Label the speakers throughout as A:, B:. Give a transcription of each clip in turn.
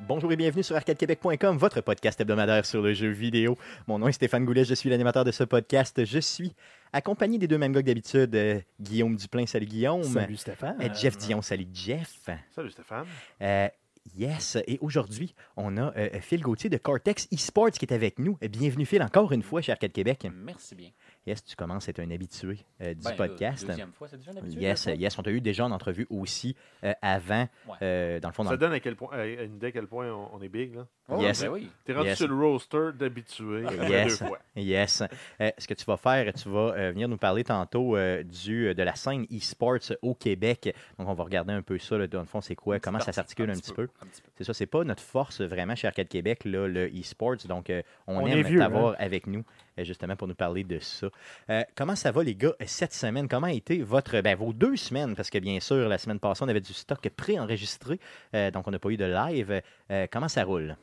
A: Bonjour et bienvenue sur arcadequebec.com, votre podcast hebdomadaire sur le jeu vidéo. Mon nom est Stéphane Goulet, je suis l'animateur de ce podcast. Je suis accompagné des deux mêmes gars que d'habitude, euh, Guillaume Duplain, salut Guillaume.
B: Salut Stéphane.
A: Euh, Jeff Dion, salut Jeff.
C: Salut Stéphane.
A: Euh, yes, et aujourd'hui, on a euh, Phil Gauthier de Cortex Esports qui est avec nous. Bienvenue Phil, encore une fois chez Arcade Québec.
D: Merci bien.
A: Yes, tu commences à être un habitué euh, du
D: Ben, deux-
A: podcast.
D: Deuxième fois, c'est déjà une habitude,
A: Yes,
D: ça?
A: yes, on t'a eu déjà en entrevue aussi euh, avant,
D: Ouais.
A: euh, dans le fond, dans
C: Ça
A: le
C: donne à quel point, à une idée à quel point on, on est big. là.
D: Oh,
A: Yes.
D: ben oui.
C: T'es rendu
A: Yes.
C: sur le roster d'habitué après
A: Yes.
C: deux fois.
A: Yes. Euh, ce que tu vas faire, tu vas euh, venir nous parler tantôt euh, du, euh, de la scène e-sports au Québec. Donc, on va regarder un peu ça, là, dans le fond, c'est quoi, comment ça s'articule un petit peu.
D: Un petit peu.
A: C'est ça, c'est pas notre force euh, vraiment chez Arcade Québec, là, le e-sports. Donc, euh, on,
B: On est
A: aime
B: vieux,
A: t'avoir avec nous, euh, justement, pour nous parler de ça. Euh, comment ça va, les gars, cette semaine? Comment a été votre, ben, vos deux semaines? Parce que, bien sûr, la semaine passée, on avait du stock préenregistré, euh, donc on n'a pas eu de live. Euh, comment ça roule?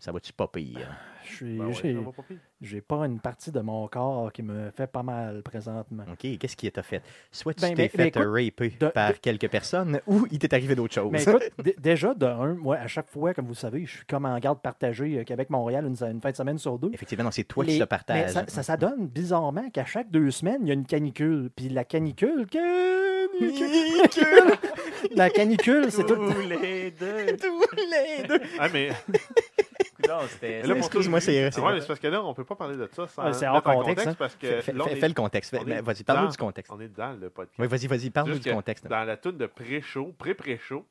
A: Ça va-tu pas pire?
B: Je suis-
C: Ben ouais,
B: j'ai-
C: ça va pas pire.
B: J'ai pas une partie de mon corps qui me fait pas mal présentement.
A: OK, qu'est-ce qui t'a fait? Soit tu
B: Ben,
A: t'es
B: ben,
A: fait
B: ben, écoute,
A: raper
B: de-
A: par quelques personnes ou il t'est arrivé d'autres choses.
B: Mais écoute, d- déjà, de un, moi, à chaque fois, comme vous le savez, je suis comme en garde partagée euh, Québec-Montréal une, une fin de semaine sur deux.
A: Effectivement, non, c'est toi qui
B: Les-
A: te
B: Mais
A: partages.
B: ça, ça, ça donne bizarrement qu'à chaque deux semaines, il y a une canicule. Puis la canicule, canicule, la canicule, c'est tout.
D: Tous les deux.
C: Ah, mais
D: Coudonc, c'était-
C: là, mon
A: Excuse-moi, c'est. c'est-
C: ouais, mais c'est parce que là, on peut pas parler de ça sans
B: Ouais, c'est hors
C: mettre en
B: contexte, hein.
C: parce que
A: Fais, fais-
C: là, on
A: fais-
C: est-
A: fais le contexte. Fais-
C: on
A: ben,
C: est
A: Vas-y, parle-nous
C: dans-
A: du contexte.
C: On est dans le podcast.
A: Oui, vas-y, vas-y, parle-nous
C: Juste
A: du
C: que
A: contexte.
C: Dans la toune de pré-show, pré-pré-show,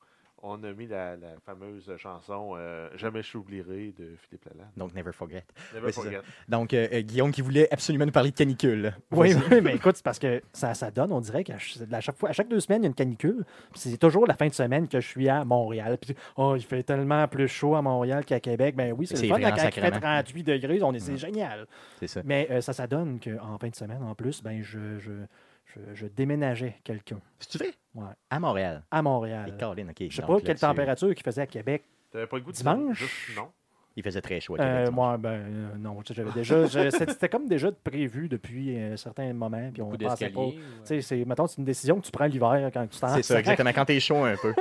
C: on a mis la, la fameuse chanson euh, Jamais je t'oublierai de Philippe Lalanne.
A: Donc, never forget.
C: Never
A: Ouais, c'est
C: forget.
A: Donc, euh, euh, Guillaume qui voulait absolument nous parler de canicule.
B: Oui,
A: Vas-y.
B: oui, mais écoute, c'est parce que ça, ça donne, on dirait qu'à ch- à chaque fois, à chaque deux semaines, il y a une canicule. Puis c'est toujours la fin de semaine que je suis à Montréal. Puis, oh, il fait tellement plus chaud à Montréal qu'à Québec. Ben oui, c'est
A: C'est
B: le fun
A: vrai,
B: là,
A: en
B: quand il fait
A: sacrément.
B: 38 degrés, on est, c'est génial.
A: C'est ça.
B: Mais euh, ça, ça donne qu'en fin de semaine, en plus, ben je, je, je, je déménageais quelqu'un
A: C'est-tu vrai?
B: Ouais.
A: À Montréal.
B: à
A: Et
B: Montréal.
A: Caroline, OK.
B: Je sais
A: donc,
B: pas
A: là,
B: quelle
A: tu-
B: température qu'il faisait à Québec.
C: T'avais pas le goût de
B: Dimanche?
C: dire juste non.
A: Il faisait très chaud. à Québec,
B: Euh,
A: disons.
B: moi, ben euh, non, tu sais, j'avais déjà. je- C'était c'était comme déjà prévu depuis un certain moment. Puis on
D: Beaucoup
B: pensait pas.
D: d'escaliers.
B: Tu sais, c'est, mettons, c'est une décision que tu prends l'hiver quand tu t'en
A: C'est ça, exactement. Quand t'es chaud un peu,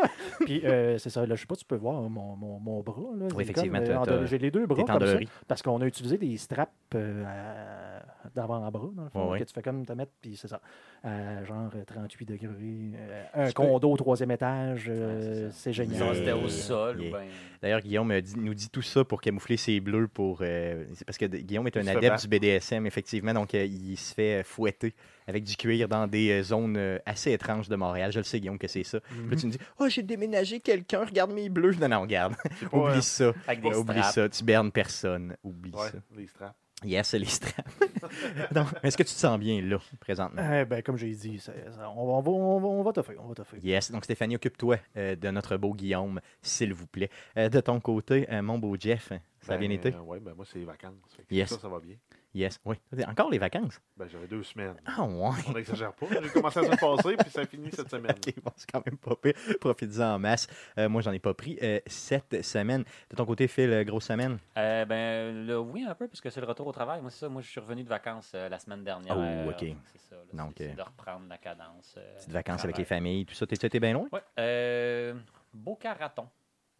B: Puis euh, c'est ça, là, je sais pas, tu peux voir hein, mon, mon, mon bras. Là, c'est
A: effectivement,
B: comme,
A: t'as-
B: euh,
A: t'as-
B: endor- J'ai les deux bras
A: t'es
B: comme ça,
A: endorri.
B: parce qu'on a utilisé des straps euh, à- d'avant-bras, dans le fond,
A: Ouais, ouais.
B: que tu fais comme te mettre, puis c'est ça. À genre euh, 38 degrés, euh, un
A: Tu peux-
B: condo au troisième étage, euh,
D: Ouais, c'est ça.
B: c'est
D: Ils
B: génial.
D: ont- C'était
A: Yeah.
D: au sol.
A: Yeah.
D: ou ben-
A: D'ailleurs, Guillaume euh, dit- nous dit tout ça pour camoufler ses bleus pour euh, c'est parce que de- Guillaume est
C: Il
A: un
C: se
A: adepte
C: fait battre.
A: du BDSM effectivement, donc euh, il se fait euh, fouetter avec du cuir dans des euh, zones euh, assez étranges de Montréal. Je le sais, Guillaume, que c'est ça. Puis
C: Mhm.
A: là, tu me dis, oh, j'ai déménagé quelqu'un, regarde mes bleus. Non, non, regarde,
C: C'est pas,
A: oublie
C: euh,
A: ça,
D: Avec des
A: oublie
D: straps.
A: ça, tu bernes personne, oublie
C: Ouais,
A: ça.
C: les straps.
A: Yes, les straps. Donc, est-ce que tu te sens bien là présentement?
B: Euh, ben, comme j'ai dit, c'est- ça- on, va- on va, on, va, on va te faire, on va te faire.
A: Yes, donc Stéphanie, occupe-toi euh, de notre beau Guillaume, s'il vous plaît. Euh, de ton côté, euh, mon beau Jeff, ça a bien été?
C: oui, ben moi, c'est les vacances. Fait que
A: Yes.
C: Ça, ça va bien.
A: Yes, oui. Encore les vacances?
C: Ben, j'avais deux semaines.
A: Ah ouais!
C: On n'exagère pas. J'ai commencé à se passer, puis ça finit cette semaine.
A: Ok, bon, c'est quand même pas pire. Profitez-en en masse. Euh, moi, j'en ai pas pris euh, cette semaine. De ton côté, Phil, euh, grosse semaine.
D: Euh, ben, là, oui, un peu, parce que c'est le retour au travail. Moi, c'est ça. Moi, je suis revenu de vacances euh, la semaine dernière.
A: Oh,
D: Euh,
A: ok.
D: C'est ça. là,
A: Donc,
D: c'est-
A: euh,
D: c'est de reprendre la cadence. euh,
A: Petite vacances avec
D: travail.
A: les familles, tout ça. T'es bien loin?
D: Ouais. Euh, Boca Raton.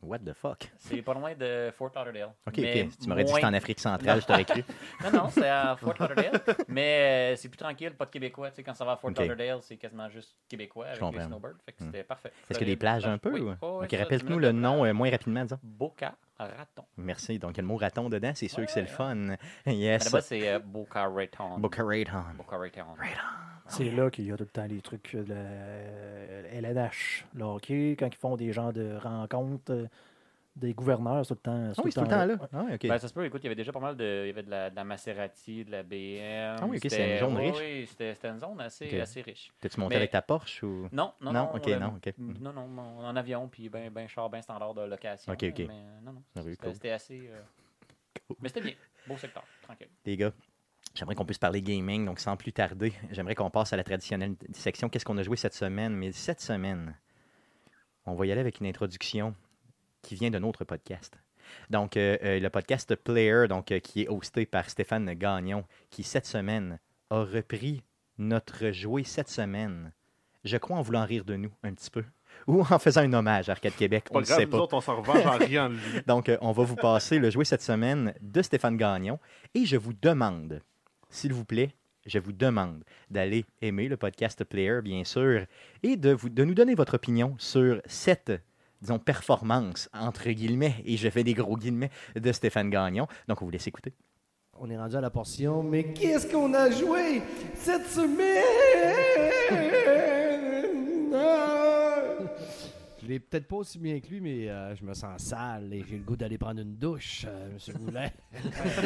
A: What the fuck?
D: C'est pas loin de Fort Lauderdale.
A: Ok,
D: mais
A: ok. Si tu m'aurais dit que
D: moins-
A: c'était en Afrique centrale, je t'aurais cru.
D: Non, non, c'est à Fort Lauderdale. mais euh, c'est plus tranquille, pas de Québécois. Tu sais, quand ça va à Fort
A: Ok.
D: Lauderdale, c'est quasiment juste Québécois avec les
A: comprends. Hmm.
D: snowbirds. Fait que c'était parfait.
A: Est-ce qu'il y a des plages un peu?
D: Oui.
A: ou-
D: Ouais, ouais,
A: ok,
D: ça,
A: rappelle-nous
D: tu
A: le
D: mets-
A: nom euh, moins rapidement, disons.
D: Boca Raton.
A: Merci. Donc, il y a le mot raton dedans, c'est sûr
D: Ouais,
A: que c'est le
D: ouais.
A: fun.
D: Mais Là-bas,
A: Yes.
D: c'est euh, Boca Raton.
A: Boca Raton.
D: Boca Raton.
B: C'est là qu'il y a tout le temps les trucs euh, de euh, la- LNH, le hockey, quand ils font des gens de rencontres, euh, des gouverneurs, c'est tout le temps.
A: Ah oui, c'est tout le temps là. Ah, oui, ok.
D: Ben, ça se peut, écoute, il y avait déjà pas mal de. Il y avait de la, de la Maserati, de la BM.
A: Ah oui, ok, c'est
D: c'était-
A: une zone
D: oui,
A: riche.
D: Oui, c'était c'était une zone assez,
A: Ok.
D: assez riche.
A: T'as-tu monté
D: mais-
A: avec ta Porsche ou.
D: Non,
A: Non,
D: non, non. Mm,
A: ok, non, ok. Mm.
D: Non, non, mon- en avion, puis ben, ben char, ben standard de location.
A: Ok, ok.
D: Mais euh, non, non,
A: Ah oui,
D: c'était
A: cool.
D: c'était assez... euh,
A: Cool.
D: Mais c'était bien, beau secteur, tranquille.
A: les gars. J'aimerais qu'on puisse parler gaming, donc sans plus tarder, j'aimerais qu'on passe à la traditionnelle section. Qu'est-ce qu'on a joué cette semaine? Mais cette semaine, on va y aller avec une introduction qui vient d'un autre podcast. Donc, euh, euh, le podcast Player, donc, euh, qui est hosté par Stéphane Gagnon, qui cette semaine a repris notre jouet cette semaine. Je crois en voulant rire de nous un petit peu. ou en faisant un hommage à Arcade Québec.
C: C'est
A: On
C: pas
A: ne
C: grave,
A: sait
C: nous
A: pas.
C: autres, on s'en revenge en riant de lui.
A: Donc, euh, on va vous passer le jouet cette semaine de Stéphane Gagnon. Et je vous demande, s'il vous plaît, je vous demande d'aller aimer le podcast Player, bien sûr, et de, vous, de nous donner votre opinion sur cette, disons, performance, entre guillemets, et je fais des gros guillemets, de Stéphane Gagnon. Donc, on vous laisse écouter.
E: On est rendu à la portion, mais qu'est-ce qu'on a joué cette semaine? Ah! Je l'ai peut-être pas aussi bien que lui, mais euh, je me sens sale et j'ai le goût d'aller prendre une douche, euh, monsieur Goulet.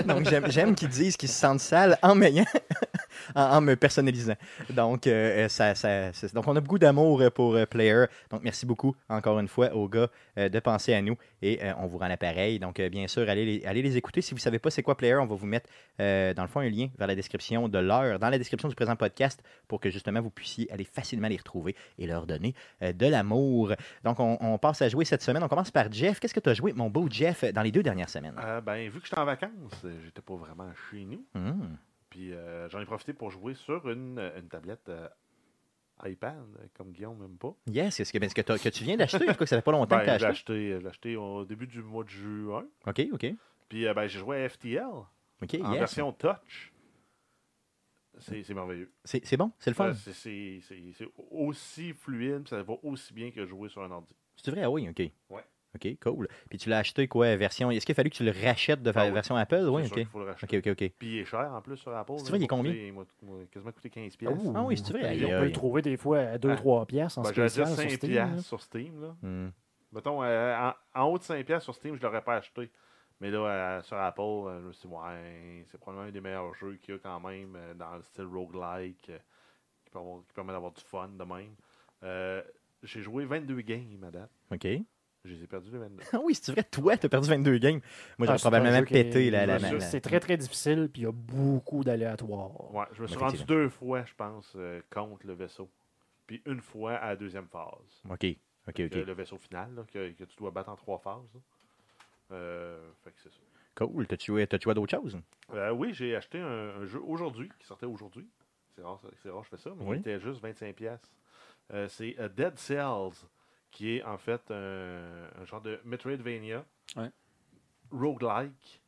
A: Donc, j'aime- j'aime qu'ils disent qu'ils se sentent sales en m'ayant- en, en me personnalisant. Donc, euh, euh, ça, ça- ça- donc, on a beaucoup d'amour euh, pour euh, Player. Donc, merci beaucoup, encore une fois, aux gars euh, de penser à nous. Et euh, on vous rend l'appareil. Donc, euh, bien sûr, allez les, allez les écouter. Si vous ne savez pas c'est quoi Player, on va vous mettre, euh, dans le fond, un lien vers la description de l'heure, dans la description du présent podcast, pour que justement vous puissiez aller facilement les retrouver et leur donner euh, de l'amour. Donc, on, on passe à jouer cette semaine. On commence par Jeff. Qu'est-ce que tu as joué, mon beau Jeff, dans les deux dernières semaines?
C: Euh, ben, vu que j'étais en vacances, euh, j'étais pas vraiment chez nous.
A: Hmm.
C: Puis euh, j'en ai profité pour jouer sur une, une tablette euh, iPad, euh, comme Guillaume même pas.
A: Yes, est-ce que, ben, est-ce que, t'as- que tu viens d'acheter? En tout cas, ça fait pas longtemps
C: Ben,
A: que
C: je
A: tu
C: l'ai
A: acheté.
C: acheté, je l'ai acheté au début du mois de juin.
A: OK, OK.
C: Puis euh, ben, j'ai joué à FTL
A: OK,
C: en
A: yes.
C: version touch. C'est c'est merveilleux.
A: C'est, c'est bon, c'est le fun.
C: Euh, c'est- c'est c'est- c'est aussi fluide, ça va aussi bien que jouer sur un ordi.
A: c'est vrai? Ah oui, OK.
C: Ouais.
A: OK, cool. Puis tu l'as acheté quoi, version... Est-ce qu'il a fallu que tu le rachètes de
C: Ah oui.
A: version Apple? Oui,
C: C'est sûr
A: OK.
C: qu'il faut le racheter.
A: OK, OK, OK.
C: Puis il est cher en plus sur Apple.
A: C'est
C: là,
A: vrai, il est
C: m'a coûté-
A: combien?
C: Il m'a il m'a quasiment coûté 15 pièces.
B: Ouh.
A: Ah oui, c'est vrai.
B: Ben,
A: Aïe,
B: on peut
A: aïe.
B: le trouver des fois à 2-3 piastres en
C: Ben, J'allais
B: spécial
C: dire
B: sur
C: 5
B: Steam,
C: piastres
B: là.
C: sur Steam. Là.
A: Hmm.
C: Mettons, euh, en, en haut de 5 piastres sur Steam, je l'aurais pas acheté. Mais là, euh, sur Apple, euh, je me suis dit, ouais, c'est probablement un des meilleurs jeux qu'il y a quand même euh, dans le style roguelike, euh, qui, peut avoir- qui permet d'avoir du fun de même. Euh, J'ai joué 22 games, madame.
A: OK.
C: Je les ai perdus les 22.
A: Ah oui, c'est vrai, toi, t'as perdu 22 games. Moi, j'aurais
B: Ah, c'est un
A: probablement
B: jeu qui est-
A: pété la... la, la-
C: Ouais,
A: la-
B: C'est très très difficile, puis il y a beaucoup d'aléatoires.
C: Ouais, je me suis
A: Effectivement.
C: rendu deux fois, je pense, euh, contre le vaisseau. Puis une fois à la deuxième phase.
A: OK, OK,
C: que
A: OK.
C: le vaisseau final là, que, que tu dois battre en trois phases. là. Euh, fait que c'est ça.
A: Cool. T'as-tu joué, t'as-tu joué à d'autres choses?
C: Euh, oui, j'ai acheté un, un jeu aujourd'hui, qui sortait aujourd'hui. C'est rare, ça- c'est rare, je fais ça, mais
A: Oui.
C: il était juste 25$. piastres. Euh, c'est euh, Dead Cells, qui est en fait un, un genre de Metroidvania
D: Ouais.
C: roguelike,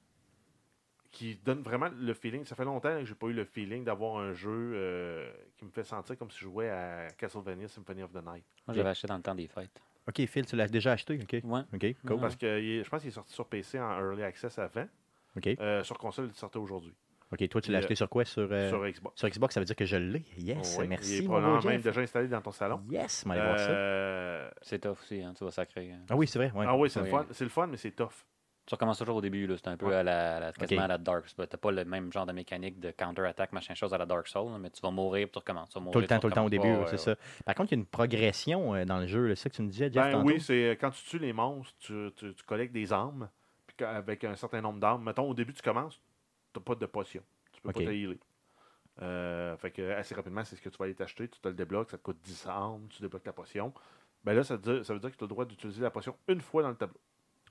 C: qui donne vraiment le feeling. Ça fait longtemps que j'ai pas eu le feeling d'avoir un jeu euh, qui me fait sentir comme si je jouais à Castlevania Symphony of the Night.
D: Moi, j'avais acheté dans le temps des fêtes.
A: OK, Phil, tu l'as déjà acheté? OK.
D: Ouais.
A: OK, cool.
C: Parce que il est- je pense qu'il est sorti sur PC en Early Access avant.
A: OK.
C: Euh, sur console, il sortait aujourd'hui.
A: OK, toi, tu l'as
C: euh,
A: acheté sur quoi? Sur, euh,
C: sur Xbox.
A: sur Xbox, ça veut dire que je l'ai. Yes,
C: Ah Ouais, Il
A: merci,
C: est
A: mon beau
C: probablement même
A: Jeff.
C: déjà installé dans ton salon.
A: Yes, on va aller voir ça.
C: Euh,
D: C'est tough aussi, hein, tu vas sacrer. hein.
A: Ah oui, c'est vrai. ouais.
C: Ah oui, c'est le
D: Oui.
C: fun. C'est le fun, mais c'est tough.
D: Tu recommences toujours au début, là, c'est un peu
C: Ouais.
D: à la, à la- quasiment à la Dark Souls. T'as pas le même genre de mécanique de counter-attack, machin chose à la Dark Souls, mais tu vas mourir puis tu recommences. tu vas
A: Tout
D: mourir,
A: le temps,
D: tu
A: tout le temps au début,
D: recommences.
A: ouais,
D: Ouais,
A: c'est
D: ouais,
A: ça. Par contre, il y a une progression euh, dans le jeu, là, c'est ça que tu me disais, Jeff,
C: Ben
A: tantôt?
C: oui, c'est euh, quand tu tues les monstres, tu, tu- tu collectes des armes. Puis quand- avec un certain nombre d'armes, mettons, au début, tu commences, tu n'as pas de potion. Tu peux
A: Ok.
C: pas te healer. Euh, fait que assez rapidement, c'est ce que tu vas aller t'acheter. Tu te le débloques, ça te coûte 10 armes, tu débloques ta potion. Ben là, ça, te dit- ça veut dire que tu as le droit d'utiliser la potion une fois dans le tableau.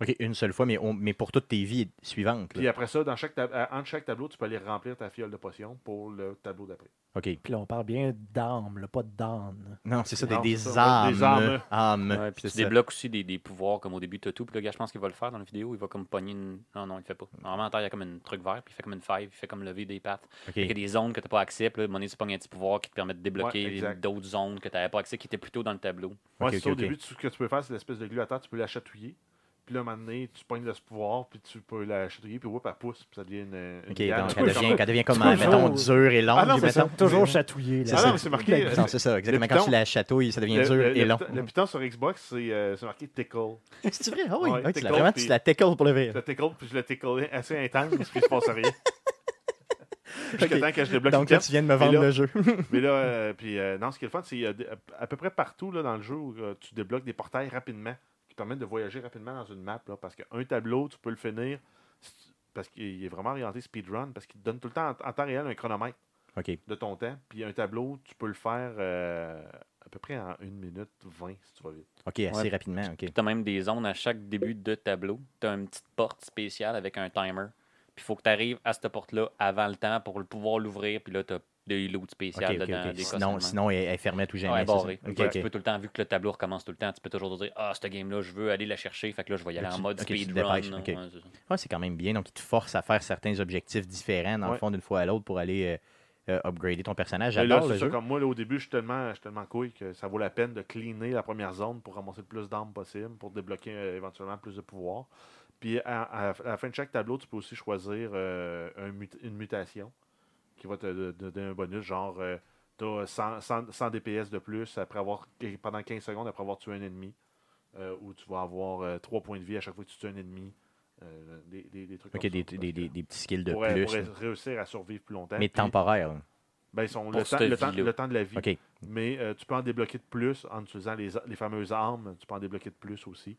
A: OK, une seule fois, mais, on- mais pour toutes tes vies suivantes. là.
C: Puis après ça, dans chaque tab- à- entre chaque tableau, tu peux aller remplir ta fiole de potion pour le tableau d'après.
A: OK.
B: Puis là, on parle bien d'âme, là, pas d'âne.
A: Non, c'est ça, des,
C: Non,
A: des
C: c'est ça,
A: armes.
C: ouais, des armes.
A: armes,
D: Ouais, puis
A: c'est
D: tu
A: ça.
D: débloques aussi des, des pouvoirs comme au début, t'as tout. Puis le gars, je pense qu'il va le faire dans la vidéo. Il va comme pogner une. Non, non, il le fait pas. Normalement, en terre, il y a comme un truc vert, puis il fait comme une five, il fait comme lever des pattes.
A: OK.
D: Il y a des zones que t'as pas accès. Puis là, à un moment donné, tu pognes un petit pouvoir qui te permet de
C: Ouais,
D: débloquer
C: exact.
D: d'autres zones que t'avais pas accès, qui étaient plutôt dans le tableau.
A: Ok,
C: Ouais, c'est
A: ok,
C: ça, au
A: ok.
C: début, tu- ce que tu peux faire, c'est l'espèce de glu à terre, tu peux la chatouiller. Puis là, à un moment donné, tu pognes de ce pouvoir, puis tu peux la chatouiller, puis whoop, elle pousse, puis ça devient une. une
A: OK,
C: liane.
A: donc elle devient, elle devient comme,
B: Toujours.
A: mettons, dure et longue.
C: Ah non,
A: puis
C: c'est
A: mettons-
C: ça.
B: Toujours chatouillé.
A: C'est
B: là.
C: Ah non, mais c'est marqué. euh,
A: Non, c'est ça, exactement.
C: Le
A: Quand tu
C: piton-
A: la chatouilles, ça devient
C: le-
A: dur
C: le-
A: et
C: le
A: long.
C: piton- Le piton sur Xbox, c'est euh, c'est marqué tickle.
A: C'est vrai? Ah oui.
C: Ouais,
A: Ah, tu
C: tickle,
A: la, vraiment, tu
C: puis-
A: la tickles pour le vrai.
C: Je le tickle, puis je le tickle assez intense, puis il se passe rien. Jusqu'à
A: Ok.
C: temps que je débloque
A: Donc
C: une
A: là, tu viens de me
C: Mais
A: vendre
C: là-
A: le jeu.
C: Mais là, euh, puis, euh, non, ce qui est le fun, c'est euh, d- à peu près partout là, dans le jeu où euh, tu débloques des portails rapidement qui permettent de voyager rapidement dans une map. Là, parce qu'un tableau, tu peux le finir si tu- parce qu'il est vraiment orienté speedrun, parce qu'il te donne tout le temps en, en temps réel un chronomètre
A: OK.
C: de ton temps. Puis un tableau, tu peux le faire euh, à peu près en 1 minute 20 si tu vas vite.
A: OK, assez
D: Ouais.
A: rapidement. OK.
D: Puis t'as même des zones à chaque début de tableau. T'as une petite porte spéciale avec un timer. Puis il faut que tu arrives à cette porte-là avant le temps pour le pouvoir l'ouvrir. Puis là, t'as de loot
A: Ok,
D: spécial
A: ok,
D: dedans.
A: ok.
D: des Ah,
A: Sinon,
D: costumes.
A: sinon elle, elle fermait tout jamais.
D: Ouais,
A: c'est
D: barré.
A: ça? Ok,
D: Ouais,
A: ok.
D: Tu peux tout le temps, vu que le tableau recommence tout le temps, tu peux toujours dire Ah, cette game-là, je veux aller la chercher, fait que là, je vais y aller
A: Là,
D: en
A: tu-
D: mode
A: ok, tu te
D: speedrun.
A: dépêches,
D: là.
A: ok.
D: Ouais, c'est ça.
A: Ouais, c'est quand même bien. Donc, il te force à faire certains objectifs différents, dans le
C: Ouais.
A: fond, d'une fois à l'autre pour aller euh, euh, upgrader ton personnage.
C: Mais là,
A: J'adore
C: c'est
A: le
C: ça,
A: jeu.
C: comme moi, là, au début, je suis tellement, je suis tellement couille que ça vaut la peine de cleaner la première zone pour ramasser le plus d'armes possible, pour débloquer euh, éventuellement plus de pouvoir. Puis à, à- à la fin de chaque tableau, tu peux aussi choisir euh, un mut- une mutation qui va te do- do- donner un bonus, genre euh, t'as 100, 100 100 DPS de plus après avoir, pendant 15 secondes après avoir tué un ennemi, euh, ou tu vas avoir 3 points de vie à chaque fois que tu tues un ennemi. euh, des, des- des trucs
A: Ok,
C: comme
A: des,
C: ça,
A: des- des- des petits skills de
C: pour, euh,
A: plus.
C: pour
A: là.
C: réussir à survivre plus longtemps.
A: mais
C: Puis-
A: temporaire. là.
C: ben, ils sont
D: Pour
C: le temps,
D: cette
C: le, temps,
D: vie-là.
C: le temps de la vie.
A: Ok.
C: Mais euh, tu peux en débloquer de plus en utilisant les, a- les fameuses armes. Tu peux en débloquer de plus aussi.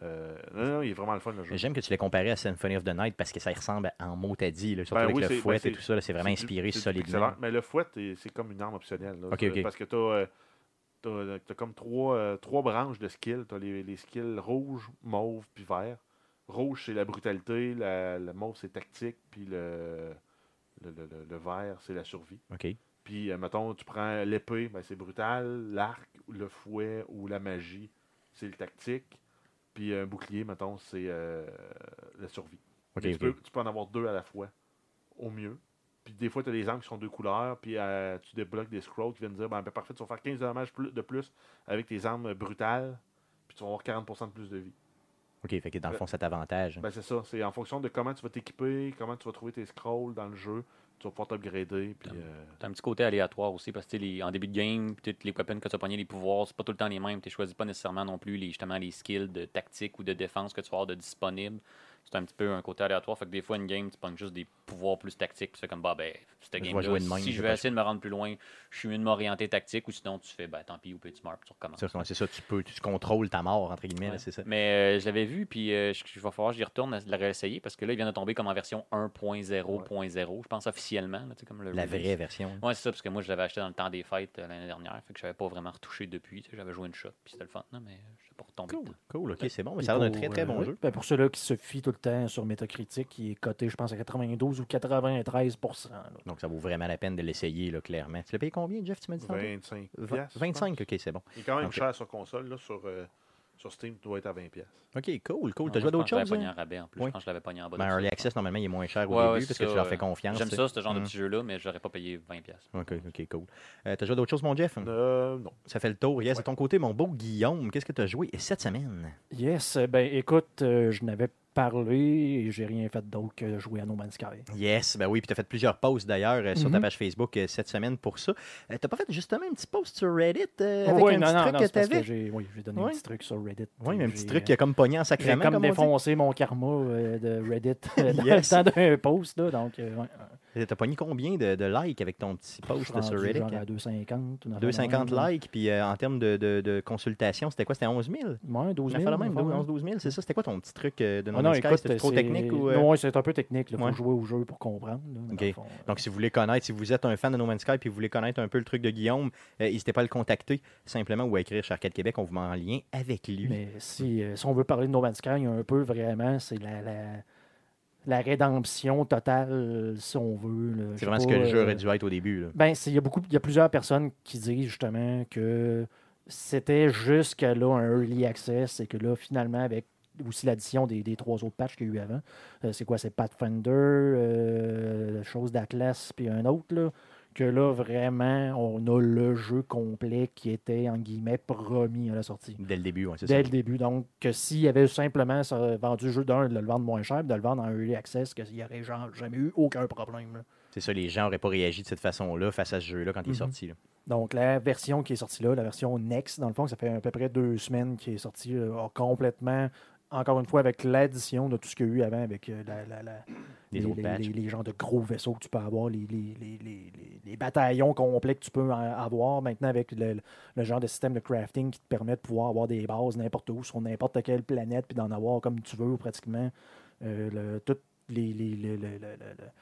C: Euh, non, non, il est vraiment le fun le jeu.
A: J'aime que tu l'aies comparé à Symphony of the Night parce que ça y ressemble en mots t'as dit. là, surtout
C: Ben
A: avec
C: oui,
A: le
C: c'est-
A: fouet
C: ben c'est-
A: et tout ça. là, C'est vraiment
C: C'est du-
A: inspiré
C: c'est du
A: solidement.
C: pixel art, Mais le fouet, t'es- c'est comme une arme optionnelle. là.
A: Ok,
C: C'est-
A: ok.
C: Parce que euh, tu as, comme trois, euh, trois branches de skills. Tu as les, les skills rouge, mauve, puis vert. Rouge, c'est la brutalité. La, le mauve, c'est tactique. Puis le, le, le- le- le vert, c'est la survie.
A: Ok.
C: Puis, euh, mettons, tu prends l'épée, ben, c'est brutal. L'arc, ou le fouet ou la magie, c'est le tactique. Puis un bouclier, mettons, c'est euh, la survie.
A: Ok,
C: Mais
A: ok.
C: tu, peux, tu peux en avoir deux à la fois, au mieux. Puis des fois, tu as des armes qui sont deux couleurs, puis euh, tu débloques des scrolls qui viennent dire ben, ben, parfait, tu vas faire 15 de dommages plus- de plus avec tes armes brutales, puis tu vas avoir 40% de plus de vie.
A: Ok, fait que dans le fond, cet avantage.
C: Ben, c'est ça, c'est en fonction de comment tu vas t'équiper, comment tu vas trouver tes scrolls dans le jeu, tu vas pouvoir t'upgrader, puis.
D: Tom.
C: euh,
D: T'as un petit côté aléatoire aussi, parce que tu sais, les- en début de game, pis toutes les weapons que tu as pognées, les pouvoirs, c'est pas tout le temps les mêmes. Tu choisis pas nécessairement non plus les, justement les skills de tactique ou de défense que tu vas avoir de disponible. C'est un petit peu un côté aléatoire. Fait que des fois, une game, tu pognes juste des pouvoirs plus tactiques. Puis c'est comme, bah, ben, cette
A: Je vais
D: game
A: jouer de même, j'ai
D: si je
A: pas
D: veux
A: le
D: essayer de me rendre plus loin, je suis mieux de m'orienter tactique, ou sinon, tu fais, ben, tant pis, ou puis tu meurs, puis tu recommences.
A: Ça, C'est c'est ça, tu peux, tu contrôles ta mort, entre guillemets, là,
D: Ouais.
A: c'est ça.
C: Ben
D: Mais euh, je l'avais vu, puis euh, je, je vais falloir que j'y retourne à le réessayer parce que là, il vient de tomber comme en version 1.0.0, je pense officiellement. là, tu sais, comme le
A: La
D: release.
A: vraie version.
D: Ouais, c'est ça, parce que moi, je l'avais acheté dans le temps des fêtes euh, l'année dernière, fait que je n'avais pas vraiment retouché depuis. tu sais, J'avais joué une shot, puis c'était le fun, là, mais je sais pas retombé
A: Cool,
D: dedans.
A: cool,
C: Ben,
A: ok, c'est bon. Mais ça a l'air d'un très très
C: euh,
A: bon jeu.
B: Ben, pour ceux-là qui se fient tout le temps sur Metacritic, qui est coté, je pense, à 92 ou 93 là.
A: Donc ça vaut vraiment la peine de l'essayer, là, clairement. Tu l'as payé combien, Jeff, tu m'as dit tantôt?
C: 25
A: Vingt-
C: piastres, je pense.
A: 25, ok, c'est bon.
C: Il est quand même
A: Ok.
C: cher sur console, là, sur, euh, sur Steam, tu dois être à 20 pièces.
A: Ok, cool, cool.
D: Non,
A: T'as joué à
D: moi, je pense
A: d'autres
D: que Je l'avais
A: choses?
D: pogné
A: hein?
D: en rabais en plus.
A: Oui.
D: Je pense que je l'avais pogné en bas.
A: Ben,
D: de ça,
A: Early
D: je
A: Access, normalement, il est moins cher au
D: pense. Ouais, ouais,
A: début
D: c'est
A: parce que
D: ça,
A: tu leur fais
D: euh,
A: confiance.
D: J'aime
A: tu sais.
D: ça, ce genre
A: Mm.
D: de petit jeu-là, mais j'aurais pas payé 20$. piastres.
A: Ok, ok, cool. Euh, t'as joué à d'autres choses, mon Jeff?
C: Euh, non.
A: Ça fait le tour. Yes,
C: Ouais.
A: de ton côté, mon beau Guillaume, qu'est-ce que t'as joué cette semaine?
B: Yes, ben écoute, euh, je n'avais parlé et j'ai rien fait d'autre que jouer à No Man's Sky.
A: Yes, ben oui, puis tu as fait plusieurs posts d'ailleurs euh, sur ta
B: Mhm.
A: page Facebook euh, cette semaine pour ça. Euh, t'as pas fait justement un petit post sur Reddit euh, avec
B: oui,
A: un
B: non,
A: petit
B: non,
A: truc
B: non,
A: que
B: c'est parce
A: t'avais?
B: j'ai oui, j'ai donné
A: Ouais.
B: un petit truc sur Reddit.
A: Oui, mais un
B: J'ai,
A: petit
B: euh,
A: truc qui a comme pogné en
B: J'ai
A: sacrément,
B: comme,
A: comme, on
B: défoncé mon karma euh, de Reddit euh, dans
A: Yes.
B: le temps d'un post. Là, donc, euh, ouais,
A: dit. T'as pogné combien de, de likes avec ton petit
B: je
A: post
B: suis
A: sur
B: rendu
A: Reddit?
B: genre à 250. une affaire de
A: 250
B: même, là.
A: likes, puis euh, en termes de, de, de consultations, c'était quoi? C'était 11 000?
B: Ouais, 12
A: On a
B: 000.
A: fait la même,
B: une affaire de
A: 11 12 000, c'est ça? C'était quoi ton petit truc euh, de
B: Ah
A: non,
B: non,
A: Sky?
B: écoute,
A: C'était trop
B: c'est-
A: technique ou... euh,
B: Non, ouais, c'est un peu technique. Il faut
A: Ouais.
B: jouer au jeu pour comprendre. là, dans
A: Ok.
B: le fond.
A: Donc, si vous voulez connaître, si vous êtes un fan de No Man's Sky puis vous voulez connaître un peu le truc de Guillaume, euh, n'hésitez pas à le contacter simplement ou à écrire chez Arcade Québec. On vous met en lien avec lui.
B: Mais si, euh, si on veut parler de No Man's Sky un peu, vraiment, c'est la, la, la rédemption totale, euh, si on veut. là. Je sais
A: C'est vraiment ce
B: pas,
A: que le jeu
B: euh,
A: aurait dû être au début. là.
B: Ben, c'est- il y a beaucoup, il y a plusieurs personnes qui disent justement que c'était jusqu'à là un early access et que là, finalement, avec aussi l'addition des, des trois autres patchs qu'il y a eu avant, euh, c'est quoi, c'est Pathfinder, euh, chose d'Atlas, puis un autre, là, que là, vraiment, on a le jeu complet qui était, en guillemets, promis à la sortie.
A: Dès le début, ouais, c'est ça.
B: Dès le début. Donc, que s'il y avait simplement ça, vendu le jeu d'un, de le vendre moins cher, puis de le vendre en early access, qu'il n'y aurait genre, jamais eu aucun problème. là.
A: C'est ça, les gens n'auraient pas réagi de cette façon-là face à ce jeu-là quand il est
B: Mhm.
A: sorti. là.
B: Donc, la version qui est sortie là, la version Next, dans le fond, ça fait à peu près deux semaines qui est sortie euh, a complètement, encore une fois, avec l'addition de tout ce qu'il y a eu avant, avec euh, la- la- la-
A: Les autres patchs.
B: les genres de gros vaisseaux que tu peux avoir, les, les- les- les- les- les bataillons complets que tu peux en- avoir maintenant avec le, le genre de système de crafting qui te permet de pouvoir avoir des bases n'importe où, sur n'importe quelle planète, puis d'en avoir comme tu veux pratiquement. Euh, le- toutes les, les- le- le- le- le- le-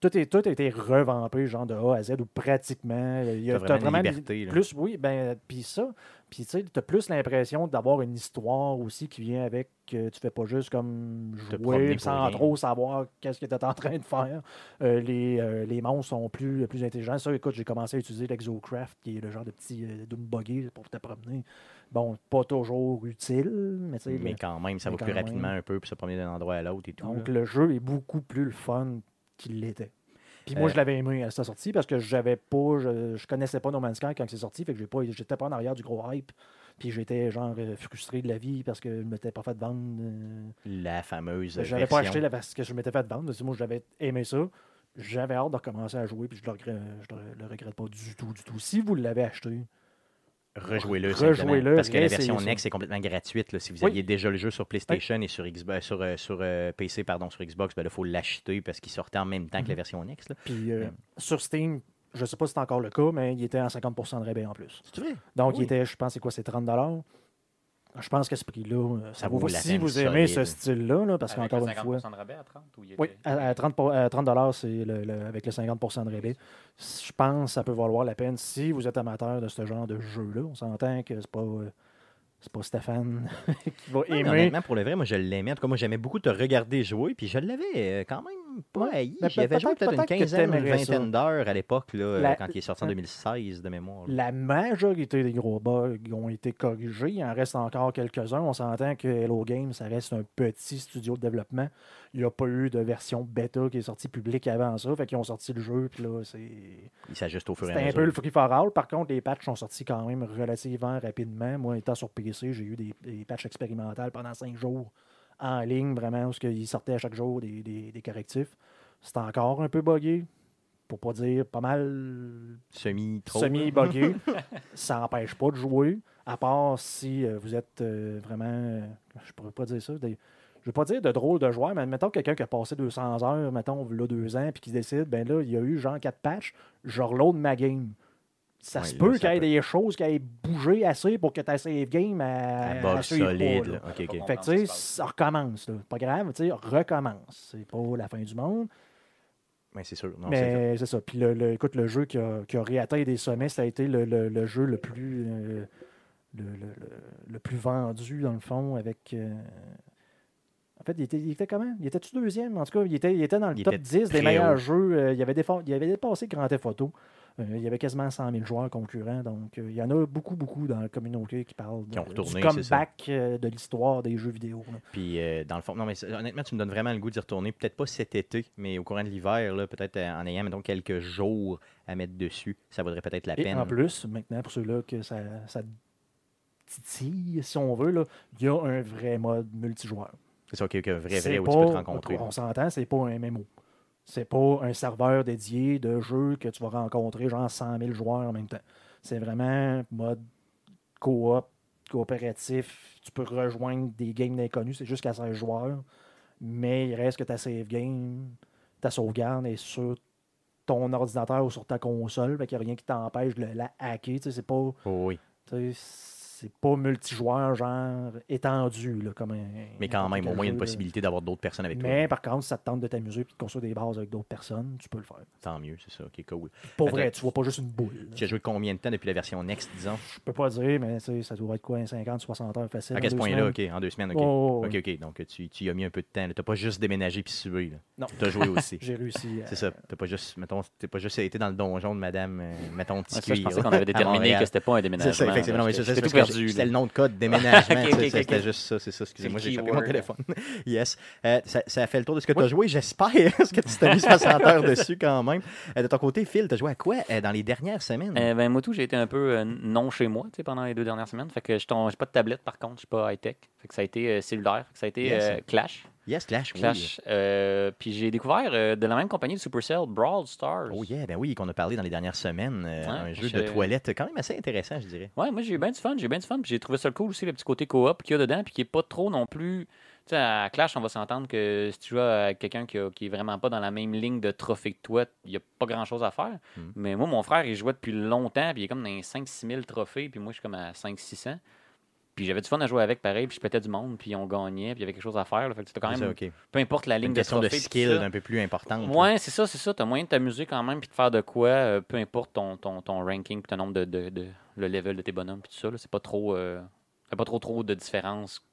B: tout, est, tout a été revampé, genre de A à Z, ou pratiquement. Il y
A: T'as
B: a
A: vraiment
B: t'as
A: une
B: vraiment
A: liberté, là.
B: plus, oui, ben, puis ça. Puis, tu sais, t'as plus l'impression d'avoir une histoire aussi qui vient avec. euh, tu fais pas juste comme
A: Te promener
B: jouer
A: pour
B: sans
A: rien.
B: trop savoir qu'est-ce que t'es en train de faire. Euh, les, euh, les monstres sont plus, plus intelligents. Ça, écoute, j'ai commencé à utiliser l'Exocraft, qui est le genre de petit euh, Doom buggy pour te promener. Bon, pas toujours utile, mais tu sais, le-
A: Mais quand même, ça
B: mais
A: va plus
B: quand même.
A: rapidement un peu, puis se promener d'un endroit à l'autre et tout.
B: donc,
A: là.
B: le jeu est beaucoup plus le fun qu'il l'était. Puis moi,
A: Euh,
B: je l'avais aimé à sa sortie parce que j'avais pas, je, je connaissais pas No Man's Sky quand c'est sorti, fait que j'ai pas, j'étais pas en arrière du gros hype. Puis j'étais genre euh, frustré de la vie parce que je m'étais pas fait vendre. euh,
A: La fameuse.
B: j'avais pas
A: version.
B: acheté la, parce que je m'étais fait vendre. parce que Moi, j'avais aimé ça. J'avais hâte de recommencer à jouer, puis je le, regret- je le- le regrette pas du tout, du tout. Si vous l'avez acheté,
A: Rejouez-le.
B: Rejouez-le,
A: simplement, Parce que la
B: réessayez
A: version
B: ça.
A: Next est complètement gratuite. là. Si vous
B: Oui.
A: aviez déjà le jeu sur PlayStation et sur, Xbox- euh, sur, euh, sur, euh, PC, pardon, sur Xbox, ben là, il faut l'acheter parce qu'il sortait en même temps que
B: Mhm.
A: la version Next. là.
B: puis euh,
A: Mm.
B: sur Steam, je sais pas si c'est encore le cas, mais il était en 50% de rabais en plus.
A: C'est vrai?
B: Donc, il
A: Oui.
B: était, je pense, c'est quoi, c'est 30 Je pense que ce prix-là, euh, ça,
A: Ça
B: vaut
A: vaut la
B: si
A: peine,
B: vous aimez ce
A: solide.
B: style-là, là, parce
D: Avec
B: qu'encore
D: le
B: une fois.
D: 50% de rabais à 30 ou il
B: Oui,
D: était-
B: à, à 30, pour- à 30 c'est le, le- avec le 50 de rabais. Je pense que ça peut valoir la peine si vous êtes amateur de ce genre de jeu-là. On s'entend que c'est pas, euh, c'est pas Stéphane qui va
A: Non, mais
B: aimer.
A: honnêtement, pour le vrai, moi, je l'aimais. En tout cas, moi, j'aimais beaucoup te regarder jouer, puis je l'avais euh, quand même pas
B: Ouais,
A: haï.
B: mais peut-
A: J'avais joué
B: peut-être-
A: peut-être une
B: peut-être que
A: quinzaine, une
B: t'aimerais ça.
A: vingtaine d'heures à l'époque, là, euh,
B: La-
A: quand il est sorti en 2016, de mémoire. là.
B: La majorité des gros bugs ont été corrigés. Il en reste encore quelques-uns. On s'entend que Hello Games, ça reste un petit studio de développement. Il n'y a pas eu de version bêta qui est sortie publique avant ça. Fait qu'ils ont sorti le jeu, puis là, c'est.
A: Il s'ajuste au fur et à
B: C'était un
A: mesure.
B: peu le free for all. Par contre, les patchs sont sortis quand même relativement rapidement. Moi, étant sur PC, j'ai eu des, des patchs expérimentales pendant cinq jours en ligne, vraiment, où ils sortaient à chaque jour des, des- des correctifs. C'était encore un peu buggé, pour pas dire pas mal
A: semi trop
B: semi-buggé. ça n'empêche pas de jouer, à part si euh, vous êtes euh, vraiment. euh, je pourrais pas dire ça. des- je veux pas dire de drôle de joueur, mais mettons quelqu'un qui a passé 200 heures, mettons, là, deux ans, puis qui décide, ben là, il y a eu genre quatre patchs, je reload ma game. Ça
A: Ouais,
B: se
A: là,
B: peut
A: ça
B: qu'il y ait
A: peut-
B: des choses qui aient bougé assez pour que ta save game à,
A: un bug solide. là. Ok, ok.
D: Bon,
B: Fait que
D: on
B: tu
D: se
B: sais,
D: parle.
B: ça recommence. là. Pas grave, tu sais, recommence. C'est pas la fin du monde.
A: Ouais, Ben, c'est sûr. Non, c'est sûr.
B: Mais c'est ça. Puis le, le- écoute, le jeu qui a, qui a réatteint des sommets, ça a été le, le- le jeu le plus, euh, le, le- le- le plus vendu, dans le fond, avec. euh, En fait, il était, il était comment Il était-tu deuxième En tout cas, il était, il était dans le
A: Il
B: top
A: était
B: 10 des
A: très
B: meilleurs
A: haut.
B: jeux. Euh, il, avait défa- il avait dépassé Grand Theft Auto. Euh, il y avait quasiment 100 000 joueurs concurrents. Donc, euh, il y en a beaucoup, beaucoup dans la communauté qui parlent de-
A: Qui ont
B: du
A: retourné, c'est ça.
B: comeback euh, de l'histoire des jeux vidéo. là.
A: Puis, euh, dans le fond, non, mais c'est- honnêtement, tu me donnes vraiment le goût d'y retourner. Peut-être pas cet été, mais au courant de l'hiver, là, peut-être euh, en ayant, mettons, quelques jours à mettre dessus, ça vaudrait peut-être la
B: Et
A: peine.
B: en plus, maintenant, pour ceux-là que ça, ça titille, si on veut, là, il y a un vrai mode multijoueur.
A: C'est ça, ok, ok, un vrai,
B: C'est
A: vrai, où tu peux te
B: pas-
A: rencontrer.
B: On s'entend, c'est pas un MMO. C'est pas un serveur dédié de jeu que tu vas rencontrer genre 100 000 joueurs en même temps. C'est vraiment mode coop, coopératif. Tu peux rejoindre des games d'inconnus, c'est jusqu'à 16 joueurs. Mais il reste que ta save game, ta sauvegarde est sur ton ordinateur ou sur ta console. Fait qu'il n'y a rien qui t'empêche de la hacker. Tu sais, c'est pas
A: Oh oui.
B: tu sais, c'est pas multijoueur, genre étendu, là, comme un.
A: Mais quand
B: n'importe
A: même, au
B: quel
A: moins, il y a
B: jeu,
A: une
B: là.
A: possibilité d'avoir d'autres personnes avec
B: Mais
A: Ben, toi.
B: par contre, si ça te tente de t'amuser et de construire des bases avec d'autres personnes, tu peux le faire.
A: Tant mieux, c'est ça. Ok, cool.
B: Pour
A: Attends.
B: vrai, tu vois pas juste une boule. là.
A: Tu as joué combien de temps depuis la version Next, disons
B: Je peux pas dire, mais tu sais, ça doit être quoi, un 50, 60 heures facile.
A: À
B: en
A: quel
B: deux
A: point-là,
B: semaines.
A: ok, en deux semaines, ok.
B: Oh,
A: Ok, ok, donc euh, tu, tu y as mis un peu de temps. là. T'as pas juste déménagé puis sué. là.
B: Non.
A: T'as joué aussi.
B: J'ai réussi. euh, à-
A: C'est ça. T'as pas juste, mettons, t'as pas juste été dans le donjon de Madame, euh, mettons,
D: Ah, ça,
A: Tiki.
D: je pensais
A: là,
D: qu'on avait
A: à
D: déterminé
A: Montréal.
D: que c'était pas un
A: C'est
D: déménagement.
A: ça, effectivement. Non, mais c'est
D: J'étais
A: ça,
D: tout
A: c'est parce que
D: perdu.
A: C'était
D: là.
A: le nom de code déménagement.
D: Ok,
A: tu
D: ok,
A: sais,
D: ok,
A: C'était
D: ok.
A: juste ça, c'est ça. Excusez-moi,
D: C'est le
A: j'ai échappé mon
D: keyword.
A: téléphone. Yes. Euh, ça, ça fait le tour de ce que tu as joué. J'espère que tu t'es mis 60 heures dessus quand même. Euh, de ton côté, Phil, tu as joué à quoi euh, dans les dernières semaines?
D: Euh, ben, moi, tout, j'ai été un peu euh, non chez moi tu sais, pendant les deux dernières semaines. Fait que je n'ai pas de tablette, par contre, je suis pas high-tech. Fait que ça a été euh, cellulaire. Fait que ça a été
A: Yes.
D: euh, Clash.
A: yes, Clash. oui.
D: Clash. euh, puis j'ai découvert euh, de la même compagnie de Supercell, Brawl Stars.
A: Oh yeah, ben oui, qu'on a parlé dans les dernières semaines. euh,
D: Ouais,
A: un jeu
D: je-
A: de toilette quand même assez intéressant, je dirais.
D: Ouais, moi j'ai eu bien du fun, j'ai eu bien du fun, puis j'ai trouvé ça le cool aussi le petit côté coop qu'il y a dedans, puis qui est pas trop non plus. Tu sais, à Clash, on va s'entendre que si tu joues à quelqu'un qui, a- qui est vraiment pas dans la même ligne de trophée que toi, il y a pas grand chose à faire.
A: Mm.
D: Mais moi, mon frère, il jouait depuis longtemps, puis il est comme dans les 5-6 000 trophées, puis moi, je suis comme à 5-600. Puis j'avais du fun à jouer avec pareil, puis je pétais du monde, puis on gagnait, puis il y avait quelque chose à faire. là. Fait que c'était quand
A: C'est
D: même,
A: ça, ok.
D: peu importe la ligne
A: Une question
D: de
A: de
D: trophée, tout
A: skill
D: ça.
A: un peu plus importante. là.
D: Ouais, c'est ça, c'est ça. T'as moyen de t'amuser quand même, puis de faire de quoi, euh, peu importe ton, ton, ton ranking, puis ton nombre de, de, de- le level de tes bonhommes, puis tout ça. là. C'est pas trop, euh, y a pas trop trop de différence.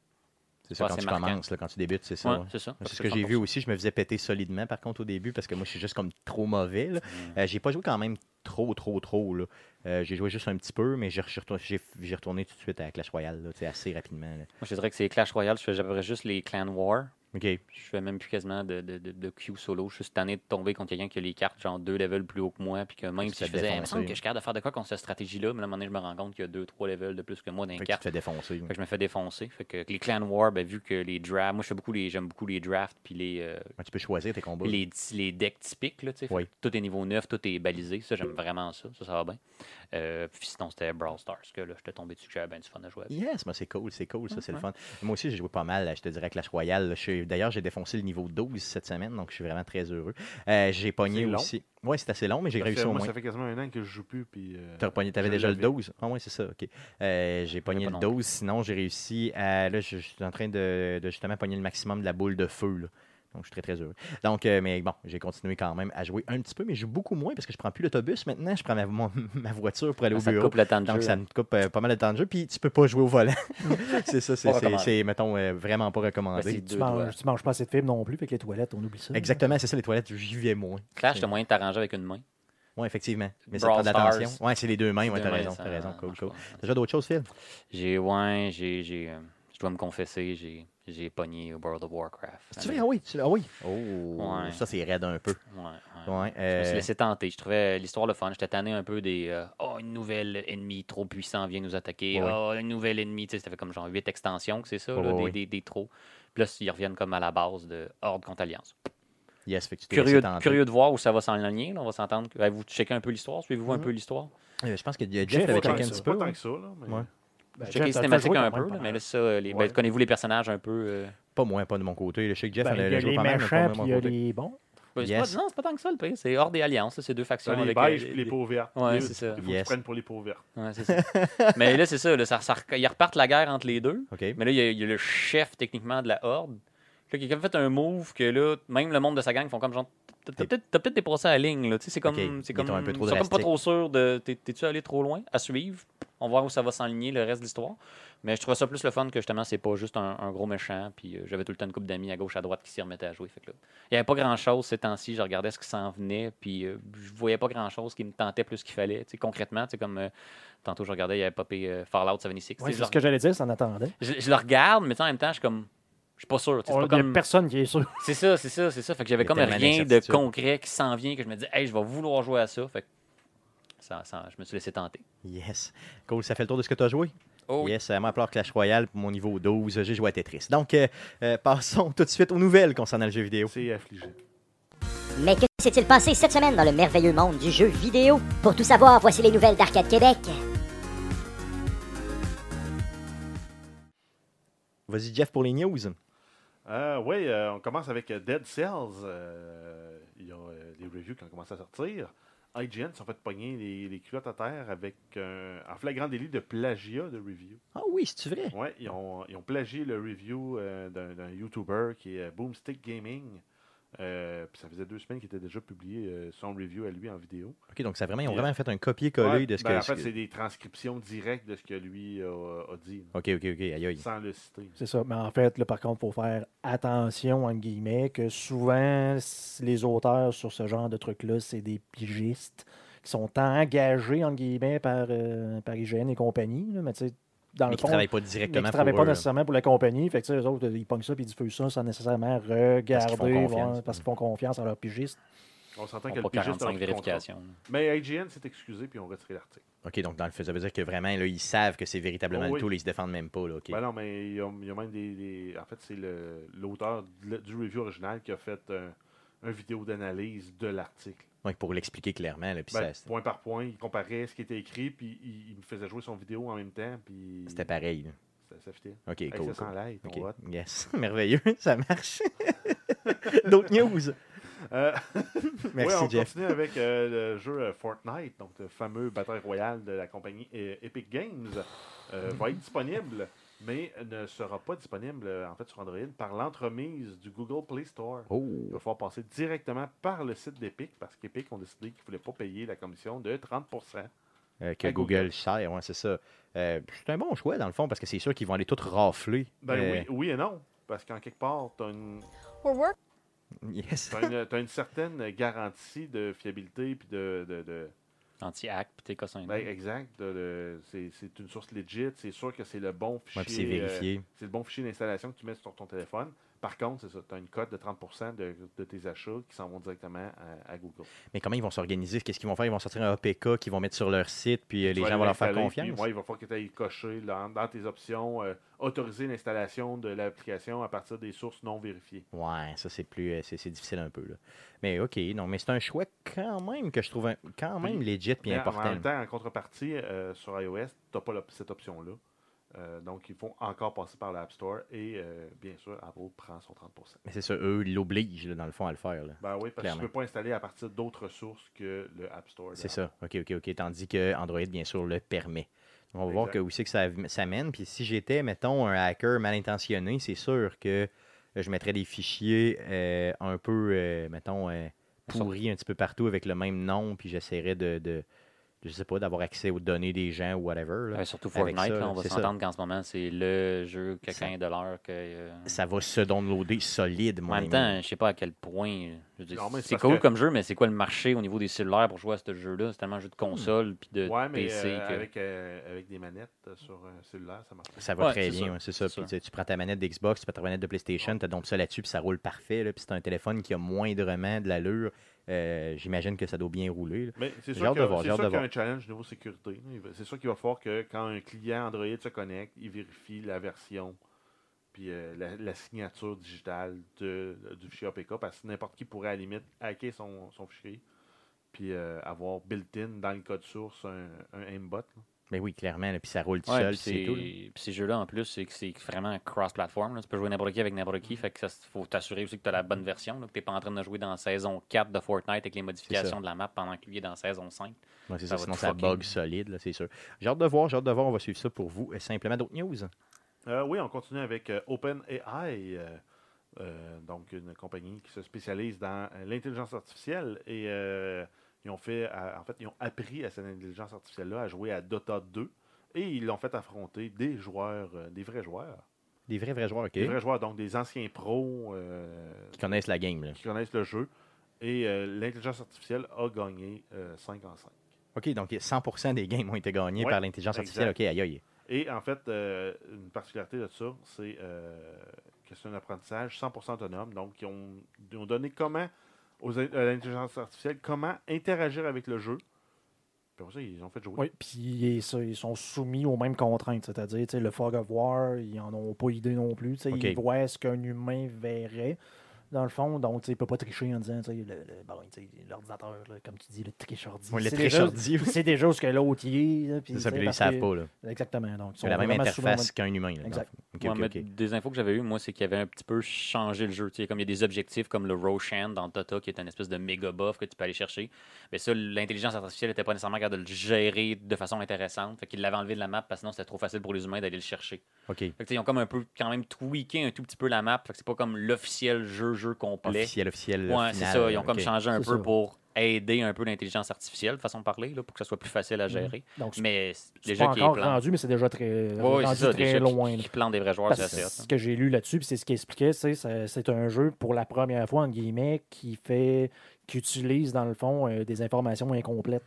A: C'est ça,
D: Ouais,
A: quand
D: c'est
A: tu
D: marquant.
A: commences, là, quand tu débutes, c'est ça.
D: Ouais,
A: ouais.
D: c'est ça.
A: C'est ce que j'ai vu aussi. Je me faisais péter solidement, par contre, au début, parce que moi, je suis juste comme trop mauvais. là. Euh, j'ai pas joué quand même trop, trop, trop. là. Euh, j'ai joué juste un petit peu, mais j'ai j'ai retourné, j'ai- j'ai retourné tout de suite à Clash Royale, là, tu sais, assez rapidement. là.
D: Moi, je te dirais que c'est Clash Royale, je fais à peu près juste les Clan War.
A: OK.
D: Je fais même plus quasiment de, de, de, de Q solo. Je suis cette année de tomber contre quelqu'un qui a les cartes, genre deux levels plus haut que moi, puis que même
A: Tu
D: si
A: te
D: je faisais, il me
A: défonces,
D: semble
A: oui.
D: que je suis capable de faire de quoi contre cette stratégie-là, mais à un moment donné, je me rends compte qu'il y a deux, trois levels de plus que moi dans les
A: Fait que tu te
D: cartes.
A: fais défoncer.
D: Fait que je me fais défoncer. Fait que les Clan War, ben, vu que les drafts, moi je fais beaucoup les, j'aime beaucoup les drafts, puis les, euh,
A: Ouais, tu peux choisir tes combats.
D: les, ti- les decks typiques, là, tu sais. Fait
A: Oui.
D: que Tout est niveau 9, tout est balisé. Ça, j'aime vraiment ça. Ça, ça va bien. Euh, puis sinon, c'était Brawl Stars, que là, j'étais tombé dessus, que j'avais bien du fun à jouer avec.
A: Yes, mais c'est cool, c'est cool, ça, c'est le
D: Ouais.
A: fun. Moi aussi, j'ai joué pas mal, là, je te dirais, à Clash Royale. là. Je suis- D'ailleurs, j'ai défoncé le niveau 12 cette semaine, donc je suis vraiment très heureux. Euh, j'ai pogné
C: long.
A: aussi. Ouais, c'est assez long, mais j'ai
C: Parce que
A: réussi au
C: moi,
A: moins.
C: ça fait quasiment un an que je joue plus. Puis, euh,
A: T'as repogné- t'avais
C: je
A: déjà le
C: l'avais.
A: 12? Ah ouais, c'est ça, ok. Euh, j'ai pogné le
D: pas non plus.
A: 12, sinon j'ai réussi à... Là, je, je suis en train de, de justement pogner le maximum de la boule de feu, là. Donc, je suis très, très heureux. Donc, euh, mais bon, j'ai continué quand même à jouer un petit peu, mais je joue beaucoup moins parce que je prends plus l'autobus maintenant. Je prends ma, mon- ma voiture pour aller au
D: Ah, Ça te
A: bureau.
D: coupe le temps de
A: Donc,
D: jeu. hein?
A: ça me coupe euh, pas mal de temps de jeu. Puis, tu peux pas jouer au volant. c'est ça, c'est,
D: Pas
A: c'est-
D: recommandé.
A: c'est, mettons, euh, vraiment pas
D: Ben, c'est
A: recommandé.
D: deux
B: Tu
D: doigts.
B: manges, tu manges pas assez de fibres non plus, avec les toilettes, on oublie ça.
A: Exactement, c'est ça, les toilettes, j'y vais moins.
D: Clash, t'as moyen de t'arranger avec une main.
A: Oui, effectivement. Mais
D: Brawl
A: ça prend de l'attention.
D: Stars.
A: Ouais, c'est les deux mains. Ouais,
D: Deux
A: t'as
D: mains,
A: raison,
D: ça
A: t'as raison. Cool,
D: marche
A: cool.
D: pas.
A: T'as déjà d'autres choses, Phil?
D: J'ai, ouais, j'ai, j'ai, euh, je dois me confesser, j'ai, j'ai pogné au World of Warcraft.
A: Tu veux? Ah oui, tu l'as- ah oui. Oh,
D: Ouais.
A: ça c'est raide un peu.
D: Ouais, ouais.
A: Ouais,
D: Je me suis
A: euh,
D: laissé tenter. Je trouvais l'histoire le fun. J'étais tanné un peu des euh, Oh, une nouvelle ennemie trop puissant vient nous attaquer.
A: Ouais, ouais.
D: Oh, une nouvelle ennemie. Tu sais, ça fait comme genre 8 extensions, que c'est ça,
A: Ouais,
D: là,
A: ouais,
D: des,
A: ouais.
D: des, des trop. Puis là, ils reviennent comme à la base de Horde contre Alliance.
A: yes, fait que tu t'es
D: Curieux,
A: laissé tenter.
D: curieux de voir où ça va s'enligner. là. On va s'entendre. que- Avez-vous checké un peu l'histoire Suivez-vous un peu l'histoire
C: Ben,
A: Euh, je pense que Jeff,
B: Jeff,
A: avait
B: ouais,
A: checké
C: Pas
A: un
B: ouais,
A: petit
C: tant-
A: peu.
C: Pas tant que ça, là. mais-
A: Ouais.
B: Ben,
D: Checker les
B: Jeff, t'as- t'as
D: cinématiques
B: joué
D: un
B: quand même hein.
D: peu.
B: pas
D: là,
B: mal.
D: mais là, ça, les- ben,
C: Ouais.
D: connaissez-vous les personnages un peu euh,
A: Pas moi, pas de mon côté. là. Je sais que Jeff
B: Ben,
A: elle
B: il y
A: a
B: a
A: joué
B: les
A: pas mal. mais pas
B: méchants,
A: de
B: puis
A: mon
B: il y a
A: côté.
B: les bons.
D: ben, c'est
A: Yes.
D: pas- Non, c'est pas tant que ça le pire. C'est Horde et Alliance. là, C'est deux factions.
C: Ça, les
D: avec,
C: beiges
D: euh,
C: puis les
D: des-
C: peaux vertes.
D: Ouais,
C: Les-
D: c'est ça.
C: Il faut que
A: Yes.
C: tu prennes pour les peaux vertes.
D: Ouais, c'est ça. Mais là, c'est ça, là, ça- ça- Ils repartent la guerre entre les deux.
A: OK.
D: Mais là, il y, a- il y a le chef, techniquement, de la horde. Là, quelqu'un a fait un move que là, même le monde de sa gang font comme genre. T'as t'as peut-être t'as peut-être dépassé la ligne, là. Tu sais, c'est comme.
A: Ok,
D: C'est
A: ils
D: comme.
A: étaient un peu trop
D: ils sont comme pas
A: drastiques.
D: trop sûrs de. t'es- T'es-tu allé trop loin à suivre On va voir où ça va s'enligner le reste de l'histoire. Mais je trouvais ça plus le fun que justement, c'est pas juste un, un gros méchant. Puis euh, j'avais tout le temps une couple d'amis à gauche, à droite qui s'y remettaient à jouer. Fait que là, il n'y avait pas grand-chose ces temps-ci. Je regardais ce qui s'en venait, puis euh, je voyais pas grand-chose qui me tentait plus qu'il fallait. Tu sais, concrètement, tu sais, comme euh, tantôt, je regardais, il y avait popé euh, Fallout 76.
B: Ouais,
D: Tu sais,
B: c'est ce que j'allais dire, ça en attendait.
D: je, je le regarde, mais tu sais, en même temps, je suis comme. Je suis pas sûr. tu sais, C'est
B: Il n'y
D: pas
B: a
D: comme-
B: personne qui est sûr.
D: c'est ça, c'est ça, c'est ça. Fait que
A: Il
D: j'avais
A: y a
D: comme
A: tellement
D: rien de
A: d'incertitudes.
D: concret qui s'en vient que je me disais, hey, je vais vouloir jouer à ça. Fait que ça, ça- je me suis laissé tenter.
A: Yes. Cool, ça fait le tour de ce que tu as joué.
D: Oh, oui.
A: Yes, euh, moi, à part Clash Royale, pour mon niveau 12, j'ai joué à Tetris. Donc, euh, euh, passons tout de suite aux nouvelles concernant le jeu vidéo.
C: C'est affligé.
F: Mais que s'est-il passé cette semaine dans le merveilleux monde du jeu vidéo Pour tout savoir, voici les nouvelles d'Arcade Québec.
A: Vas-y, Jeff, pour les news.
C: Euh, oui, euh, on commence avec euh, Dead Cells. Euh, Il y a euh, des reviews qui ont commencé à sortir. IGN se sont fait pogner les, les culottes à terre avec euh, un flagrant délit de plagiat de review.
A: Ah oui, c'est-tu vrai?
C: Ouais, ils ont, ils ont plagié le review euh, d'un d'un YouTuber qui est euh, Boomstick Gaming. Euh, puis ça faisait deux semaines qu'il était déjà publié euh, son review à lui en vidéo.
A: OK, donc ça, vraiment, ils ont
C: Yeah.
A: vraiment fait un copier-coller
C: Ouais,
A: de ce
C: ben,
A: que...
C: en fait,
A: ce que-
C: c'est des transcriptions directes de ce que lui euh, a dit, là,
A: OK, OK, OK, aïe, aïe.
C: sans le citer.
B: C'est ça. Mais en fait, là, par contre, il faut faire attention, entre guillemets, que souvent, s- les auteurs sur ce genre de truc-là, c'est des pigistes qui sont engagés, entre guillemets, par, euh, par IGN et compagnie. là. mais tu sais, dans
A: Mais
B: le
A: qui ne
B: fond,
A: travaillent pas
B: mais qui
A: directement
B: ne
A: pour euh,
B: travaillent pas
A: eux, là.
B: nécessairement pour la compagnie. Fait que, tu sais, eux autres, ils pognent ça puis ils diffusent ça sans nécessairement
A: qu'ils font
B: regarder,
A: confiance.
B: voir, parce qu'ils font confiance à leurs pigistes.
C: On s'entend
D: Ils
C: que
D: ont
C: le
D: pas
C: pigiste a
D: 45
C: plus de contrat.
D: vérifications.
C: Mais IGN s'est excusé puis on retiré l'article.
A: OK, donc dans le fait, ça veut dire que vraiment, là, ils savent que c'est véritablement
C: Oh,
A: le
C: oui.
A: tout, là, ils se défendent même pas. Là, OK.
C: Ben non, mais il y a, il y a même des, des- En fait, c'est le- l'auteur de la- du review original qui a fait un, un vidéo d'analyse de l'article.
A: Ouais, pour l'expliquer clairement. Là, puis
C: Ben,
A: ça,
C: point par point, il comparait ce qui était écrit, puis il, il me faisait jouer son vidéo en même temps, puis.
A: c'était pareil. là.
C: Ça, ça fitait.
A: OK,
C: Hey,
A: cool.
C: ça sent
A: cool.
C: l'ail, ton
A: OK,
C: vote.
A: Yes, merveilleux, ça marche. D'autres news.
C: Euh,
A: Merci,
C: ouais, on
A: Jeff.
C: continue avec euh, le jeu euh, Fortnite, donc le fameux bataille royale de la compagnie euh, Epic Games, euh, va être disponible mais ne sera pas disponible euh, en fait sur Android par l'entremise du Google Play Store.
A: Oh!
C: Il va falloir passer directement par le site d'Epic parce qu'Epic ont décidé qu'ils ne voulaient pas payer la commission de 30
A: Euh, que
C: À
A: Google
C: Google.
A: sert, ouais, c'est ça. Euh, c'est un bon choix, dans le fond, parce que c'est sûr qu'ils vont aller tout rafler.
C: Ben
A: Euh,
C: oui, oui et non. Parce qu'en quelque part, tu as une,
G: We're working.
A: Euh, Yes.
C: t'as une, t'as une certaine garantie de fiabilité puis de- de- de,
D: Anti-hack, puis t'es cossins.
C: Ben, exact. de- de- c'est- c'est une source legit. C'est sûr que c'est le bon fichier.
A: Ouais, puis c'est
C: euh,
A: vérifié.
C: c'est le bon fichier d'installation que tu mets sur ton téléphone. Par contre, c'est ça. Tu as une cote de 30 de, de tes achats qui s'en vont directement à, à Google.
A: Mais comment ils vont s'organiser? Qu'est-ce qu'ils vont faire? Ils vont sortir un APK qu'ils vont mettre sur leur site, puis euh, les gens vont leur faire confiance.
C: Oui, il va falloir que tu ailles cocher là, dans tes options euh, autoriser l'installation de l'application à partir des sources non vérifiées.
A: Ouais, ça c'est plus euh, c'est c'est difficile un peu là. Mais OK, non, mais c'est un choix quand même que je trouve un- quand même legit puis
C: Mais en- En
A: important.
C: même temps, en contrepartie, euh, sur iOS, tu n'as pas l'op- cette option-là. Euh, donc, il faut encore passer par l'App Store et euh, bien sûr, Apple prend son 30
A: Mais c'est ça, eux, ils l'obligent là, dans le fond à le faire. là.
C: Ben oui, parce que
A: Clairement.
C: tu ne peux pas installer à partir d'autres sources que le App Store.
A: C'est ça. OK, OK, OK. Tandis que Android, bien sûr, le permet. On va voir que,
C: Exact.
A: où c'est que ça, ça mène. Puis si j'étais, mettons, un hacker mal intentionné, c'est sûr que euh, je mettrais des fichiers euh, un peu, euh, mettons, euh, pourris un petit peu partout avec le même nom, puis j'essaierais de, de, je sais pas, d'avoir accès aux données des gens ou whatever.
C: euh,
A: là.
D: Ouais, surtout
A: Avec
D: Fortnite,
A: ça,
D: là, on va
A: c'est ça.
D: s'entendre qu'en ce moment, c'est le jeu que
A: Ça-
D: 15 dollars que. euh,
A: Ça va se downloader solide,
D: En
A: mon
D: même
A: ami.
D: temps, je sais pas à quel point. je veux dire,
C: Non, mais c'est
D: c'est
C: parce
D: cool
C: que-
D: comme jeu, mais c'est quoi le marché au niveau des cellulaires pour jouer à ce jeu-là C'est tellement un jeu de console puis de
C: Ouais, mais
D: PC.
C: euh,
D: que-
C: avec, euh, avec des manettes euh, sur un cellulaire, ça marche. pas.
A: Ça va
D: Ouais,
A: très
D: c'est
A: bien,
D: ça.
A: ouais, c'est ça.
D: C'est
A: Puis, tu
D: ça.
A: sais, tu prends ta manette d'Xbox, tu prends ta manette de PlayStation, tu donc ça là-dessus, puis ça roule parfait. là, puis c'est un téléphone qui a moindrement de l'allure. Euh, J'imagine que ça doit bien rouler. là.
C: Mais c'est
A: J'ai
C: sûr
A: hâte
C: qu'il y
A: de voir,
C: a-
A: j'ai
C: c'est
A: hâte
C: sûr
A: de
C: qu'il y a
A: voir.
C: un challenge niveau sécurité. Il va- C'est sûr qu'il va falloir que quand un client Android se connecte, il vérifie la version puis euh, la, la signature digitale de- du fichier APK parce que n'importe qui pourrait à la limite hacker son, son fichier puis euh, avoir built-in dans le code source un, un aimbot. là.
A: Mais Ben oui, clairement, là, puis ça roule tout
D: Ouais,
A: seul,
D: puis
A: puis c'est
D: c'est-
A: tout. là.
D: puis ces jeux-là, en plus, c'est que c'est vraiment cross-platform. là. Tu peux jouer n'importe qui avec n'importe qui. Fait que ça, faut t'assurer aussi que tu as la bonne version. là, que tu n'es pas en train de jouer dans saison 4 de Fortnite avec les modifications de la map pendant que lui est dans saison 5.
A: Ouais, c'est ça,
D: ça va
A: sinon
D: tout
A: ça
D: fucker.
A: bug solide, là, c'est sûr. J'ai hâte de voir, j'ai hâte de voir, on va suivre ça pour vous. Et simplement d'autres news.
C: Euh, oui, on continue avec euh, OpenAI, euh, euh, donc une compagnie qui se spécialise dans euh, l'intelligence artificielle et euh, ils ont fait, à- en fait, ils ont appris à cette intelligence artificielle-là à jouer à Dota 2 et ils l'ont fait affronter des joueurs, euh, des vrais joueurs,
A: Des vrais, vrais joueurs, OK,
C: des vrais joueurs, donc des anciens pros euh,
A: qui connaissent la game. là.
C: qui connaissent le jeu et euh, l'intelligence artificielle a gagné euh, 5 en 5.
A: OK, donc 100% des games ont été gagnés
C: Ouais,
A: par l'intelligence artificielle. OK, aïe, aïe.
C: Et en fait, euh, une particularité de ça, c'est euh, que c'est un apprentissage 100% autonome. Donc, ils ont, ils ont donné comment aux, in- à l'intelligence artificielle comment interagir avec le jeu. Puis après ça, ils ont fait jouer.
B: Oui, puis ils- ça, ils sont soumis aux mêmes contraintes, c'est-à-dire tu sais, le fog of war, ils en ont pas idée non plus. tu sais,
A: Ok.
B: Ils voient ce qu'un humain verrait, dans le fond, donc tu sais, il ne peut pas tricher en disant, tu sais, le- le- bon, tu sais, l'ordinateur, là, comme tu dis, le trichordi.
A: Ouais, le
B: c'est déjà-
A: trichordi, oui.
B: C'est déjà ce que l'autre y est. là, puis,
A: C'est ça,
B: tu sais,
A: puis là, ils
B: parce
A: savent
B: que-
A: pas, là.
B: Exactement. Donc, ils
A: C'est la même
B: vraiment soumis
A: interface qu'un humain. là, dans le
B: Exact.
A: fond. OK,
D: Ouais,
A: OK,
D: mais
A: OK.
D: Des infos que j'avais eues, moi, c'est qu'il avait un petit peu changé le jeu. Tu sais, comme il y a des objectifs comme le Roshan dans Tota, qui est une espèce de méga buff que tu peux aller chercher. Mais ça, l'intelligence artificielle n'était pas nécessairement capable de le gérer de façon intéressante. Fait qu'il l'avait enlevé de la map parce que sinon, c'était trop facile pour les humains d'aller le chercher.
A: OK,
D: Fait que, tu sais, ils ont comme un peu quand même tweaké un tout petit peu la map. Fait que c'est pas comme l'officiel jeu-jeu complet.
A: officiel, officiel,
D: Ouais, c'est
A: final,
D: ça. Ils
A: là,
D: ont comme
A: OK.
D: changé un
B: C'est
D: peu
B: ça.
D: pour aider un peu l'intelligence artificielle, façon de parler, là, pour que ça soit plus facile à gérer.
B: Donc, Mhm. c'est
D: Mais
B: c'est
D: déjà
B: pas
D: qui est
B: encore
D: plan.
B: rendu, mais c'est déjà très,
D: Ouais,
B: rendu
D: c'est ça,
B: très
D: déjà qui-
B: loin. là.
D: qui, plante des vrais joueurs,
B: Parce
D: c'est
B: que
D: assez hot, hein.
B: ce que j'ai lu là-dessus, puis c'est ce qu'il expliquait, c'est, ça- c'est un jeu pour la première fois, entre guillemets, qui fait qui utilise, dans le fond, euh, des informations incomplètes.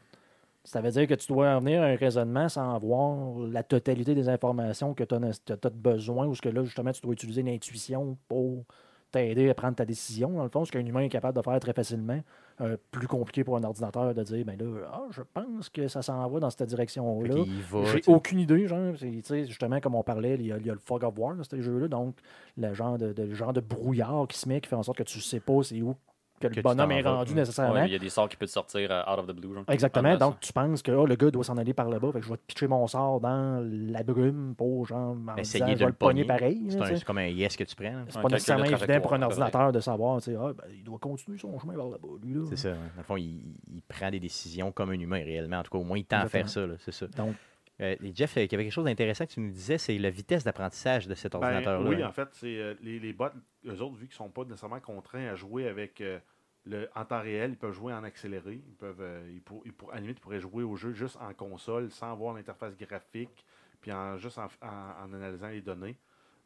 B: Ça veut dire que tu dois en venir à un raisonnement sans avoir la totalité des informations que tu as besoin, ou ce que là, justement, tu dois utiliser l'intuition pour t'aider à prendre ta décision, dans le fond, ce qu'un humain est capable de faire très facilement. Euh, plus compliqué pour un ordinateur de dire, ben là, ah, je pense que ça s'en va dans cette
A: Fait
B: direction-là.
A: qu'il va,
B: J'ai
A: tu sais.
B: aucune idée, genre. C'est- tu sais, justement, comme on parlait, il y a, il y a le fog of war dans ces jeux-là, donc le genre de, de- le genre de brouillard qui se met, qui fait en sorte que tu sais pas c'est où que
A: Que
B: le
A: tu
B: bonhomme
A: t'en
B: est
A: vas,
B: rendu
A: hein.
B: nécessairement.
D: Ouais, il y a des sorts qui peuvent te sortir euh, out of the blue. genre.
B: Exactement.
D: Ah, ben,
B: donc, tu penses que ah, le gars doit s'en aller par là-bas, fait que je vais te pitcher mon sort dans la brume pour, genre, en
A: Essayer de
B: disant, je vais
A: le
B: le pogner
A: pogner.
B: pareil.
A: C'est
B: là, tu
A: un-
B: sais.
A: c'est comme un yes que tu prends. là.
B: C'est
D: un
B: pas
D: calcul de
B: nécessairement évident
D: trajectoire,
B: pour un
D: c'est
B: ordinateur de savoir, tu sais, ah, ben, il doit continuer son chemin vers là-bas, lui. Là.
A: C'est hein. ça. ouais. Dans le fond, il, il prend des décisions comme un humain réellement. En tout cas, au moins, il tend à faire ça. là, C'est ça.
B: Donc,
A: Euh, et Jeff, euh, il y avait quelque chose d'intéressant que tu nous disais, c'est la vitesse d'apprentissage de cet
C: Ben,
A: ordinateur-là.
C: oui,
A: hein.
C: en fait, c'est euh, les, les bots, eux autres, vu qu'ils ne sont pas nécessairement contraints à jouer avec euh, le en temps réel, ils peuvent jouer en accéléré. Ils peuvent euh, ils pour, ils pour- à la limite, ils pourraient jouer au jeu juste en console sans voir l'interface graphique, puis en juste en, en- en analysant les données.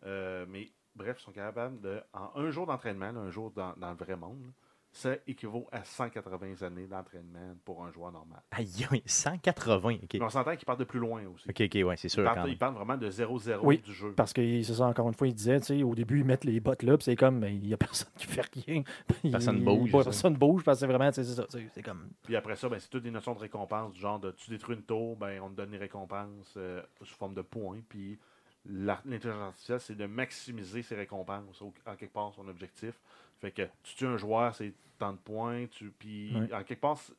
C: Euh, mais bref, ils sont capables de. En un jour d'entraînement, là, un jour dans, dans le vrai monde, là, ça équivaut à 180 années d'entraînement pour un joueur normal.
A: Aïe, aïe, 180. OK,
C: Mais on s'entend qu'ils partent de plus loin aussi.
A: OK, ok, ouais, c'est sûr.
C: Ils
A: quand
C: partent,
A: même.
C: ils partent vraiment de 0-0
B: Oui,
C: du jeu.
B: Parce que c'est ça, encore une fois, il disait, tu sais, au début, ils mettent les bottes là, puis c'est comme, mais il n'y a personne qui fait rien. Il-
A: Personne bouge,
B: ouais,
A: ça.
B: personne bouge, parce que c'est vraiment, tu sais, c'est ça. tu sais, C'est comme.
C: Puis après ça, ben, c'est toutes des notions de récompense, du genre de tu détruis une tour, ben, on te donne des récompenses euh, sous forme de points. Puis l'ar- l'intelligence artificielle, c'est de maximiser ses récompenses, au- en quelque part, son objectif. Fait que tu tues un joueur, c'est tant de points. Tu, puis
B: Ouais.
C: en quelque part, c'est-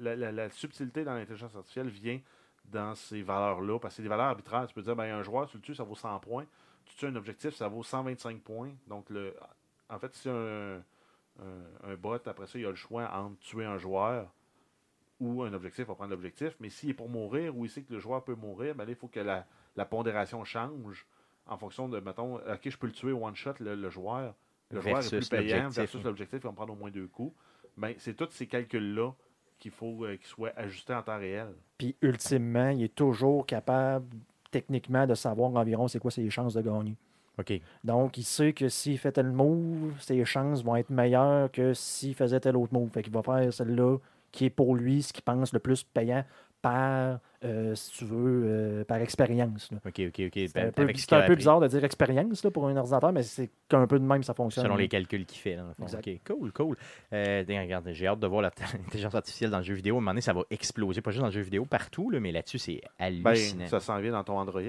C: la, la- la subtilité dans l'intelligence artificielle vient dans ces valeurs-là, parce que c'est des valeurs arbitraires. Tu peux dire, ben, un joueur, tu le tues, ça vaut 100 points. Tu tues un objectif, ça vaut 125 points. Donc, le, en fait, si un, un, un bot, après ça, il a le choix entre tuer un joueur ou un objectif, on va prendre l'objectif. Mais s'il est pour mourir ou il sait que le joueur peut mourir, ben là, il faut que la, la pondération change en fonction de, mettons, OK, je peux le tuer one-shot, le, le joueur. Le joueur est plus
A: Versus
C: payant
A: l'objectif,
C: versus
A: oui.
C: l'objectif, il va me prendre au moins deux coups. Ben, c'est tous ces calculs-là qu'il faut euh, qu'ils soient ajustés en temps réel.
B: Puis, ultimement, il est toujours capable, techniquement, de savoir environ c'est quoi ses chances de gagner.
A: OK.
B: Donc, il sait que s'il fait tel move, ses chances vont être meilleures que s'il faisait tel autre move. Fait qu'il va faire celle-là qui est pour lui ce qu'il pense le plus payant par, euh, si tu veux, euh, par expérience. là.
A: OK, OK, OK.
B: C'est un
A: Ben,
B: peu,
A: avec ce
B: c'est
A: qu'il
B: un
A: a
B: peu
A: appris,
B: bizarre de dire expérience là, pour un ordinateur, mais c'est un peu de même ça fonctionne.
A: Selon les calculs qu'il fait. là, dans le fond.
B: Exact.
A: OK, cool, cool. Euh, ding, regarde, j'ai hâte de voir la- l'intelligence artificielle dans le jeu vidéo. À un moment donné, ça va exploser. Pas juste dans le jeu vidéo, partout, là, mais là-dessus, c'est hallucinant.
C: Ben, ça s'en vient dans ton Android.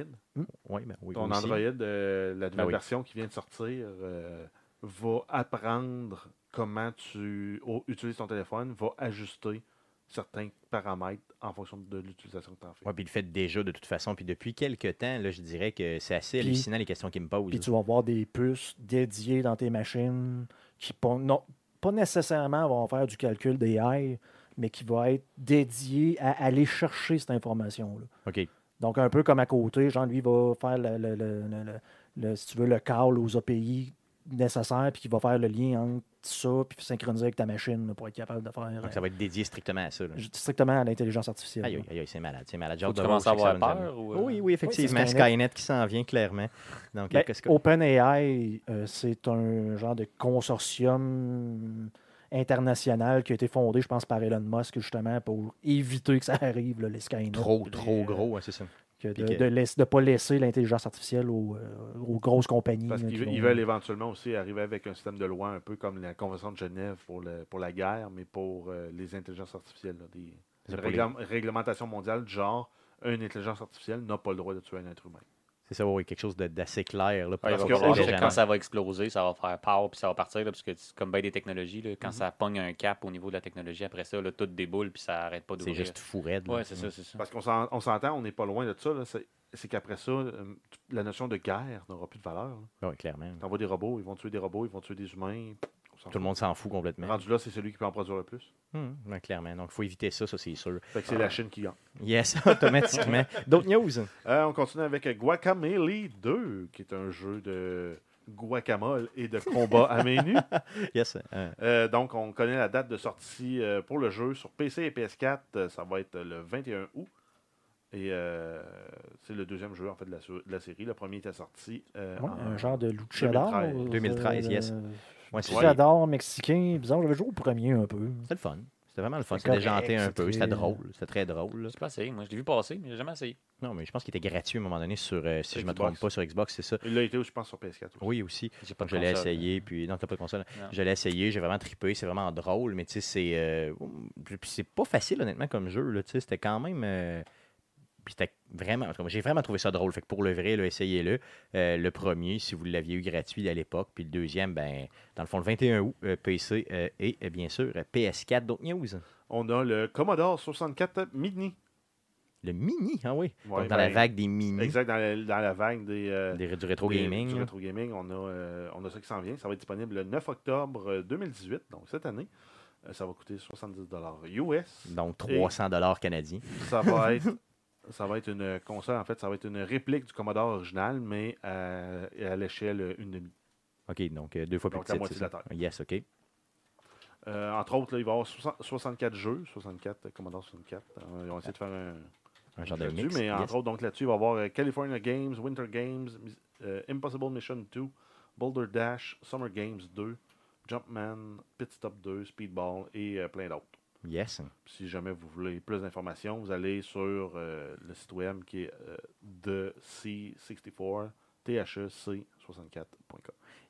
A: Ouais, ben oui,
C: Ton
A: aussi.
C: Android, euh, la nouvelle
A: Ben oui.
C: version qui vient de sortir, euh, va apprendre comment tu au- utilises ton téléphone, va ajuster certains paramètres en fonction de l'utilisation que tu en fais.
A: Ouais, puis il le fait déjà de toute façon. Puis depuis quelques temps, là, je dirais que c'est assez
B: Puis-
A: hallucinant les questions qu'il me pose.
B: Puis tu vas avoir des puces dédiées dans tes machines qui pon- non, pas nécessairement vont faire du calcul d'AI, mais qui va être dédié à aller chercher cette information-là.
A: OK.
B: Donc, un peu comme à côté, genre, lui va faire le, le- le- le- le- le- si tu veux, le call aux API nécessaires, puis qui va faire le lien entre ça, puis synchroniser avec ta machine là, pour être capable de faire
A: Donc Ah, ça va être dédié strictement à ça. là.
B: euh, strictement à l'intelligence artificielle.
A: Aïe,
B: là.
A: aïe, aïe, c'est malade. C'est malade. J'ai
D: Faut
A: hâte
D: que
A: de
D: tu
A: voir
D: commences à
A: où c'est que ça
D: avoir
A: va nous
D: peur?
A: amener.
D: Ou, euh,
A: Oui, oui, effectivement.
B: Oui, c'est
A: Skynet qui s'en vient clairement. Donc,
B: Ben,
A: qu'est-ce que-
B: OpenAI, euh, c'est un genre de consortium international qui a été fondé, je pense, par Elon Musk, justement, pour éviter que ça arrive, là, les Skynet.
A: trop,
B: puis,
A: trop
B: euh,
A: gros, hein, c'est ça.
B: que de
A: puis
B: ne
A: que-
B: pas laisser l'intelligence artificielle aux, euh, aux grosses compagnies.
C: Parce
B: là,
C: qu'ils
B: qui
C: ve- ils
B: vont-
C: veulent éventuellement aussi arriver avec un système de loi un peu comme la Convention de Genève pour, le- pour la guerre, mais pour euh, les intelligences artificielles. là, des,
A: C'est
C: une
A: pour les-
C: réglam- réglementation mondiale du genre une intelligence artificielle n'a pas le droit de tuer un être humain.
A: C'est ça, oui, quelque chose de- d'assez clair. Là, pour
D: Ouais,
A: la
C: que
D: il va falloir
A: population
D: que oh,
A: générale.
D: quand ça va exploser, ça va faire power puis ça va partir. là, parce que c'est comme bien des technologies, là, quand
B: Mhm.
D: ça pogne un cap au niveau de la technologie, après ça, là, tout déboule puis ça arrête pas
A: c'est
D: d'ouvrir.
A: juste fou raide. là.
D: Ouais, c'est ça, c'est ça.
C: Parce qu'on s'en- on s'entend, on n'est pas loin de ça. là, C'est c'est qu'après ça, euh, la notion de guerre n'aura plus de valeur. là.
A: Mm. Ouais, clairement.
C: T'envoies des robots, ils vont tuer des robots, ils vont tuer des humains. on s'en
A: Tout le monde s'en fout
C: fout.
A: complètement.
C: Rendu là, c'est celui qui peut en produire le plus.
A: Hum, ouais, clairement. Donc, il faut éviter ça, ça, c'est sûr.
C: Fait que c'est la Chine qui gagne.
A: Yes, automatiquement. D'autres news?
C: Euh, on continue avec Guacamele 2, qui est un jeu de guacamole et de combat à main nue.
A: Yes. euh,
C: Euh, donc, on connaît la date de sortie euh, pour le jeu sur PC et PS4. euh, ça va être le 21 août. Et euh, c'est le deuxième jeu en fait, de, la, su- de la série. Le premier était sorti euh,
B: Ouais,
C: en-
B: un genre de luchador.
C: 2013.
A: 2013, yes. ouais, c'est c'est
B: Luchador mexicain, bizarre. J'avais joué au premier un peu.
A: le fun. C'était vraiment le fun.
B: C'est
A: C'était
B: correct,
A: déjanté un peu.
B: c'est
A: C'était
B: très-
A: drôle. C'était très drôle. là.
D: Je l'ai pas essayé. Moi, je l'ai vu passer, mais j'ai jamais essayé.
A: Non, mais je pense qu'il était gratuit à un moment donné sur, euh, si je me
C: Xbox.
A: trompe pas, sur Xbox, c'est ça.
C: Il l'a été, je pense, sur PS4. aussi.
A: Oui, aussi.
D: J'ai pas de
A: je l'ai
D: console.
A: essayé, puis non, t'as pas de console.
D: Non.
A: Je l'ai essayé, j'ai vraiment trippé, c'est vraiment drôle, mais tu sais, c'est euh, puis c'est pas facile honnêtement comme jeu, là, tu sais, c'était quand même euh, puis c'était vraiment, en tout cas, j'ai vraiment trouvé ça drôle. Fait que pour le vrai, là, essayez-le. Euh, le premier, si vous l'aviez eu gratuit à l'époque, puis le deuxième, ben, dans le fond, le 21 août, euh, PC euh, et euh, bien sûr euh, PS4. D'autres news.
C: On a le Commodore 64 Mini.
A: Le mini, ah oui.
C: Ouais,
A: Donc, dans la
C: ben,
A: vague des mini,
C: Exact, dans la, dans la vague des, euh,
A: des- du rétro
C: des-
A: gaming.
C: du
A: là.
C: rétro gaming, on a, euh, on a ça qui s'en vient. Ça va être disponible le 9 octobre euh, 2018, donc cette année. Euh, ça va coûter 70 US.
A: Donc 300 dollars canadiens.
C: Ça va être Ça va être une console, en fait, ça va être une réplique du Commodore original, mais euh, à l'échelle une demi.
A: OK, donc euh, deux fois plus
C: Donc, la
A: petite.
C: moitié
A: c'est
C: de la
A: ça?
C: Terre.
A: Yes, OK.
C: Euh, entre autres, là, il va y avoir 60 64 jeux, 64, euh, Commodore 64. Euh, ils ont essayé de faire un,
A: Un genre de
C: là-dessus,
A: mix.
C: Mais
A: yes.
C: entre autres, donc là-dessus, il va y avoir euh, California Games, Winter Games, Mis- euh, Impossible Mission 2, Boulder Dash, Summer Games 2, Jumpman, Pit Stop 2, Speedball et euh, plein d'autres.
A: Yes.
C: Puis Si jamais vous voulez plus d'informations, vous allez sur euh, le site web qui est euh, de E C64THEC64.com.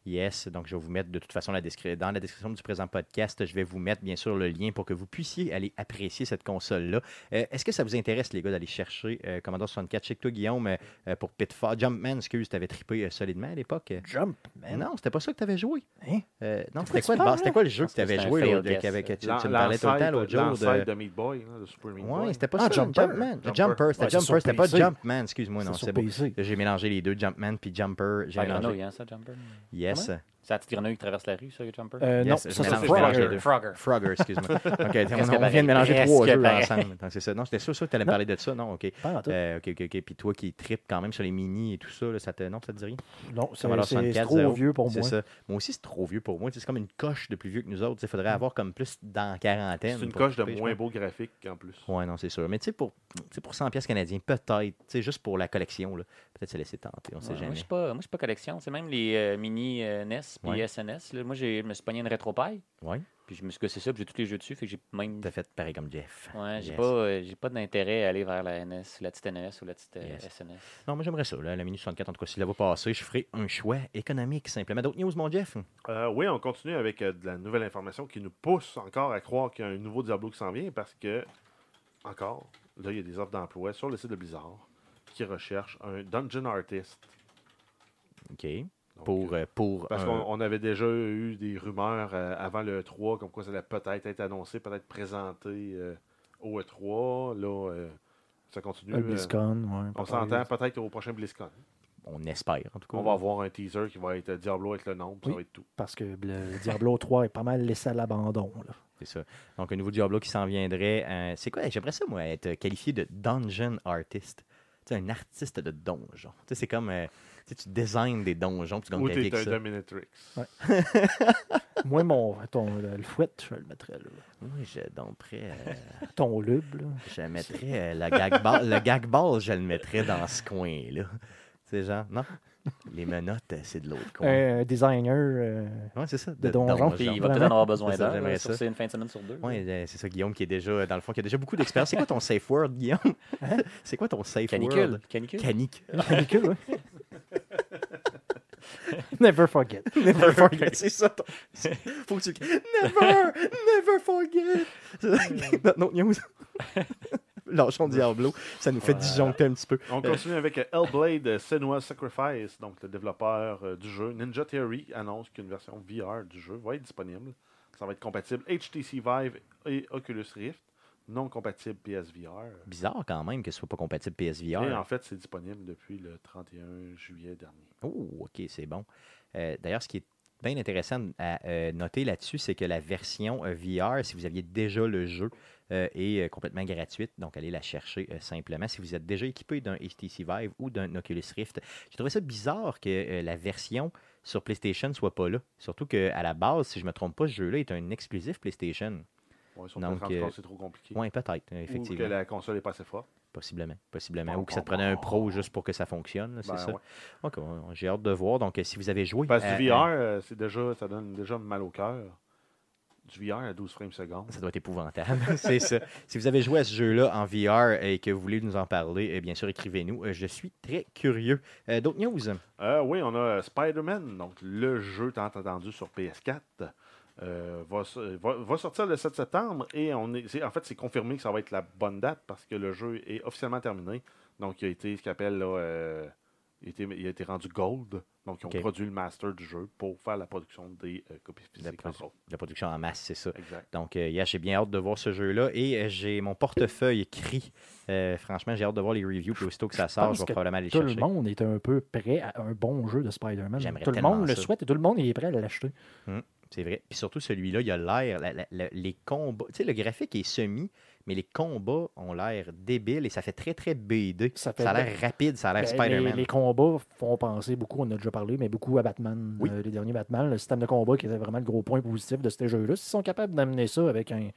A: Yes, donc je vais vous mettre de toute façon la descri- dans la description du présent podcast, je vais vous mettre bien sûr le lien pour que vous puissiez aller apprécier cette console-là. Euh, Est-ce que ça vous intéresse, les gars, d'aller chercher euh, Commodore 64 chez toi, Guillaume, euh, euh, pour Pitfall Jumpman, excuse, t'avais trippé euh, solidement à l'époque?
B: Jump,
A: Mais
B: man.
A: Ben non, c'était pas ça que t'avais joué.
B: Hmm. Hein?
A: Euh, non,
B: C'était
A: c'était quoi, de
B: pas,
A: base? C'était
B: là?
A: quoi le jeu que
D: Je pense que
A: t'avais
D: c'était
A: joué
D: un
A: l'autre-
D: fail
A: que- avec- tu, tu
C: L'an-
A: me parlais tout le temps
C: l'ancêtre-
A: l'autre jour
C: L'ancêtre
A: de...
C: de Meat Boy, là, de Super Meat Boy.
A: Ouais, c'était pas
B: Ah,
A: ça,
B: Jumper.
A: Jumpman.
C: Jumper.
A: Jumper, c'était
B: Ouais, c'est
A: Jumper,
B: sur
A: c'était pas
B: PC.
A: Jumpman, excuse-moi, non,
B: C'est
A: c'est
B: sur
A: bon.
B: PC.
A: J'ai mélangé les deux, Jumpman puis Jumper. J'ai
D: C'est la
A: mélangé.
D: grenouille, hein, ça, Jumper?
A: Yes.
D: C'est la petite grenouille qui traverse la rue, ça, le Jumper?
B: Euh, non,
A: Yes,
B: ça
A: je
B: c'est
A: mélange- je mélange les deux.
B: Frogger.
D: Frogger.
A: Frogger, excuse-moi. OK, on- on, vient
D: pareil,
A: de mélanger trois
D: presque
A: jeux
D: pareil.
A: ensemble. Donc, c'est ça. Non, j'étais sûr, sûr que tu allais me
B: Non.
A: parler de ça. Non, OK.
B: Pas en tout.
A: Euh, OK, OK, OK. Puis toi qui tripes quand même sur les minis et tout ça, là, ça te... non, ça te dit rien?
B: Non, c'est-
A: Commodore
B: c'est
A: 64,
B: trop
A: zéro.
B: vieux pour
A: C'est
B: moi.
A: ça. Moi aussi, c'est trop vieux pour moi. Tu sais, C'est comme une coche de plus vieux que nous autres. Il faudrait
B: Mm.
A: avoir comme plus dans la quarantaine.
C: C'est une
A: pour
C: coche de
A: triper, je
C: moins
A: pense.
C: beau graphique en plus.
A: Ouais, non, c'est sûr. Mais tu sais, pour, tu sais, pour 100 pièces canadiens, peut-être, tu sais, juste pour la collection, là, peut-être se laisser tenter, on sait
D: Ouais, Moi, je
A: jamais.
D: suis pas, moi, je suis pas collection. C'est même les euh, mini euh, NES puis
A: Ouais.
D: SNS. là. Moi, j'ai- je me suis pogné une rétro-paille.
A: Ouais.
D: Puis je me suis gossé ça, puis j'ai tous les jeux dessus. Fait que j'ai même.
A: Tout à fait pareil comme Jeff.
D: Ouais, j'ai
A: Yes.
D: pas, euh, j'ai pas d'intérêt à aller vers la NS, la petite NS ou la petite euh,
A: Yes.
D: SNS.
A: Non, moi j'aimerais ça. Là, la mini 64, en tout cas, si la va passer, je ferai un choix économique simplement. D'autres news, mon Jeff?
C: Euh, oui, on continue avec euh, de la nouvelle information qui nous pousse encore à croire qu'il y a un nouveau Diablo qui s'en vient parce que, encore, là, il y a des offres d'emploi sur le site de Blizzard qui recherchent un dungeon artist.
A: OK.
C: Donc,
A: Pour,
C: euh,
A: euh, pour
C: parce
A: un-
C: qu'on on avait déjà eu des rumeurs euh, avant le E3 comme quoi ça allait peut-être être annoncé, peut-être présenté euh, au E3. Là, euh, ça continue.
B: Le
C: euh,
B: BlizzCon, ouais.
C: on s'entend peut-être au prochain BlizzCon.
A: on espère, en tout cas.
C: On va avoir un teaser qui va être euh, Diablo avec le nom, puis ça
B: Oui.
C: va être tout.
B: Parce que le Diablo 3 est pas mal laissé à l'abandon. là.
A: C'est ça. Donc, un nouveau Diablo qui s'en viendrait. euh, c'est quoi? J'aimerais ça, moi, être qualifié de dungeon artist. Tu sais, un artiste de donjon. Tu sais, c'est comme... euh, tu sais, tu designs des donjons, puis tu gagnes
C: Ou
A: ta
C: t'es
A: vie
C: un
A: avec ça.
C: Dominatrix.
B: Ouais. Moi, mon, ton, le, le fouet, je le mettrais là.
A: Moi, je domperais, euh,
B: Ton lube, là.
A: je mettrais euh, la gag ball. Le gag ball, je le mettrais dans ce coin-là. Tu sais, genre, non? Les menottes, euh, c'est de l'autre coin.
B: Un designer. euh,
A: ouais, c'est ça.
B: de donjon.
D: Puis il
A: donjon.
D: va peut-être en
B: Vraiment?
D: avoir besoin
A: C'est ça,
D: d'un.
A: j'aimerais
D: là, sur-
A: ça.
D: C'est une fin de semaine sur deux.
A: Oui, c'est ça, Guillaume, qui est déjà, euh, dans le fond, qui a déjà beaucoup d'expérience. C'est quoi ton safe word, Guillaume?
B: Hein?
A: C'est quoi ton safe
D: Canicule.
A: word?
D: Canicule.
A: Canique.
B: canicule, ouais. Never forget.
A: Never forget. C'est ça. ton- c'est- Faut que tu. Never, never forget. non, non, news. Lâchons Diablo. Ça nous fait disjoncter un petit peu.
C: On continue avec euh, Hellblade euh, Senua's Sacrifice, donc le développeur euh, du jeu. Ninja Theory annonce qu'une version VR du jeu va être disponible. Ça va être compatible HTC Vive et Oculus Rift, non compatible PSVR.
A: Bizarre quand même que ce soit pas compatible
C: Et
A: PSVR.
C: en fait, c'est disponible depuis le 31 juillet dernier.
A: Oh, OK, c'est bon. Euh, D'ailleurs, ce qui est bien intéressant à euh, noter là-dessus, c'est que la version euh, VR, si vous aviez déjà le jeu, euh, est euh, complètement gratuite. Donc, allez la chercher euh, simplement. Si vous êtes déjà équipé d'un HTC Vive ou d'un Oculus Rift, j'ai trouvé ça bizarre que euh, la version sur PlayStation soit pas là. Surtout qu'à la base, si je me trompe pas, ce jeu-là est un exclusif PlayStation.
C: Bon, ils sont
A: Donc,
C: peut-être
A: euh,
C: rendus compte que c'est trop compliqué.
A: Oui, peut-être, euh,
C: Ou que
A: effectivement.
C: la console est pas assez forte.
A: Possiblement. Possiblement. Ou que ça te prenait un pro juste pour que ça fonctionne, là, c'est
C: Ben,
A: ça.
C: ouais.
A: Ok, on- j'ai hâte de voir. Donc, euh, si vous avez joué.
C: Parce que
A: à-
C: du
A: à-
C: VR, euh, c'est déjà, ça donne déjà mal au cœur. Du VR à 12 frames secondes.
A: Ça doit être épouvantable, c'est ça. Si vous avez joué à ce jeu-là en VR et que vous voulez nous en parler, eh bien sûr, écrivez-nous. Euh, Je suis très curieux. Euh, D'autres news?
C: Euh, oui, on a euh, Spider-Man, donc le jeu tant attendu sur PS4. euh, va, s- va- va sortir le 7 septembre et on est, c'est- en fait c'est confirmé que ça va être la bonne date parce que le jeu est officiellement terminé. Donc il a été ce qu'on appelle là, euh, il, a été, il a été rendu gold. Donc ils ont
A: Ok.
C: produit le master du jeu pour faire la production des euh, copies
A: La
C: physiques.
A: production. La production en masse, c'est ça.
C: Exact.
A: Donc, euh, yeah, j'ai bien hâte de voir ce jeu-là et euh, j'ai mon portefeuille écrit. Euh, franchement, j'ai hâte de voir les reviews. Puis aussitôt que ça sort,
B: pense
A: je vais
B: que
A: probablement aller le
B: Tout le
A: chercher.
B: monde est un peu prêt à un bon jeu de Spider-Man.
A: J'aimerais
B: Tout le
A: tellement
B: monde le
A: ça.
B: souhaite et tout le monde est prêt à l'acheter.
A: C'est vrai. Puis surtout, celui-là, il a l'air, la- la- la- les combats. Tu sais, le graphique est semi, mais les combats ont l'air débiles et ça fait très, très BD.
B: Ça
A: Ça,
B: fait
A: a l'air rapide, ça a l'air
B: Ben, les,
A: Spider-Man.
B: les combats font penser beaucoup, on en a déjà parlé, mais beaucoup à Batman,
A: Oui.
B: euh, les derniers Batman. Le système de combat qui était vraiment le gros point positif de ce jeu-là. S'ils sont capables d'amener ça avec un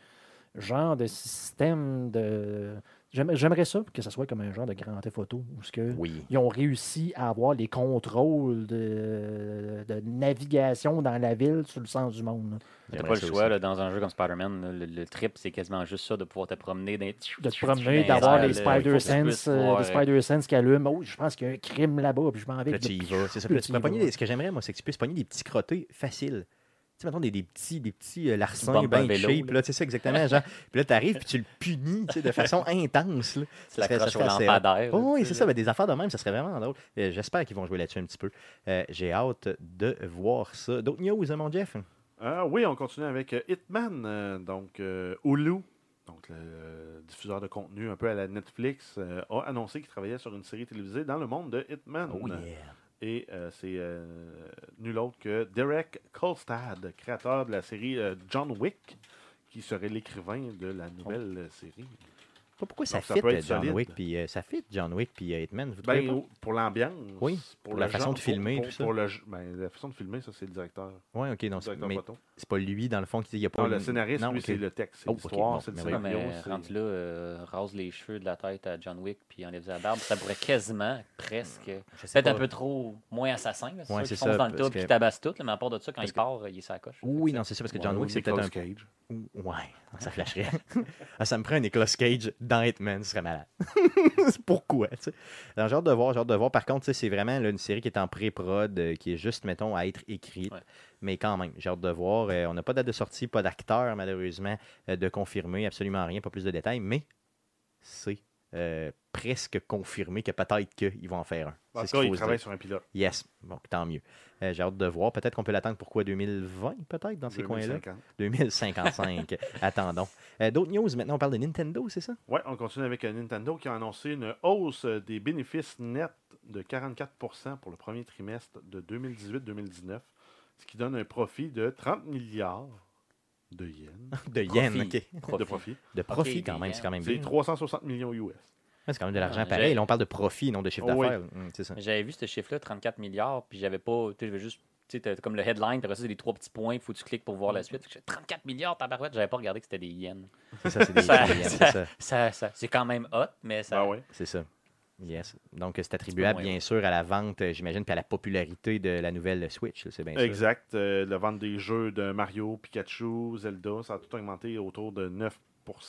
B: genre de système de. J'aime- J'aimerais ça que ça soit comme un genre de grand photo où ce que
A: Oui.
B: ils ont réussi à avoir les contrôles de, de navigation dans la ville sur le sens du monde. là.
D: T'as
A: J'aimerais
D: pas le
A: ça
D: choix
A: aussi.
D: là, dans un jeu comme Spider-Man. là, Le, le trip, c'est quasiment juste ça, de pouvoir te promener. Dans...
B: De te promener, d'avoir les Spider Sense, euh, les
D: spider
B: Spider Sense qui allument. Oh, je pense qu'il y a un crime là-bas, puis je m'en vais.
A: Puis là, tu y vas. C'est ça. Puis là,
B: Puis là,
A: tu
B: tu
A: pourrais
B: y vas.
A: pogner des- ce que j'aimerais, moi, c'est que tu puisses pogner des petits crottés faciles. Tu sais, mettons, des, des petits, des petits euh, larcins
D: Bombes à
A: bien
D: vélo,
A: cheap,
D: là.
A: là, tu sais, ça, exactement, genre. Puis là, t'arrives, puis tu le punis, tu sais, de façon intense, là.
D: Tu l'accroches au
A: serait assez-
D: lampadaire.
A: Oh,
D: là,
A: oui,
D: tu
A: c'est
D: sais, là.
A: ça, mais des affaires de même, ça serait vraiment drôle. Euh, J'espère qu'ils vont jouer là-dessus un petit peu. Euh, J'ai hâte de voir ça. D'autres news, hein, mon Jeff?
C: Euh, oui, on continue avec euh, Hitman, euh, donc euh, Hulu, donc le euh, diffuseur de contenu un peu à la Netflix, euh, a annoncé qu'il travaillait sur une série télévisée dans le monde de Hitman.
A: Oh,
C: Et euh, c'est euh, nul autre que Derek Kolstad, créateur de la série euh, John Wick, qui serait l'écrivain de la
A: Oh.
C: nouvelle euh, série.
A: Pas pourquoi ça
C: Donc, ça
A: fit
C: peut
A: euh,
C: être
A: John
C: solide.
A: Wick, puis euh, ça fit John Wick, puis euh, Hitman, vous trouvez
C: Ben,
A: pas?
C: ou- pour l'ambiance.
A: Oui, pour la
C: le
A: façon de
C: pour-
A: filmer,
C: Pour,
A: tout ça.
C: pour le, ben, la façon de filmer, ça, c'est le directeur.
A: Oui, OK, non,
C: le
A: c'est-
C: directeur
A: mais
C: photo.
A: c'est pas lui, dans le fond, qui... Il y a pas
C: Non, le
A: une-
C: scénariste,
A: non,
C: lui,
A: OK.
C: c'est le texte, c'est
A: Oh, ok,
C: l'histoire,
A: bon,
C: c'est le
A: mais oui.
D: Ouais,
C: scénario.
D: mais
C: c'est-
D: rendu là, euh, rase les cheveux de la tête à John Wick puis enlève la barbe, ça pourrait quasiment, presque,
A: Je sais
D: peut-être un
A: Hmm. pas.
D: peu trop moins assassin. Là, c'est
A: Ouais,
D: ça,
A: c'est
D: qui fonce
A: ça,
D: dans le
A: parce
D: tas puis
A: que-
D: qui tabasse tout, là, mais à part de ça, quand
A: Parce
D: il part, il est sa coche.
A: Oui, non, c'est ça, parce que John
C: Ouais,
A: Wick, c'est peut-être
C: Nicolas
A: un
C: Cage.
A: Ou- Ouais, ça flasherait. Ah, ça me prend un Nicolas Cage dans Hitman, ce serait malade. Pourquoi? tu sais? Alors, J'ai hâte de voir, j'ai hâte de voir. Par contre, tu sais, c'est vraiment là, une série qui est en pré-prod, euh, qui est juste, mettons, à être écrite.
D: Ouais.
A: Mais quand même, j'ai hâte de voir. Euh, on n'a pas de date de sortie, pas d'acteur, malheureusement, euh, de confirmer, absolument rien, pas plus de détails, mais c'est euh, presque confirmé que peut-être qu'ils vont en faire un. C'est
C: Bah, En tout
A: ce
C: cas,
A: qu'il
C: il
A: faut se
C: travaille
A: dire.
C: sur un pilote.
A: Yes, bon, tant mieux. Euh, j'ai hâte de voir. Peut-être qu'on peut l'attendre pour quoi 2020, peut-être, dans ces coins-là.
C: 2050.
A: 2055. Attendons. Euh, D'autres news, maintenant, on parle de Nintendo, c'est ça?
C: Ouais, on continue avec euh, Nintendo qui a annoncé une hausse euh, des bénéfices nets de 44 pour le premier trimestre de 2018-2019, ce qui donne un profit de 30 milliards de yens
A: De yen,
D: Profit.
A: OK.
C: de profit.
A: De profit,
D: Ok,
A: quand
D: des
A: même,
D: yens.
A: c'est quand même bien.
C: C'est 360 millions US.
A: Ouais, C'est quand même de l'argent
D: Ouais.
A: pareil. Là, on parle de profit, non de chiffre
C: Oh, oui.
A: d'affaires. Hum, c'est ça.
D: Mais J'avais vu ce chiffre-là, 34 milliards, puis j'avais pas. Tu sais, j'avais juste. Tu sais, t'as comme le headline, puis après ça, c'est les trois petits points, faut que tu cliques pour voir la
A: Hmm.
D: suite. Fait que j'ai 34 milliards, tabarouette, j'avais pas regardé que c'était des yens.
A: C'est ça, c'est des
D: Ça-
A: des yens, c'est ça.
D: Ça, ça- c'est quand même hot, mais ça.
C: Ah ouais.
A: C'est ça. Yes. Donc, c'est
D: peu
A: attribuable,
D: moins,
A: bien sûr, à la vente, euh, j'imagine, puis à la popularité de la nouvelle Switch. là, C'est bien sûr.
C: Exact. euh, la vente des jeux de Mario, Pikachu, Zelda, ça a tout augmenté autour de 9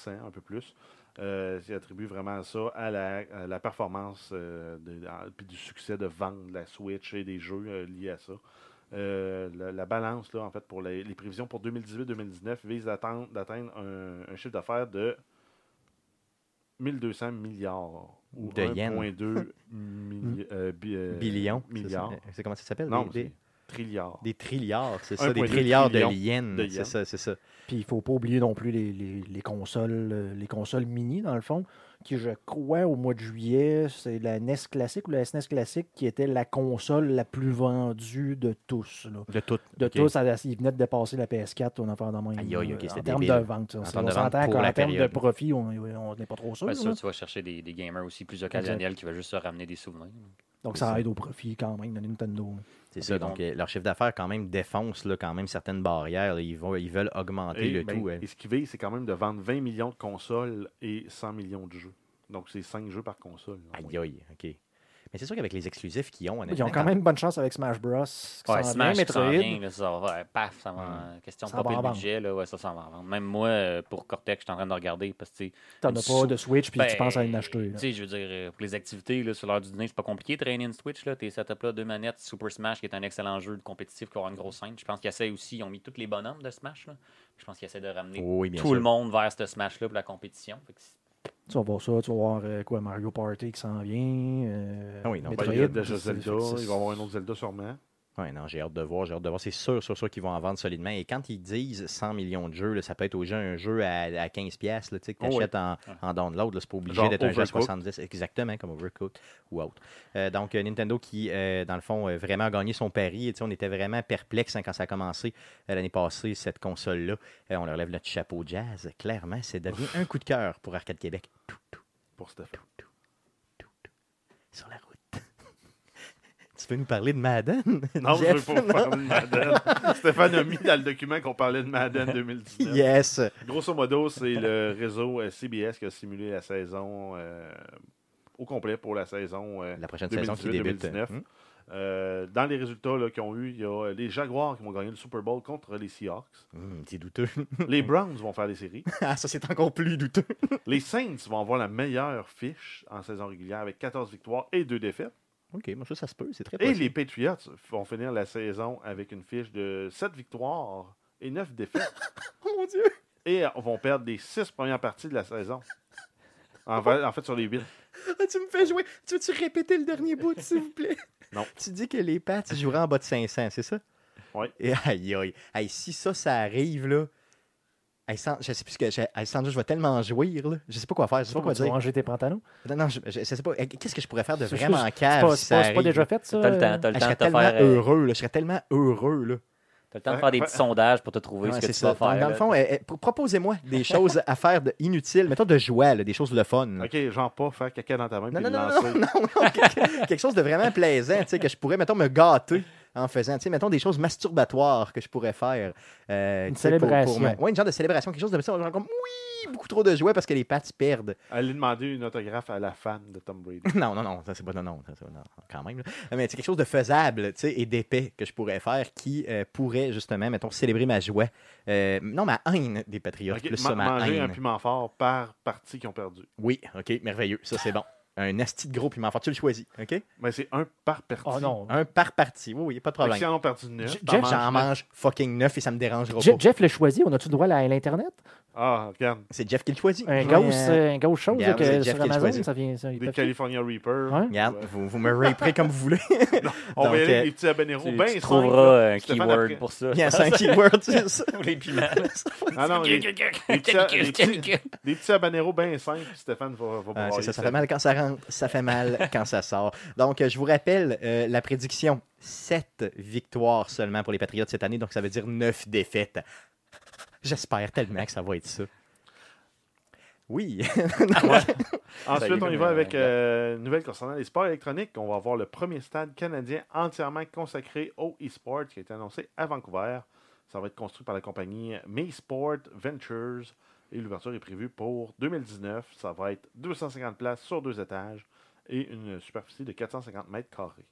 C: un peu plus. Euh, c'est attribué vraiment à ça, à la, à la performance euh, de- à- puis du succès de vente de la Switch et des jeux euh, liés à ça. Euh, la, la balance, là, en fait, pour les, les prévisions pour 2018-2019 vise d'atteindre d'atteindre un, un chiffre d'affaires de 1200 milliards ou
A: De yens.
C: 1,2 milli- euh, bi- euh,
A: Billion. c'est ça.
C: milliards.
A: Euh, C'est comment ça s'appelle?
C: Non,
A: des, des-
C: c'est trilliards.
A: des trilliards, c'est ça. Des
C: 1,2
A: trilliards de
C: trillions
A: yens.
C: de
A: C'est
C: yens.
A: ça, c'est ça.
B: Puis il faut pas oublier non plus les, les- les consoles, euh, les consoles mini, dans le fond, qui, je crois, au mois de juillet, c'est la NES classique ou la SNES classique qui était la console la plus vendue de tous. là.
A: De tout.
B: De
A: OK.
B: tous, ça- ils venaient de dépasser la PS4 en affaire de même.
A: Aïe, aïe,
B: là,
A: ok, c'était
B: en termes de
A: débile.
B: vente. ça.
A: En
B: On
A: termes de vente
B: s'entend
A: pour
B: qu'en
A: la
B: termes de
A: période.
B: profit, on on n'est pas trop sûr.
D: Ouais,
B: là.
D: sûr, tu vas chercher des, des gamers aussi plus occasionnels qui veulent juste se ramener des souvenirs.
B: Donc
A: c'est
B: ça
A: ça.
B: aide au profit quand même de Nintendo.
A: C'est
D: Ok,
A: ça. Donc,
D: donc-
A: euh, leur chiffre d'affaires, quand même, défonce là, quand même certaines barrières. là. Ils, vont, ils veulent augmenter
C: Et,
A: le
C: ben,
A: tout. euh.
C: et ce qui vise, c'est quand même de vendre 20 millions de consoles et 100 millions de jeux. Donc, c'est 5 jeux par console. Ah là.
A: Aïe, aïe, OK. Mais c'est sûr qu'avec les exclusifs qu'ils ont,
B: Ils ont quand même bonne chance avec Smash Bros. qui
D: Ouais,
B: s'en
D: Smash,
B: vient,
D: qui s'en
B: Metroid.
D: vient, là, ça va, faire paf, ça va, euh, question de
B: Ça va
D: popper
B: en
D: le
B: vendre.
D: budget, là, ouais, ça, ça va en vendre. Même moi, euh, pour Cortex, je suis en train de regarder, parce que, tu sais,
B: T'en
D: une
B: as pas de Switch, puis tu
D: ben,
B: penses à en acheter.
D: Tu
B: là.
D: sais, je veux dire, euh, pour les activités, là, sur l'heure du dîner, c'est pas compliqué de traîner une Switch, là, tes setup-là, deux manettes, Super Smash, qui est un excellent jeu de compétitif, qui aura une grosse scène, je pense qu'ils essaient aussi, ils ont mis tous les bonhommes de Smash, là. je pense qu'ils essaient de ramener
A: Oui, bien
D: tout
A: sûr.
D: le monde vers ce Smash-là pour la compétition. Fait que c'est-
B: Tu vas voir ça, tu vas voir euh, quoi, Mario Party qui s'en vient. euh,
A: Ah oui, non,
C: Ben,
A: Metroid,
C: il y a déjà
B: c'est-
C: Zelda,
B: c'est-
C: il va y avoir un autre Zelda sûrement.
A: Ouais, non, j'ai hâte de voir, j'ai hâte de voir. C'est sûr, sûr, sûr qu'ils vont en vendre solidement. Et quand ils disent 100 millions de jeux, là, ça peut être au jeu un jeu à, à 15 pièces, là, tu sais, que tu
C: Oh oui.
A: achètes en, en download. là, C'est pas obligé
C: Genre
A: d'être un jeu à
C: Overcooked.
A: 70, exactement, comme Overcooked ou autre. Euh, donc, euh, Nintendo qui, euh, dans le fond, euh, vraiment a gagné son pari. Et, tu sais, on était vraiment perplexe hein, quand ça a commencé euh, l'année passée, cette console-là. Euh, on leur lève notre chapeau jazz. Clairement, c'est devenu un coup de cœur pour Arcade Québec. Tout, tout,
C: pour Steph.
A: sur la route. tu veux nous parler de Madden?
C: Non, je
A: Jeff?
C: veux pas vous parler de Madden. Stéphane a mis dans le document qu'on parlait de Madden 2019.
A: Yes!
C: Grosso modo, c'est le réseau euh, CBS qui a simulé la saison euh, au complet pour la saison euh,
A: La prochaine saison qui débute.
C: 2019.
A: Hmm?
C: Euh, dans les résultats là, qu'ils ont eu, il y a euh, les Jaguars qui vont gagner le Super Bowl contre les Seahawks.
A: Hum, c'est douteux.
C: les Browns vont faire les séries.
A: ah, ça, c'est encore plus douteux.
C: Les Saints vont avoir la meilleure fiche en saison régulière avec 14 victoires et 2 défaites.
A: OK, moi, ça, ça se peut. C'est très
C: Et
A: possible.
C: les Patriots vont finir la saison avec une fiche de 7 victoires et 9 défaites.
A: Oh, mon Dieu!
C: et euh, vont perdre les 6 premières parties de la saison. En fait, en fait, sur les 8.
A: Ah, tu me fais jouer. Tu veux-tu répéter le dernier bout, s'il vous plaît?
C: Non.
A: Tu dis que les Pats joueraient en bas de 500, c'est ça?
C: Ouais.
A: Et aïe, aïe. Aïe, si ça, ça arrive, là. Aïe, sans- je sais plus ce que. j'ai- aïe, sans doute, je vais tellement jouir, là. Je sais pas quoi faire. Je sais pas
B: Pourquoi
A: quoi
B: tu vas
A: dire.
B: ranger tes pantalons?
A: Non, non, je, je- je sais pas. Aïe, Qu'est-ce que je pourrais faire de
B: C'est-
A: vraiment
B: c'est- C'est
A: cave?
B: pas,
A: si
B: c'est
A: Ah, ça
B: pas- c'est pas
A: arrive,
B: déjà
A: là?
B: fait, ça?
D: T'as le temps, t'as
B: euh?
A: Aïe,
D: le
A: Ben, Je
D: temps de
A: serais
D: te
A: tellement
D: faire, euh,
A: heureux, là. Je serais tellement heureux, là.
D: t'as le temps de faire des petits sondages pour te trouver
A: Ouais,
D: ce que
A: c'est
D: tu
A: ça.
D: vas
A: Donc,
D: faire.
A: dans le
D: là.
A: fond, euh, euh, pro- proposez-moi des choses à faire de- inutiles, mettons de joie, là, des choses le fun. là.
C: Ok, genre pas faire caca dans ta main
A: Non,
C: puis
A: non,
C: le
A: non, non, non,
C: lancer.
A: non, non, quelque- quelque chose de vraiment plaisant, tu sais, que je pourrais, mettons, me gâter en faisant, tu sais, mettons, des choses masturbatoires que je pourrais faire. euh,
B: Une
A: tu sais, pour- pour
B: célébration.
A: me- ouais, une genre de célébration, quelque chose de genre comme, oui, beaucoup trop de joie parce que les pattes perdent.
C: Allez demander une autographe à la fan de Tom Brady.
A: Non, non, non, ça c'est pas, non, non, ça, c'est pas- non, quand même. là. Mais c'est quelque chose de faisable, tu sais, et d'épais que je pourrais faire qui euh, pourrait, justement, mettons, célébrer ma joie. Euh, non, ma haine des patriotes,
C: Ok,
A: plus
C: ma-
A: ça, ma
C: manger un
A: haine.
C: piment fort par partie qu'ils ont perdu.
A: Oui, OK, merveilleux. Ça, c'est bon. Un asti de gros piment fort. Tu le choisis, OK?
C: Mais c'est un par partie.
B: Oh non.
A: Un par partie. Oui, oui, pas de
C: Fait que
A: problème.
C: si on a perdu neuf,
B: J-
C: t'en
B: Jeff,
C: manges
A: J'en
C: neuf.
A: mange fucking neuf et ça me dérangera
B: Je-
A: pas.
B: Jeff le choisit, on a-tu le droit à l'Internet?
C: Ah, regarde.
A: C'est Jeff qui le choisit.
B: Un
A: Ouais.
B: gauche, euh, un gauche chose là,
A: Regarde, c'est
B: que
A: Jeff
B: sur
A: qui le choisit.
B: Amazon, ça vient. Ça, il
C: Des
B: peut-
C: California Reaper.
B: Hein?
A: Regarde,
C: Ouais.
A: vous, vous me raperez comme vous voulez.
C: On
A: Donc,
C: va y aller
A: euh,
C: avec des petits habaneros.
D: Tu,
C: ben
D: tu
C: cinq,
D: trouveras
C: là.
D: un
C: Stéphane, après-
D: keyword pour ça.
A: Il y a cinq keywords, c'est ça.
D: Ou les piments.
C: Ah non, les, les petits, les petits- des petits habaneros bien simples, Stéphane va, va
A: Ah, c'est
C: boire
A: ça,
C: les
A: ça
C: sept.
A: fait mal quand ça rentre, ça fait mal quand ça sort. Donc, euh, je vous rappelle euh, la prédiction 7 victoires seulement pour les Patriotes cette année, donc ça veut dire 9 défaites. J'espère tellement que ça va être ça. Oui.
D: Ça
C: Ensuite,
D: y est,
A: Ben,
C: on y
D: comme
C: va
D: un-
C: avec
D: un
C: euh, une nouvelle concernant les sports électroniques. On va avoir le premier stade canadien entièrement consacré au e-sport qui a été annoncé à Vancouver. Ça va être construit par la compagnie Maysport Ventures et l'ouverture est prévue pour 2019. Ça va être 250 places sur deux étages et une superficie de 450 mètres carrés.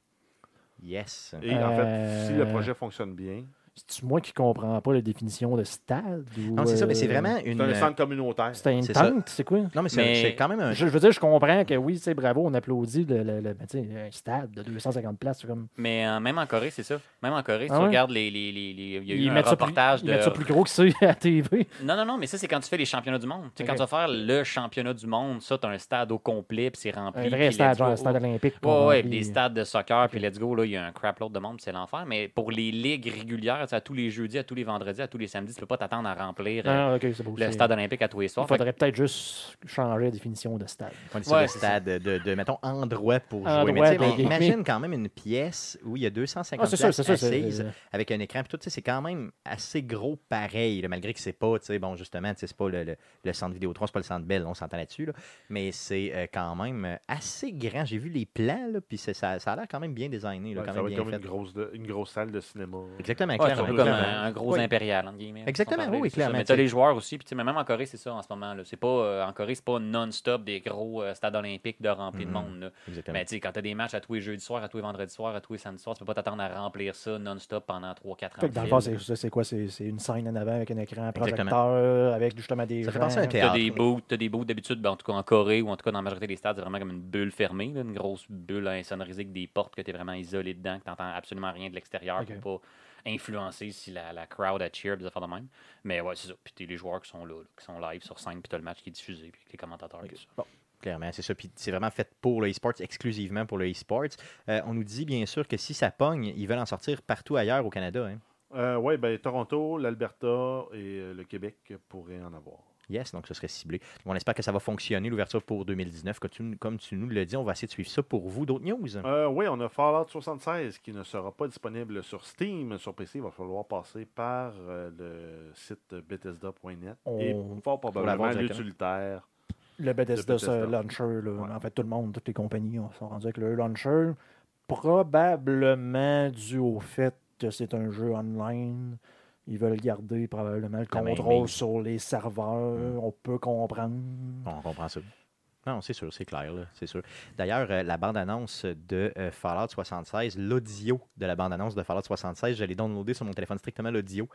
A: Yes.
C: Et en fait,
B: Euh,
C: si le projet fonctionne bien,
B: C'est-tu moi qui comprends pas la définition de stade? ou,
A: Non, c'est ça, mais c'est
B: euh,
A: vraiment une.
C: c'est un centre communautaire.
B: C'était une
A: C'est ça.
B: tente, c'est quoi?
A: Non, mais c'est
D: Mais-
A: c'est quand même un.
B: Je, je veux dire, je comprends que oui, c'est bravo, on applaudit le, le- le- mais tu sais, un stade de 250 places. c'est Comme...
D: Mais euh, même en Corée, c'est ça. Même en Corée, si
B: Ah
D: tu
B: ouais?
D: regardes les. les, les, les- il y a eu un
B: mettent ça plus-
D: reportage
B: ils
D: de.
B: mettent ça plus gros que ça à la TV.
D: Non, non, non, mais ça, c'est quand tu fais les championnats du monde. Tu sais, Quand
B: Ok.
D: tu vas faire le championnat du monde, ça, tu as un stade au complet, puis c'est rempli.
B: Un
D: puis
B: vrai
D: let's
B: stade,
D: go.
B: genre un stade olympique.
D: Ouais,
B: qu'on
D: ouais,
B: remplit.
D: puis des stades de soccer, puis let's go, là, il y a un crap load de monde, puis c'est l'enfer. Mais pour les ligues régulières, tu sais, à tous les jeudis, à tous les vendredis, à tous les samedis, tu peux pas t'attendre à remplir euh,
B: Non, non, ok, c'est beau.
D: le
B: Ah, c'est-
D: stade olympique à tous les soirs.
B: Il faudrait peut-être juste changer la définition de stade.
A: On dit ça,
D: Ouais,
A: le
D: c'est
A: stade de, de, mettons, endroit pour jouer.
B: Endroit
A: mais tu sais,
B: de
A: mais
B: gaming.
A: imagine quand même une pièce où il y a 250
B: Ah, c'est sûr,
A: places
B: c'est sûr, c'est-
A: assises
B: euh,
A: avec un écran. Puis tout, tu sais, c'est quand même assez gros pareil, là, malgré que c'est pas, tu sais, bon, justement, tu sais, c'est pas le, le, le centre vidéo 3, c'est pas le centre Bell, on s'entend là-dessus. là. Mais c'est euh, quand même euh, assez grand. J'ai vu les plans, là, puis c'est- ça, ça a l'air quand même bien designé, là,
C: Ouais,
A: quand
C: ça
A: que
C: va être
A: bien
C: comme
A: fait.
C: une grosse, de- une grosse salle de cinéma.
A: Exactement,
D: Ouais, c'est
A: clairement,
D: un peu comme
A: clairement.
D: un, un gros
A: Oui.
D: impérial, entre guillemets.
A: Exactement,
D: Ils sont en
A: oui,
D: règle, c'est ça.
A: clairement,
D: Mais
A: tu
D: t'as
A: sais.
D: les joueurs aussi, puis tu sais, mais même en Corée, c'est ça en ce moment. Là. C'est pas, euh, en Corée, c'est pas non-stop des gros euh, stades olympiques de remplis
A: Mhm.
D: de monde. là.
A: Exactement.
D: Mais tu sais, quand t'as des matchs à tous les jeudis soirs, à tous les vendredis soirs, à tous les samedis soirs, tu peux pas t'attendre à remplir ça non-stop pendant 3-4 ans.
B: Fait que dans
D: de
B: le fond,
D: fil.
B: c'est- c'est c'est quoi? C'est c'est une scène en avant avec un écran, un
A: Exactement.
B: projecteur, avec justement des
A: Ça fait
B: gens.
A: penser à un théâtre.
D: T'as des
A: Théâtre.
D: booths, t'as des booths d'habitude, ben, en tout cas en Corée ou en tout cas dans la majorité des stades, c'est vraiment comme une bulle fermée, là, une grosse bulle insonorisée avec des portes que t'es vraiment isolé dedans, que t'entends absolument rien de l'extérieur
B: Ok.
D: pour pas influencer si la, la crowd a cheer, des affaires de même. Mais ouais, c'est ça. Puis t'es les joueurs qui sont là, là, qui sont live sur scène, puis t'as le match qui est diffusé, puis avec les commentateurs. et tout ça.
A: Clairement, c'est ça. Puis c'est vraiment fait pour le e-sports, exclusivement pour le e-sports. Euh, on nous dit bien sûr que si ça pogne, ils veulent en sortir partout ailleurs au Canada. hein.
C: Euh, oui, ben, Toronto, l'Alberta et euh, le Québec pourraient en avoir.
A: Yes, donc ce serait ciblé. On espère que ça va fonctionner, l'ouverture pour 2019. Comme tu, comme tu nous le dis, on va essayer de suivre ça pour vous. D'autres news?
C: Euh, oui, on a Fallout 76 qui ne sera pas disponible sur Steam. Sur PC, il va falloir passer par euh, le site Bethesda.net et
B: On-
C: fort
A: l'avoir
C: probablement
A: directement.
C: l'utilitaire.
B: Le Bethesda,
C: Le Bethesda.
B: ce launcher, là.
C: Ouais.
B: en fait, tout le monde, toutes les compagnies on- sont rendues avec le launcher. Probablement dû au fait que c'est un jeu online. Ils veulent garder probablement le
A: La main
B: contrôle
A: mise.
B: sur les serveurs. On peut comprendre.
A: On comprend ça. Non, c'est sûr, c'est clair, là, c'est sûr. D'ailleurs, euh, la bande-annonce de euh, Fallout 76, l'audio de la bande-annonce de Fallout 76, je l'ai downloadé sur mon téléphone strictement l'audio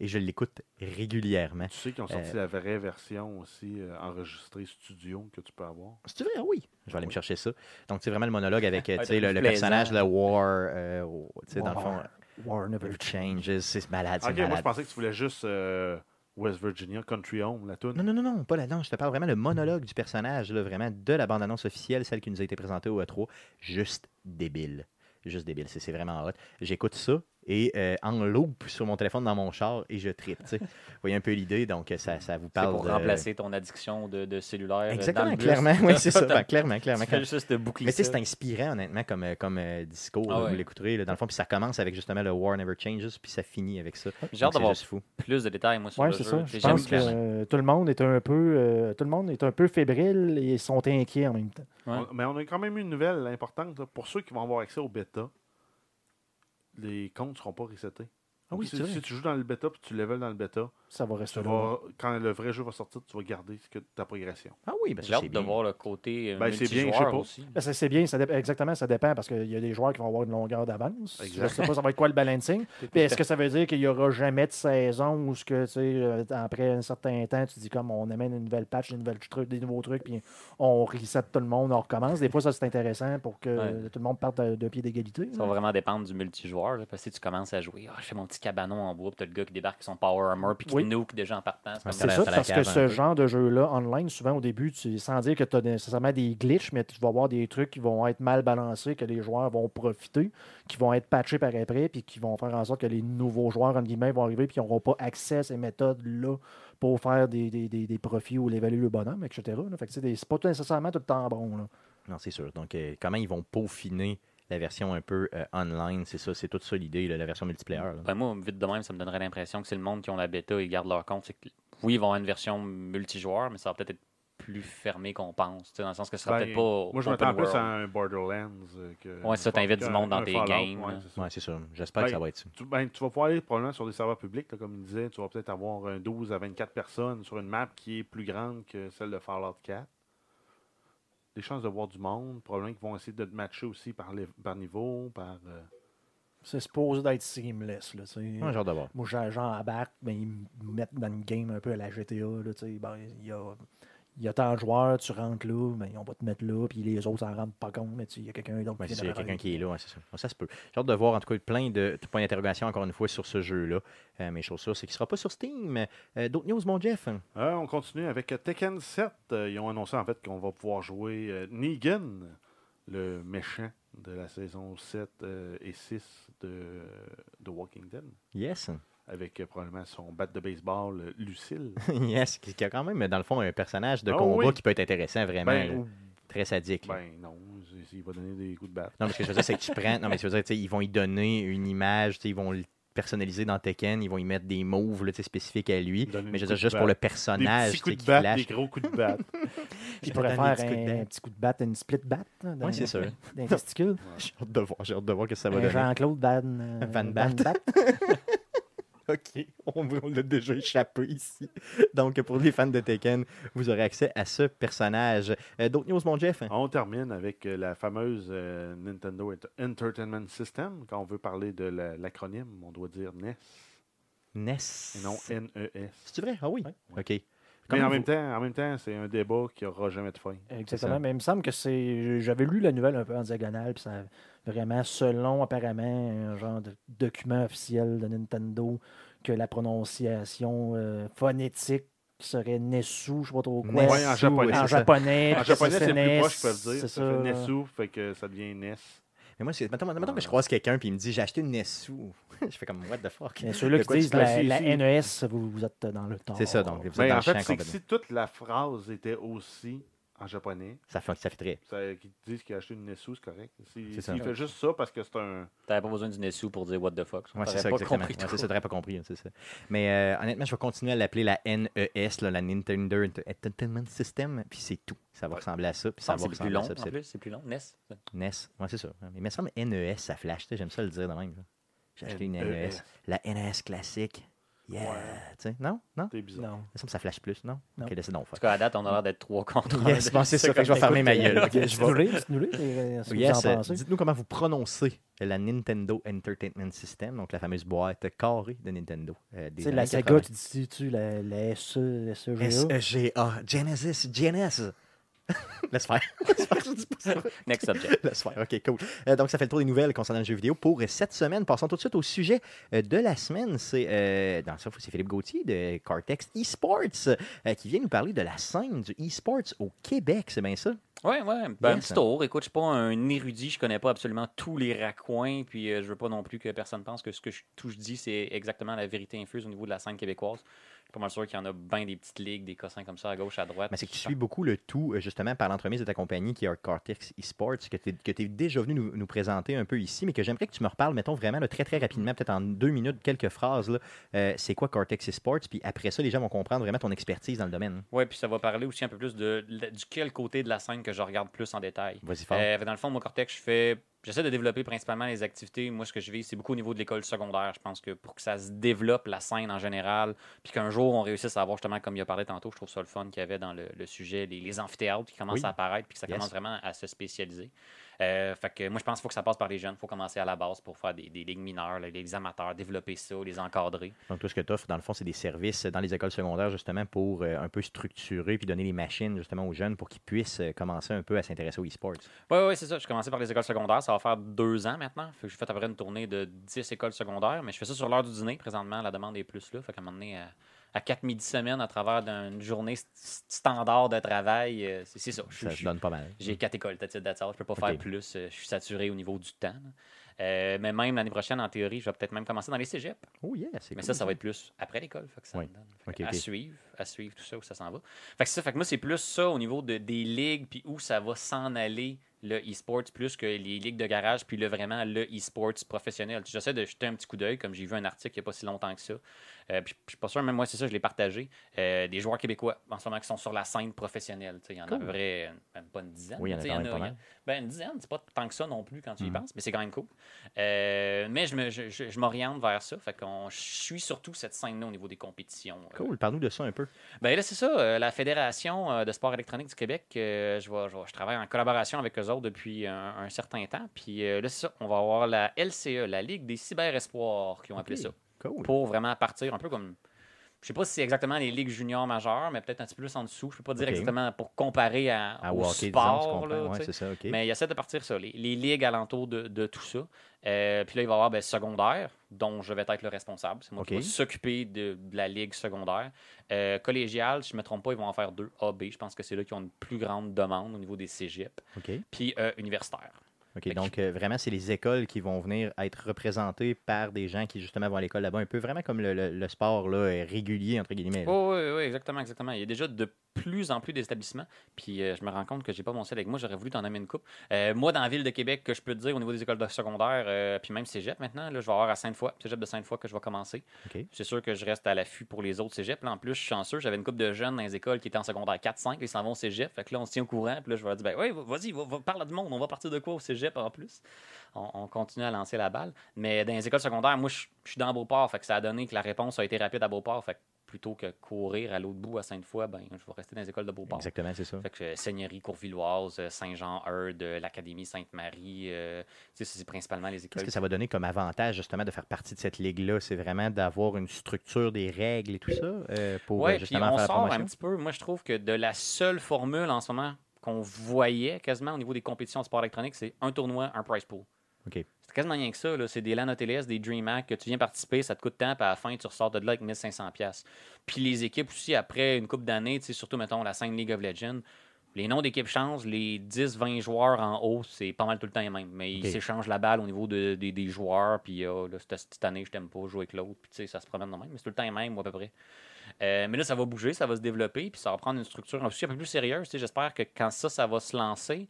A: et je l'écoute régulièrement.
C: Tu sais qu'ils ont sorti
A: Euh,
C: la vraie version aussi euh, enregistrée studio que tu peux avoir.
A: C'est vrai, Ah oui. Je vais aller me chercher ça. Donc, c'est vraiment le monologue avec euh,
D: Ouais,
A: tu sais, le,
D: plus
A: le
D: plaisant.
A: personnage, le War, euh, au- tu sais, dans le fond,
B: War. War never
A: Ever Changes, c'est malade, c'est
C: Ah, Ok, moi je
A: malade.
C: pensais que tu voulais juste euh, West Virginia Country Home, la toune.
A: Non, non, non, non, pas là-dedans. Je te parle vraiment le monologue du personnage, là, vraiment de la bande-annonce officielle, celle qui nous a été présentée au E3. Juste débile. Juste débile. C'est c'est vraiment hot. J'écoute ça et euh, en loop sur mon téléphone dans mon char et je tripe. tu sais. Vous voyez un peu l'idée, donc euh, ça, ça vous
D: C'est
A: parle.
D: pour
A: de-
D: remplacer ton addiction de, de cellulaire. euh, dans
A: Exactement,
D: le bus.
A: clairement. Oui, c'est ça.
D: T'as-
A: Ben, clairement, clairement.
D: Tu fais juste te boucler
A: Mais tu sais,
D: ça.
A: c'est inspirant, honnêtement, comme, euh, comme euh, discours.
D: Ah
A: là, Vous
D: ouais.
A: l'écouterez, là, dans le fond. Puis ça commence avec justement le War Never Changes, puis ça finit avec ça. Donc,
D: J'ai hâte
A: c'est
D: d'avoir
A: juste fou.
D: plus de détails, moi, sur
B: Oui,
D: le
B: c'est
D: jeu.
B: ça. Je
D: J'aime
B: pense que
D: clairement.
B: euh, tout le monde est un peu euh, tout le monde est un peu fébrile et sont inquiets en même temps.
D: Ouais.
C: On- mais on a quand même eu une nouvelle importante. là. Pour ceux qui vont avoir accès au bêta, les comptes ne seront pas resetés.
A: Ah oui,
C: si,
A: c'est vrai.
C: si tu joues dans le bêta puis tu level dans le bêta,
B: Ça va
C: tu
B: rester là.
C: vas, quand le vrai jeu va sortir, tu vas garder ce que, ta progression.
A: Ah oui, ben,
D: J'ai
A: ça, c'est
D: hâte de
A: bien.
D: voir le côté euh,
C: Ben, c'est bien, je sais
D: multijoueur
C: pas.
D: aussi.
B: Ben, C'est c'est bien, ça dé- exactement, ça dépend parce qu'il y a des joueurs qui vont avoir une longueur d'avance. Je ne
C: Exact.
B: sais pas ça va être quoi le balancing. Puis est-ce que ça veut dire qu'il n'y aura jamais de saison où ce que tu sais, euh, après un certain temps, tu dis comme on amène une nouvelle patch, une nouvelle truc, des nouveaux trucs, puis on reset tout le monde, on recommence. Des fois, ça c'est intéressant pour que
D: Ouais.
B: tout le monde parte de, de pied d'égalité.
D: Ça va vraiment dépendre du multijoueur. là, parce que si tu commences à jouer, Ah, je fais mon petit cabanon en bois, puis t'as le gars qui débarque avec son power armor, puis qui
B: Oui.
D: nuke des gens en partant.
A: Ouais,
D: C'est
A: ça
D: comme
B: C'est
A: la-
B: ça,
A: la
B: parce que
A: cave un peu.
B: ce genre de jeu-là, online, souvent au début, tu, sans dire que tu as nécessairement des glitches, mais tu vas avoir des trucs qui vont être mal balancés, que les joueurs vont profiter, qui vont être patchés par après, puis qui vont faire en sorte que les nouveaux joueurs, entre guillemets, vont arriver, puis ils n'auront pas accès à ces méthodes-là pour faire des, des, des, des profits ou l'évaluer le bonhomme, etc. là. Fait que c'est des- c'est pas tout nécessairement tout le temps bon. Là.
A: Non, c'est sûr. Donc, euh, comment ils vont peaufiner la version un peu euh, online, c'est ça, c'est toute ça l'idée, là, la version multiplayer. là.
D: Ben, moi, vite de même, ça me donnerait l'impression que c'est le monde qui ont la bêta et gardent leur compte. C'est que, oui, ils vont avoir une version multijoueur, mais ça va peut-être être plus fermé qu'on pense. tu sais, Dans le sens que ce sera
C: Ben,
D: peut-être pas.
C: Moi, je
D: open
C: m'attends plus
D: world.
C: à un Borderlands. euh, que-
D: Ouais, ça, t'invites du
C: qu'un-
D: monde dans
C: un
D: tes
C: Fallout,
D: games,
C: ouais,
D: là.
C: c'est ça.
A: Ouais, c'est sûr. J'espère que
C: Ben,
A: ça va être ça.
C: tu, ben, tu vas pouvoir aller probablement sur des serveurs publics, là, comme il disait. Tu vas peut-être avoir un 12 à 24 personnes sur une map qui est plus grande que celle de Fallout 4. Des chances de voir du monde. Probablement qu'ils vont essayer de te matcher aussi par, les- par niveau. par euh,
B: C'est supposé d'être seamless. Là, tu sais.
A: Ouais, j'ai hâte de voir.
B: Moi, j'ai- j'en embarque, mais ils me mettent dans une game un peu à la GTA. là, tu sais. Ben, Il y, a, il y a tant de joueurs, tu rentres là, mais on va te mettre là, puis les autres s'en rendent pas compte, mais tu- il y a quelqu'un d'autre
A: Ouais,
B: qui
A: c'est
B: vient
A: sûr, il y a quelqu'un
B: d'apparaître.
A: qui est là, ouais, c'est ça. Ouais, ça se peut. J'ai hâte de voir, en tout cas, plein de de points d'interrogation, encore une fois, sur ce jeu-là. Euh, mais chose sûre, c'est qu'il ne sera pas sur Steam. Euh, D'autres news, mon Jeff
C: Euh, on continue avec Tekken 7. Euh, ils ont annoncé en fait qu'on va pouvoir jouer euh, Negan, le méchant de la saison 7 euh, et 6 de, de Walking Dead,
A: Yes.
C: avec euh, probablement son bat de baseball, euh, Lucille.
A: yes, qui qui a quand même, dans le fond, un personnage de
C: Ah
A: combat
C: oui.
A: qui peut être intéressant, vraiment.
C: ben,
A: là.
C: ou-
A: Très sadique. là.
C: ben non, c'est- il va donner des coups de batte.
A: Non, mais ce que je veux dire, c'est que tu prends. Non, mais ce que je veux dire, tu sais, ils vont y donner une image, tu sais, ils vont le personnaliser dans Tekken, ils vont y mettre des moves là, tu sais, spécifiques à lui.
C: Donner
A: mais
C: des
A: je veux dire,
C: coups de
A: juste pour le
C: batte. Des
A: personnage
C: petits
A: tu sais,
C: coups de
A: qui
C: batte,
A: flash.
C: des gros coups de batte.
B: Ils
A: Je vais
B: pourraient
A: donner des
B: faire
A: petits coups de
B: un,
A: batte.
B: petit coup de batte, une split batte. là, dans-
A: Oui, c'est sûr.
B: Dans les testicules.
A: J'ai hâte de voir, j'ai hâte de voir que ça va
B: Un
A: donner.
B: Jean-Claude Van, euh,
A: Van Batt. OK, on, on l'a déjà échappé ici. Donc, pour les fans de Tekken, vous aurez accès à ce personnage. Euh, D'autres news, mon Jeff?
C: On termine avec euh, la fameuse euh, Nintendo Ent- Entertainment System. Quand on veut parler de la- l'acronyme, on doit dire NES
A: NES.
C: et non NES.
A: C'est vrai? Ah oui? OK.
C: Mais
A: Comme
C: en
A: vous-
C: même, temps, en même temps, c'est un débat qui n'aura jamais de fin.
A: ça.
B: Exactement, mais il me semble que c'est. J'avais lu la nouvelle un peu en diagonale, puis ça vraiment selon apparemment un genre de document officiel de Nintendo que la prononciation euh, phonétique qui serait Nessu, je sais pas trop quoi.
A: Nessu,
C: Ouais, en japonais,
A: c'est
B: en
A: ça. E
B: japonais.
C: En
B: puis
C: japonais, c'est
B: Nes,
C: plus proche, je peux le dire. Ça
B: C'est ça.
C: fait Nessu, fait que ça devient E Nes.
A: Mais moi, c'est- mettons, mettons que je croise quelqu'un puis il me dit j'ai acheté une Nessou. je fais comme what the fuck.
B: Mais ceux-là
A: De
B: qui
A: quoi tu
B: disent
A: parles?
B: la,
C: ici?
B: la NES, vous, vous êtes dans le temps.
A: C'est ça, donc. Vous êtes
C: Mais
A: dans
C: Ben, en
A: le
C: fait,
A: champ
C: c'est que
A: complètement.
C: si toute la phrase était aussi en japonais,
A: Ça fait ça fait très.
C: ça- qu'ils te disent qu'il a acheté une Nessu, c'est correct.
A: C'est
C: Si-
A: ça.
C: S'il fait juste ça parce que c'est un.
D: T'avais pas besoin du Nessu pour dire what the
A: Ouais,
D: fuck.
A: c'est
D: T'aurais
A: ça,
D: pas
A: exactement.
D: compris
A: Ouais,
D: tout.
A: c'est ça, t'aurais pas compris, hein, c'est ça. Mais euh, honnêtement, je vais continuer à l'appeler la NES, là, la Nintendo Ent- Entertainment System, puis c'est tout. Ça va ressembler à ça, puis ça
D: Ah,
A: va
D: c'est
A: ressembler
D: plus long,
A: à ça. puis
D: en
A: c'est-
D: plus, c'est plus long. NES. ça.
A: NES, ouais, c'est ça. Mais il me semble NES, ça flash, tu sais, j'aime ça le dire de même. là. J'ai acheté une
D: E
A: NES.
C: NES.
A: La NES classique. Yeah, tu sais. Non, non.
C: C'est bizarre.
B: Non.
A: Il me semble que ça flash plus, non?
B: Non.
A: Ok, laissez donc
D: En
A: faire.
D: tout cas, à date, on a l'air d'être trois contre un.
A: Yes, bon, c'est ça, fait que je vais fermer ma gueule. ok, je vais-
B: Dites-nous-les, dites-nous-les, euh, ce que
A: Yes,
B: vous en
A: euh,
B: pensez.
A: dites-nous comment vous prononcez la Nintendo Entertainment System, donc la fameuse boîte carrée de Nintendo. euh, des
B: C'est
A: années E
B: la saga,
A: 80.
B: tu dis-tu la, la E SE, SEGA?
A: S-E-G-A. Genesis, Genesis. Laisse faire.
D: Next subject.
A: Laisse faire. OK, cool. Euh, donc, ça fait le tour des nouvelles concernant le jeu vidéo pour euh, cette semaine. Passons tout de suite au sujet euh, de la semaine. C'est euh, dans ça, c'est Philippe Gauthier de Cartex Esports euh, qui vient nous parler de la scène du esports au Québec. C'est bien ça?
D: Ouais, ouais. Ben, un
A: Yes.
D: petit tour. Écoute, je suis pas un érudit, je connais pas absolument tous les raccoins, puis euh, je veux pas non plus que personne pense que ce que je touche dis, c'est exactement la vérité infuse au niveau de la scène québécoise. Je suis pas mal sûr qu'il y en a bien des petites ligues, des cossins comme ça à gauche, à droite.
A: Mais c'est que tu suis beaucoup le tout, euh, justement, par l'entremise de ta compagnie qui est Cortex Esports, que tu es, déjà venu nous, nous présenter un peu ici, mais que j'aimerais que tu me reparles, mettons vraiment là, très très rapidement, peut-être en deux minutes, quelques phrases, là, euh, c'est quoi Cortex Esports, puis après ça, les gens vont comprendre vraiment ton expertise dans le domaine.
D: Ouais, puis ça va parler aussi un peu plus de, de- du quel côté de la scène que je regarde plus en détail.
A: Vas-y fort.
D: Euh, fait dans le fond, mon cortex, je fais. J'essaie de développer principalement les activités. Moi, ce que je vis, c'est beaucoup au niveau de l'école secondaire. Je pense que pour que ça se développe, la scène en général, puis qu'un jour, on réussisse à avoir, justement, comme il a parlé tantôt, je trouve ça le fun qu'il y avait dans le, le sujet, les, les amphithéâtres qui commencent
A: Oui.
D: à apparaître, puis que ça
A: Yes.
D: commence vraiment à se spécialiser. Euh, fait que moi, je pense qu'il faut que ça passe par les jeunes. Il faut commencer à la base pour faire des, des ligues mineures, là, les amateurs, développer ça, les encadrer.
A: Donc, tout ce que tu offres, dans le fond, c'est des services dans les écoles secondaires, justement, pour euh, un peu structurer puis donner les machines, justement, aux jeunes pour qu'ils puissent euh, commencer un peu à s'intéresser aux esports.
D: Oui, oui, c'est ça. Je commençais par les écoles secondaires. Ça va faire deux ans maintenant. Fait que j'ai fait à peu près une tournée de 10 écoles secondaires. Mais je fais ça sur l'heure du dîner. Présentement, la demande est plus là. Fait qu'à un moment donné, à, à 4 midi semaine, à travers d'une journée st- st- standard de travail, euh, c'est c'est ça. Je-
A: Ça
D: je-
A: se donne pas mal.
D: j'ai quatre écoles, that's it, that's all. Je peux pas
A: Ok.
D: faire plus. euh, Je suis saturé au niveau du temps. là. Euh, mais même l'année prochaine, en théorie, je vais peut-être même commencer dans les cégeps.
A: Oh, yeah, c'est
D: Mais
A: cool,
D: ça, ça va être plus après l'école. Fait que ça
A: Oui.
D: me donne. Fait
A: Ok,
D: que
A: ok.
D: À suivre, à suivre tout ça, où ça s'en va. Fait que c'est ça, fait que moi, c'est plus ça au niveau de- des ligues, puis où ça va s'en aller, le e-sport, plus que les ligues de garage, puis le vraiment le e-sport professionnel. J'essaie de jeter un petit coup d'œil, comme j'ai vu un article il n'y a pas si longtemps que ça. Euh, puis je suis pas sûr, même moi, c'est ça, je l'ai partagé. Euh, des joueurs québécois, en ce moment, qui sont sur la scène professionnelle. tu sais, Il y en a à peu près, euh, même pas une dizaine.
A: Oui, il y en a
D: tu sais,
A: quand même pas mal.
D: ben, une dizaine, c'est pas tant que ça non plus quand tu y
A: Mhm.
D: penses, mais c'est quand même cool. Euh, mais je me- je, je- je m'oriente vers ça. Fait qu'on je suis surtout cette scène-là au niveau des compétitions. euh.
A: Cool, parle-nous de ça un peu.
D: Ben là, c'est ça. euh, la Fédération euh, de sport électronique du Québec, euh, je, vais- je, vais- je travaille en collaboration avec eux autres depuis un, un certain temps. Puis euh, là, c'est ça. On va avoir la LCE, la Ligue des cyberespoirs, qui ont appelé
A: Ok.
D: ça
A: Cool.
D: pour vraiment partir un peu comme. Je sais pas si c'est exactement les ligues juniors majeures, mais peut-être un petit peu plus en dessous. Je peux pas dire
A: Ok.
D: exactement pour comparer à,
A: À
D: au
A: walker,
D: sport.
A: disons, je comprends.
D: là, tu
A: Ouais,
D: sais.
A: c'est ça, OK.
D: Mais il essaie de partir ça, les, les ligues alentour de, de tout ça. Euh, puis là, il va y avoir ben, secondaire, dont je vais être le responsable. C'est moi qui
A: Ok.
D: vais s'occuper de, de la ligue secondaire. Euh, collégiale, si je ne me trompe pas, ils vont en faire deux A, B. Je pense que c'est là qu'ils ont une plus grande demande au niveau des cégeps.
A: OK.
D: Puis euh, universitaire.
A: OK,
D: Fait que
A: donc euh, vraiment, c'est les écoles qui vont venir être représentées par des gens qui justement vont à l'école là-bas, un peu vraiment comme le, le- le sport là, euh, régulier, entre guillemets. là.
D: Oh, oui, oui, exactement, exactement. Il y a déjà de plus en plus d'établissements. Puis euh, je me rends compte que j'ai pas mon sel avec moi. J'aurais voulu t'en amener une coupe. Euh, moi, dans la ville de Québec, que je peux te dire au niveau des écoles de secondaire, euh, puis même cégep maintenant, là, je vais avoir à Sainte-Foy, cégep de Sainte-Foy que je vais commencer.
A: OK.
D: C'est sûr que je reste à l'affût pour les autres cégeps. Là, en plus, je suis chanceux. J'avais une couple de jeunes dans les écoles qui étaient en secondaire 4-5. Ils s'en vont au cégep. Fait que là, on se tient au courant. Puis là, je leur dis, ben, ouais, vas-y, va, va- parle à du monde. On va partir de quoi au cégep en plus? On, on continue à lancer la balle. Mais dans les écoles secondaires, moi, je je suis dans Beauport. Fait que ça a donné que la réponse a été rapide à Beauport. Fait que plutôt que courir à l'autre bout à Sainte-Foy, ben, je vais rester dans les écoles de Beauport.
A: Exactement, c'est ça.
D: Oh! Fait que euh, Seigneurie, Courvilloise, euh, Saint-Jean-Eudes, euh, l'Académie Sainte-Marie, euh, tu sais, c'est principalement les écoles.
A: Qu'est-ce que ça va donner comme avantage justement de faire partie de cette ligue-là? C'est vraiment d'avoir une structure des règles et tout ça euh, pour euh,
D: Ouais, puis
A: justement
D: on
A: faire la
D: sort un
A: promotion?
D: petit peu. Moi, je trouve que de la seule formule en ce moment qu'on voyait quasiment au niveau des compétitions de sport électronique, c'est un tournoi, un prize pool.
A: OK.
D: C'est quasiment rien que ça. là. C'est des LAN OTLS, des DreamHack que tu viens participer, ça te coûte tant, puis à la fin, tu ressors de là avec 1500$. Puis les équipes aussi, après une coupe d'années, tu sais, surtout, mettons, la scène League of Legends, les noms d'équipes changent. Les 10-20 joueurs en haut, c'est pas mal tout le temps les mêmes. Mais
A: Ok.
D: ils s'échangent la balle au niveau de- des- des joueurs. Puis ah, là, cette, cette année, je t'aime pas jouer avec l'autre. Puis tu sais, ça se promène dans même. Mais c'est tout le temps les mêmes, moi, à peu près. Euh, mais là, ça va bouger, ça va se développer. Puis ça va prendre une structure aussi un peu plus sérieuse. Tu sais, J'espère que quand ça, ça va se lancer.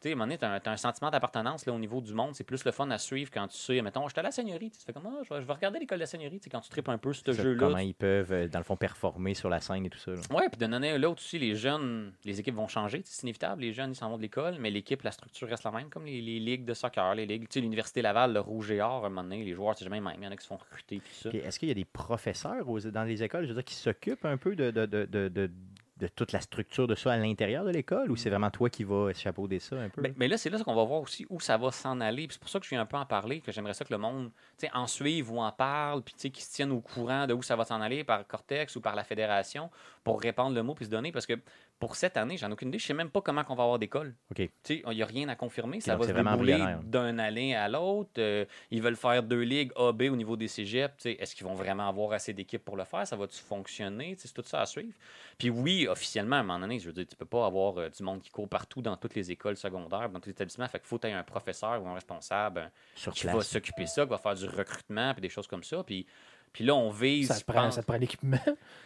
D: Tu sais, à un moment donné, t'as un, t'as un sentiment d'appartenance là, au niveau du monde. C'est plus le fun à suivre quand tu sais, mettons, j'étais à la seigneurie. Tu sais, tu fais comme, Ah, je, vais, je vais regarder l'école de la seigneurie. Tu sais, quand tu tripes un peu ce
A: Ça,
D: jeu-là,
A: Comment ils peuvent, euh, dans le fond, performer sur la scène et tout ça. là.
D: Ouais, puis d'une année à l'autre aussi, les jeunes, les équipes vont changer. tu sais, C'est inévitable. Les jeunes, ils s'en vont de l'école, mais l'équipe, la structure reste la même, comme les, les ligues de soccer, les ligues. Tu sais, l'Université Laval, le Rouge et Or, à un moment donné, les joueurs, c'est jamais les mêmes. Il y en a qui se font recruter, tout ça.
A: Puis Est-ce qu'il y a des professeurs aux- dans les écoles, je veux dire, qui s'occupent un peu de, de, de- de- de- de toute la structure de ça à l'intérieur de l'école ou c'est vraiment toi qui vas échapauder ça un peu?
D: Ben, mais là, c'est là qu'on va voir aussi où ça va s'en aller. Puis C'est pour ça que je viens un peu en parler, que j'aimerais ça que le monde tu sais, en suive ou en parle, puis tu sais, qu'ils se tiennent au courant de où ça va s'en aller par Cortex ou par la fédération pour répandre le mot puis se donner. Parce que pour cette année, j'en ai aucune idée. Je sais même pas comment qu'on va avoir d'école.
A: OK.
D: Tu sais, Il n'y a rien à confirmer. Ça
A: donc
D: va se
A: c'est vraiment hein.
D: débrouiller
A: embryonnaire.
D: d'un allée à l'autre. Euh, ils veulent faire deux ligues A, B au niveau des cégeps. Tu sais, Est-ce qu'ils vont vraiment avoir assez d'équipes pour le faire? Ça va-tu fonctionner? Tu sais, C'est tout ça à suivre. Puis oui, officiellement, à un moment donné, je veux dire, tu peux pas avoir euh, du monde qui court partout dans toutes les écoles secondaires, dans tous les établissements. Fait qu'il faut que tu un professeur ou un responsable euh,
A: Sur
D: qui va
A: place.
D: s'occuper de ça, qui va faire du recrutement, puis des choses comme ça. Puis, puis là, on vise.
B: Ça
D: E, je
B: te prend,
D: pense-
B: ça te prend l'équipement.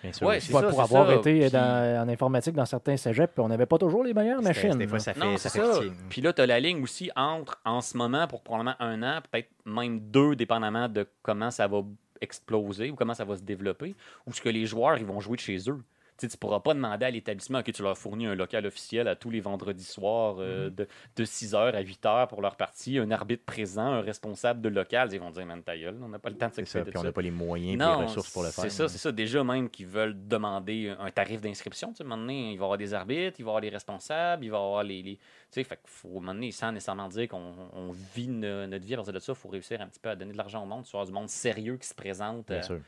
A: bien sûr.
D: Ouais,
A: C'était-
D: Ben, c'est
B: Pour,
D: ça,
B: pour
D: c'est
B: avoir
D: ça.
B: été
D: Puis-
B: dans- en informatique dans certains cégeps, puis on n'avait pas toujours les meilleures machines.
A: Des fois,
B: là.
A: ça fait,
D: Non,
A: ça
D: c'est
A: fait
D: ça.
A: pitié.
D: Puis là, tu as la ligne aussi entre en ce moment pour probablement un an, peut-être même deux, dépendamment de comment ça va exploser ou comment ça va se développer, ou ce que les joueurs ils vont jouer de chez eux. Tu sais, tu pourras pas demander à l'établissement que tu leur fournis un local officiel à tous les vendredis soirs
A: Mm-hmm.
D: euh, de, de 6h à 8h pour leur partie, un arbitre présent, un responsable de local. Ils vont dire, man, ta gueule, on n'a pas le temps de
A: C'est ça.
D: s'occuper de
A: Puis on
D: ça.
A: n'a pas les moyens et
D: Non,
A: les ressources pour le faire. hein.
D: C'est ça, c'est ça. Déjà, même qu'ils veulent demander un tarif d'inscription. Tu sais, à un moment donné, il va y avoir des arbitres, il va y avoir des responsables, il va y avoir les. les- tu sais, fait qu'il faut, à un moment donné, sans nécessairement dire qu'on on vit no- notre vie à partir de ça, il faut réussir un petit peu à donner de l'argent au monde, tu avoir du monde sérieux qui se présente
A: Bien
D: euh,
A: sûr.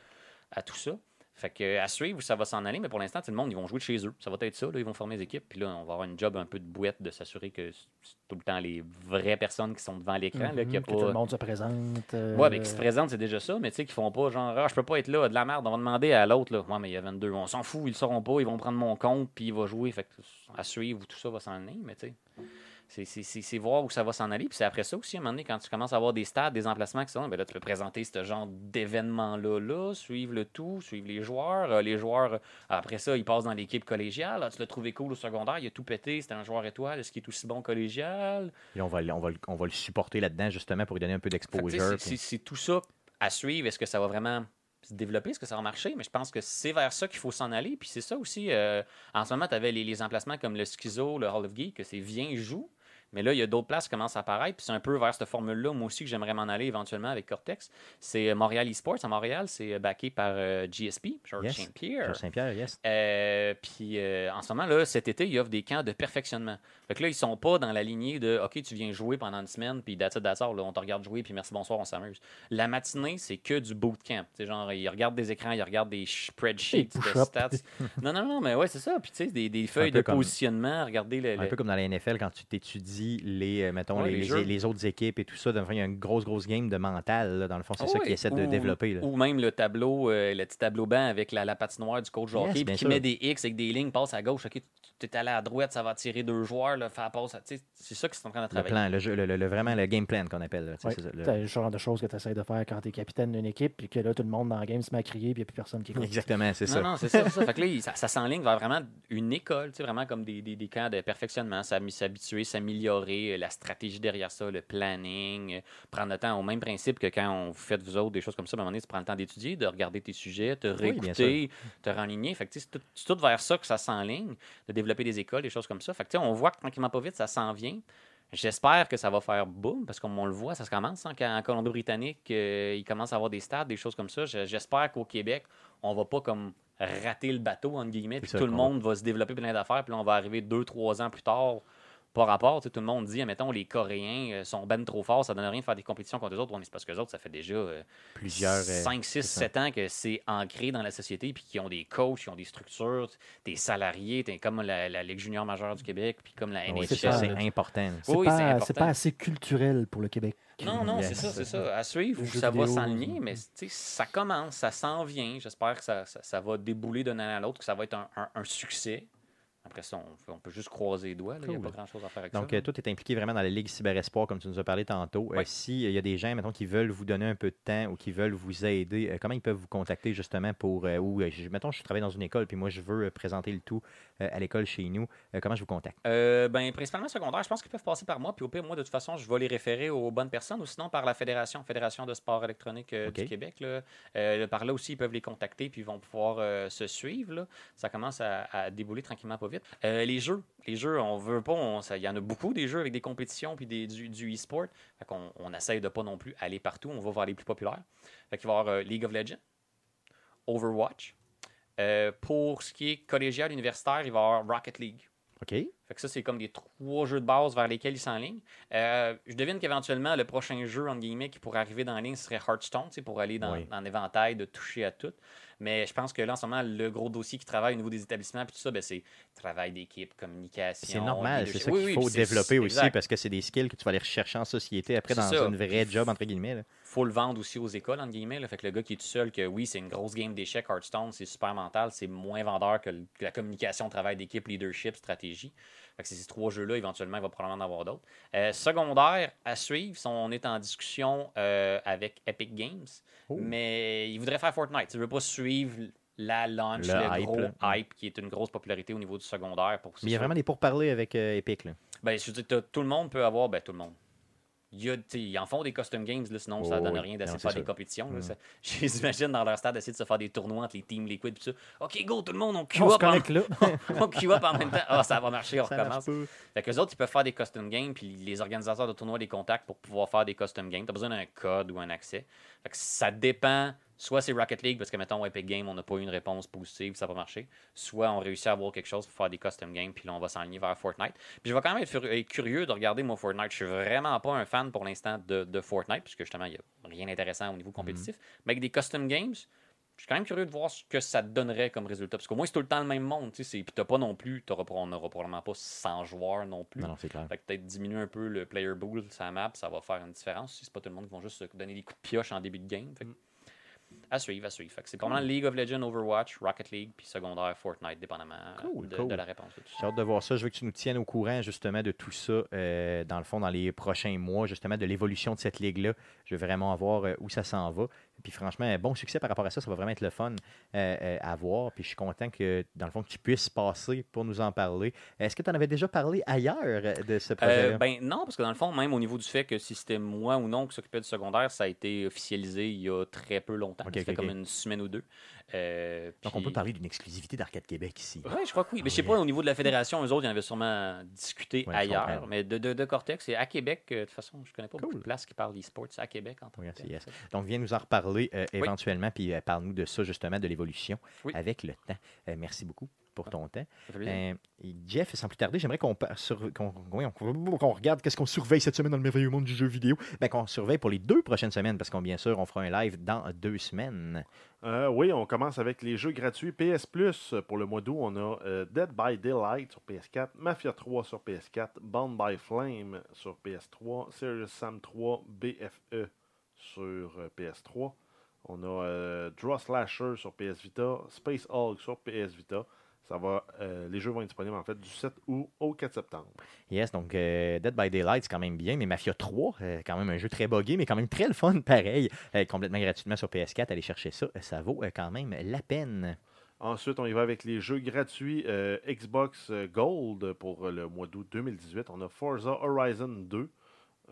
D: à tout ça. Fait que à suivre, ça va s'en aller, mais pour l'instant, tout le monde, ils vont jouer de chez eux. Ça va être ça, là, ils vont former des équipes, puis là, on va avoir une job un peu de bouette de s'assurer que c'est tout le temps les vraies personnes qui sont devant
A: Mm-hmm.
D: l'écran, là, qu'il y a
B: Mhm, que tout
D: pas-
B: le monde se présente. euh,
D: Ouais, mais qui se présentent, c'est déjà ça, mais tu sais, qui font pas genre, ah, je peux pas être là, de la merde, on va demander à l'autre, là. Ouais, mais il y a 22, on s'en fout, ils le sauront pas, ils vont prendre mon compte, puis il va jouer, fait que à suivre, tout ça va s'en aller, mais tu sais. c'est- c'est- C'est c'est voir où ça va s'en aller. Puis c'est après ça aussi, à un moment donné, quand tu commences à avoir des stades, des emplacements qui sont, ben là, tu peux présenter ce genre d'événement-là, là, suivre le tout, suivre les joueurs. Euh, les joueurs, euh, après ça, ils passent dans l'équipe collégiale. Ah, tu l'as trouvé cool au secondaire, il a tout pété, c'était un joueur étoile, est-ce qu'il est aussi bon collégial?
A: Puis là, on va, le- on, va, le- on va le supporter là-dedans justement pour lui donner un peu
D: Fait que, tu sais,
A: d'exposure.
D: c'est-
A: puis-
D: c'est- C'est tout ça à suivre. Est-ce que ça va vraiment se développer? Est-ce que ça va marcher? Mais je pense que c'est vers ça qu'il faut s'en aller. Puis c'est ça aussi. euh, en ce moment, tu avais les, les emplacements comme le Schizo, le Hall of Geek, que c'est viens, joue. Mais là, il y a d'autres places qui commencent à apparaître. Puis c'est un peu vers cette formule-là, moi aussi, que j'aimerais m'en aller éventuellement avec Cortex. C'est euh, Montréal Esports. À Montréal, c'est euh, backé par euh, GSP, George
A: Yes.
D: St. Pierre.
A: Georges Saint-Pierre, yes.
D: Euh, puis euh, en ce moment, là, cet été, ils offrent des camps de perfectionnement. Fait que là, ils sont pas dans la lignée de OK, tu viens jouer pendant une semaine, puis that's it, that's all, là, on te regarde jouer, puis merci, bonsoir, on s'amuse. La matinée, c'est que du bootcamp. C'est genre, ils regardent des écrans, ils regardent des
B: Des
D: spreadsheets, de
B: push-ups.
D: stats. non, non, non, mais ouais, c'est ça. Puis tu sais, des, des feuilles
A: peu
D: de
A: comme-
D: positionnement, regarder le.
A: Un
D: le-
A: peu comme dans la NFL, quand tu t'étudies les, euh, mettons,
D: Ouais,
A: les,
D: les
A: les-
D: jeux.
A: les autres équipes et tout ça, dans le fond, il y a une grosse, grosse game de mental. là, dans le fond, c'est
D: Ah
A: ça
D: oui,
A: qu'ils essaient de
D: ou-
A: développer. là.
D: Ou même le tableau, euh, le petit tableau blanc avec la, la patinoire du coach jockey,
A: bien
D: puis qui
A: sûr.
D: met des X avec des lignes, passe à gauche, ok, tu es allé à droite, ça va tirer deux joueurs, là, faire passe. à- tu sais, C'est ça qu'ils sont en train de
A: Le
D: travailler.
A: plan, le jeu, le, le- le- vraiment le game plan qu'on appelle. là, tu sais,
B: Ouais,
A: c'est ça, le-
B: c'est le genre de choses que tu essaies de faire quand tu es capitaine d'une équipe, puis que là, tout le monde dans le game se met à crier, puis il n'y a plus personne qui écoute.
A: Exactement, c'est ça.
D: Non, non, c'est ça. c'est ça. Fait que là, il- ça, ça s'enligne vers vraiment une école, tu sais, vraiment comme des, des- des camps de perfectionnement, s'am- s'habituer, s'améliorer, euh, la stratégie derrière ça, le planning, euh, prendre le temps au même principe que quand on vous faites vous autres des choses comme ça, à un moment donné, tu prends le temps d'étudier, de regarder tes sujets, te
A: Oui, bien sûr.
D: réécouter, te renligner. Fait que tu sais, c'est tout, c'est tout vers ça que ça s'enligne, de développer des écoles, des choses comme ça. Fait que tu sais, on voit que tranquillement pas vite, ça s'en vient. J'espère que ça va faire boum, parce qu'on le voit, ça se commence. hein, quand en Colombie-Britannique, euh, il commence à avoir des stades, des choses comme ça. Je- J'espère qu'au Québec, on va pas comme rater le bateau, entre guillemets, puis
A: ça
D: tout le
A: qu'on-
D: monde va se développer plein d'affaires, puis là, on va arriver deux, trois ans plus tard. pas rapport. Tu sais, Tout le monde dit, mettons, les Coréens euh, sont ben trop forts, ça donne rien de faire des compétitions contre eux autres. On est parce que les autres, ça fait déjà euh,
A: Plusieurs. euh,
D: 5, 6,
A: ça.
D: 7 ans que c'est ancré dans la société, puis qui ont des coachs, qui ont des structures, des salariés, t'es comme la, la Ligue junior majeure du Québec, puis comme la
A: Ah Oui,
D: NHL.
A: c'est ça,
B: ça,
A: c'est
B: là.
A: important.
B: C'est
D: Oui, c'est
B: pas,
D: important.
B: c'est pas assez culturel pour le Québec. Euh,
D: Non, non, c'est
A: Yes.
D: ça, c'est ça. À suivre,
B: Le jeu
D: ça va
B: vidéo,
D: s'enligner,
B: euh,
D: mais tu sais, ça commence, ça s'en vient. J'espère que ça, ça, ça va débouler d'un an à l'autre, que ça va être un, un- un succès. Après ça, on, on peut juste croiser les doigts. là. Il n'y
A: Cool.
D: a pas grand-chose à faire avec
A: Donc,
D: ça.
A: euh, toi, tu es impliqué vraiment dans la Ligue Cyberespoir, comme tu nous as parlé tantôt. Euh,
D: Ouais.
A: S'il y a des gens, mettons, qui veulent vous donner un peu de temps ou qui veulent vous aider, euh, comment ils peuvent vous contacter justement pour. euh, ou, euh, je- mettons, je travaille dans une école, puis moi, je veux euh, présenter le tout euh, à l'école chez nous. Euh, comment je vous contacte
D: Euh, ben, principalement secondaire, je pense qu'ils peuvent passer par moi. Puis au pire, moi, de toute façon, je vais les référer aux bonnes personnes ou sinon par la Fédération, Fédération de sport électronique euh,
A: Ok.
D: du Québec. Là. Euh, par là aussi, ils peuvent les contacter puis ils vont pouvoir euh, se suivre. là. Ça commence à, à débouler tranquillement pas vite. Euh, les jeux, les jeux, on veut pas, on- ça- il y en a beaucoup des jeux avec des compétitions puis des, du, du e-sport. Fait qu'on on essaye de pas non plus aller partout, on va vers les plus populaires. Fait qu'il va y avoir euh, League of Legends, Overwatch. Euh, pour ce qui est collégial, universitaire, il va y avoir Rocket League.
A: OK
D: Fait que ça, c'est comme les trois jeux de base vers lesquels ils s'enlignent. Euh, je devine qu'éventuellement, le prochain jeu, entre guillemets, qui pourrait arriver dans la ligne, ce serait Hearthstone, tu sais, pour aller dans,
A: Oui.
D: dans l'éventail de toucher à tout. Mais je pense que là, en ce moment, le gros dossier qui travaille au niveau des établissements, puis tout ça, ben, c'est travail d'équipe, communication.
A: C'est normal, c'est
D: leadership.
A: ça qu'il
D: Oui, oui,
A: faut
D: puis c'est-
A: développer
D: c'est-
A: aussi,
D: exact.
A: parce que c'est des skills que tu vas aller rechercher en société après
D: C'est
A: dans
D: ça.
A: une vraie job, entre guillemets. là.
D: faut le vendre aussi aux écoles, entre guillemets. là. Fait que le gars qui est tout seul, que oui, c'est une grosse game d'échecs, Hearthstone, c'est super mental, c'est moins vendeur que, le- que la communication, travail d'équipe, leadership, stratégie. Fait que c'est ces trois jeux-là, éventuellement, il va probablement en avoir d'autres. Euh, secondaire, à suivre, si on est en discussion euh, avec Epic Games,
A: Oh.
D: mais il voudrait faire Fortnite. Il veut pas suivre la launch,
A: Le
D: le,
A: hype,
D: gros
A: là.
D: hype, qui est une grosse popularité au niveau du secondaire. Pour
A: Mais il y a vraiment des pourparlers avec euh, Epic. Là.
D: ben, je veux dire, t'as- tout le monde peut avoir, ben, tout le monde. Il y a, t'sais, ils en font des custom games, là, sinon ça
A: Oh,
D: donne
A: oui.
D: rien d'essayer
A: Non,
D: de faire
A: c'est
D: des
A: sûr.
D: compétitions. là,
A: Mm.
D: ça- Je les imagine dans leur stade essayer de se faire des tournois entre les teams liquides tout ça. OK, go, tout le monde, on queue
B: On se
D: up, en-
B: connecte là.
D: on queue up en même temps. Ah, ça va marcher, on
A: Ça marche
D: recommence.
A: pas.
D: Fait que les autres, ils peuvent faire des custom games, puis les organisateurs de tournois les contactent pour pouvoir faire des custom games. T'as besoin d'un code ou un accès. Fait que ça dépend. Soit c'est Rocket League, parce que mettons Epic Games, on n'a pas eu une réponse positive, ça n'a pas marché. Soit on réussit à avoir quelque chose pour faire des custom games, puis là on va s'enligner vers Fortnite. Puis je vais quand même être fur- être curieux de regarder moi Fortnite. Je suis vraiment pas un fan pour l'instant de, de Fortnite, puisque justement il n'y a rien d'intéressant au niveau compétitif. Mais avec des custom games, je suis quand même curieux de voir ce que ça te donnerait comme résultat. Parce qu'au moins, c'est tout le temps le même monde. tu sais, c'est- Puis t'as pas non plus, t'auras- on n'aura probablement pas 100 joueurs non plus.
A: Non, non, c'est clair.
D: Fait que peut-être diminuer un peu le player pool sur la map, ça va faire une différence. Si c'est pas tout le monde qui vont juste se donner des coups de pioche en début de game. Fait que-
A: Mm.
D: À suivre, à suivre. Fait que c'est probablement League of Legends, Overwatch, Rocket League, puis secondaire Fortnite, dépendamment euh,
A: Cool,
D: de,
A: cool.
D: de la réponse. de tout ça.
A: J'ai hâte de voir ça. Je veux que tu nous tiennes au courant justement de tout ça, euh, dans le fond, dans les prochains mois, justement, de l'évolution de cette ligue-là. Je veux vraiment voir euh, où ça s'en va. Puis franchement, un bon succès par rapport à ça, ça va vraiment être le fun euh, euh, à voir. Puis je suis content que, dans le fond, que tu puisses passer pour nous en parler. Est-ce que tu en avais déjà parlé ailleurs euh, de ce projet-là?
D: Euh, ben non, parce que dans le fond, même au niveau du fait que si c'était moi ou non qui s'occupait du secondaire, ça a été officialisé il y a très peu longtemps.
A: Ok,
D: ça
A: ok,
D: fait comme
A: ok.
D: une semaine ou deux. Euh,
A: Donc on
D: puis-
A: peut parler d'une exclusivité d'Arcade Québec ici.
D: Oui, je crois que oui. Mais je sais
A: Ouais.
D: pas, au niveau de la fédération, eux autres, ils en avaient sûrement discuté
A: Ouais, je comprends.
D: ailleurs. Mais de, de, de Cortex et à Québec, euh, de toute façon, je connais pas beaucoup
A: Cool.
D: de places qui parlent d'e-sports à Québec en tant
A: Ouais,
D: que
A: c'est
D: tel.
A: yes. Donc, viens nous en reparler euh,
D: Oui.
A: éventuellement, puis euh, parle-nous de ça, justement, de l'évolution
D: Oui.
A: avec le temps. Euh, merci beaucoup pour ton temps.
D: Ça fait plaisir.
A: Euh, et Jeff, sans plus tarder, j'aimerais qu'on pa- sur- qu'on- oui, on- qu'on regarde qu'est-ce qu'on surveille cette semaine dans le merveilleux monde du jeu vidéo. Ben, qu'on surveille pour les deux prochaines semaines, parce qu'on bien sûr, on fera un live dans deux semaines.
C: Euh, oui, on commence avec les jeux gratuits PS Plus. Pour le mois d'août, on a euh, Dead by Daylight sur PS4, Mafia 3 sur PS4, Bound by Flame sur PS3, Serious Sam 3 BFE E sur euh, PS3. On a euh, Draw Slasher sur PS Vita, Space Hulk sur PS Vita. Ça va, euh, les jeux vont être disponibles en fait du 7 août au 4 septembre.
A: Yes, donc euh, Dead by Daylight, c'est quand même bien, mais Mafia 3, euh, quand même un jeu très bogué, mais quand même très le fun, pareil, euh, complètement gratuitement sur PS4. Allez chercher ça, ça vaut euh, quand même la peine.
C: Ensuite, on y va avec les jeux gratuits euh, Xbox Gold pour euh, le mois d'août 2018. On a Forza Horizon 2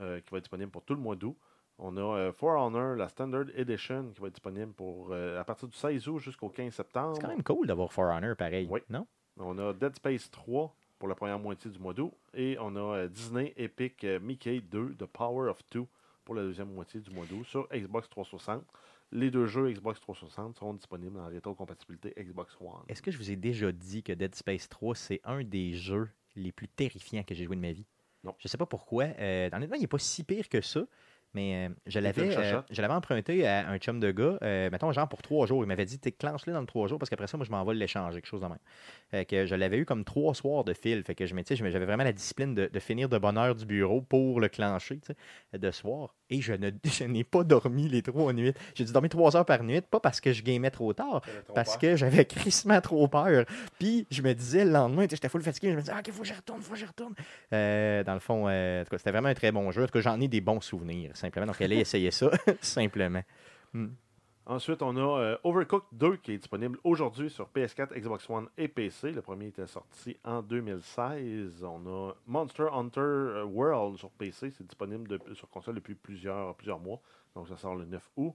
C: euh, qui va être disponible pour tout le mois d'août. On a euh, For Honor, la Standard Edition, qui va être disponible pour, euh, à partir du 16 août jusqu'au 15 septembre.
A: C'est quand même cool d'avoir For Honor, pareil,
C: Oui.
A: non?
C: On a Dead Space 3 pour la première moitié du mois d'août. Et on a euh, Disney Epic euh, Mickey 2, The Power of Two, pour la deuxième moitié du mois d'août sur Xbox 360. Les deux jeux Xbox 360 seront disponibles en rétrocompatibilité Xbox One.
A: Est-ce que je vous ai déjà dit que Dead Space 3, c'est un des jeux les plus terrifiants que j'ai joué de ma vie.
C: Non.
A: Je sais pas pourquoi. Euh, honnêtement, il n'est pas si pire que ça, mais euh, je
C: une
A: l'avais euh,
C: chachate.
A: je l'avais emprunté à un chum de gars, euh, mettons, genre pour trois jours. Il m'avait dit, clenche-le dans le trois jours parce qu'après ça, moi, je m'en vais l'échanger, quelque chose de même. Fait que je l'avais eu comme trois soirs de fil. Fait que je me- tu sais, je me- j'avais vraiment la discipline de, de finir de bonne heure du bureau pour le clencher tu sais, de soir. Et je ne- je n'ai pas dormi les trois nuits. J'ai dû dormir trois heures par nuit, pas parce que je gamais trop tard, parce que j'avais crissement trop peur. Puis je me disais le lendemain, tu sais, j'étais full fatigué, je me disais, Ah, OK, faut que je retourne, faut que je retourne. Euh, dans le fond, euh, en tout cas, c'était vraiment un très bon jeu. En tout cas, j'en ai des bons souvenirs, simplement. Donc, allez essayer ça, simplement.
C: Ensuite, on a euh, Overcooked 2 qui est disponible aujourd'hui sur PS4, Xbox One et PC. Le premier était sorti en 2016. On a Monster Hunter euh, World sur PC. C'est disponible de- sur console depuis plusieurs, plusieurs mois. Donc, ça sort le 9 août.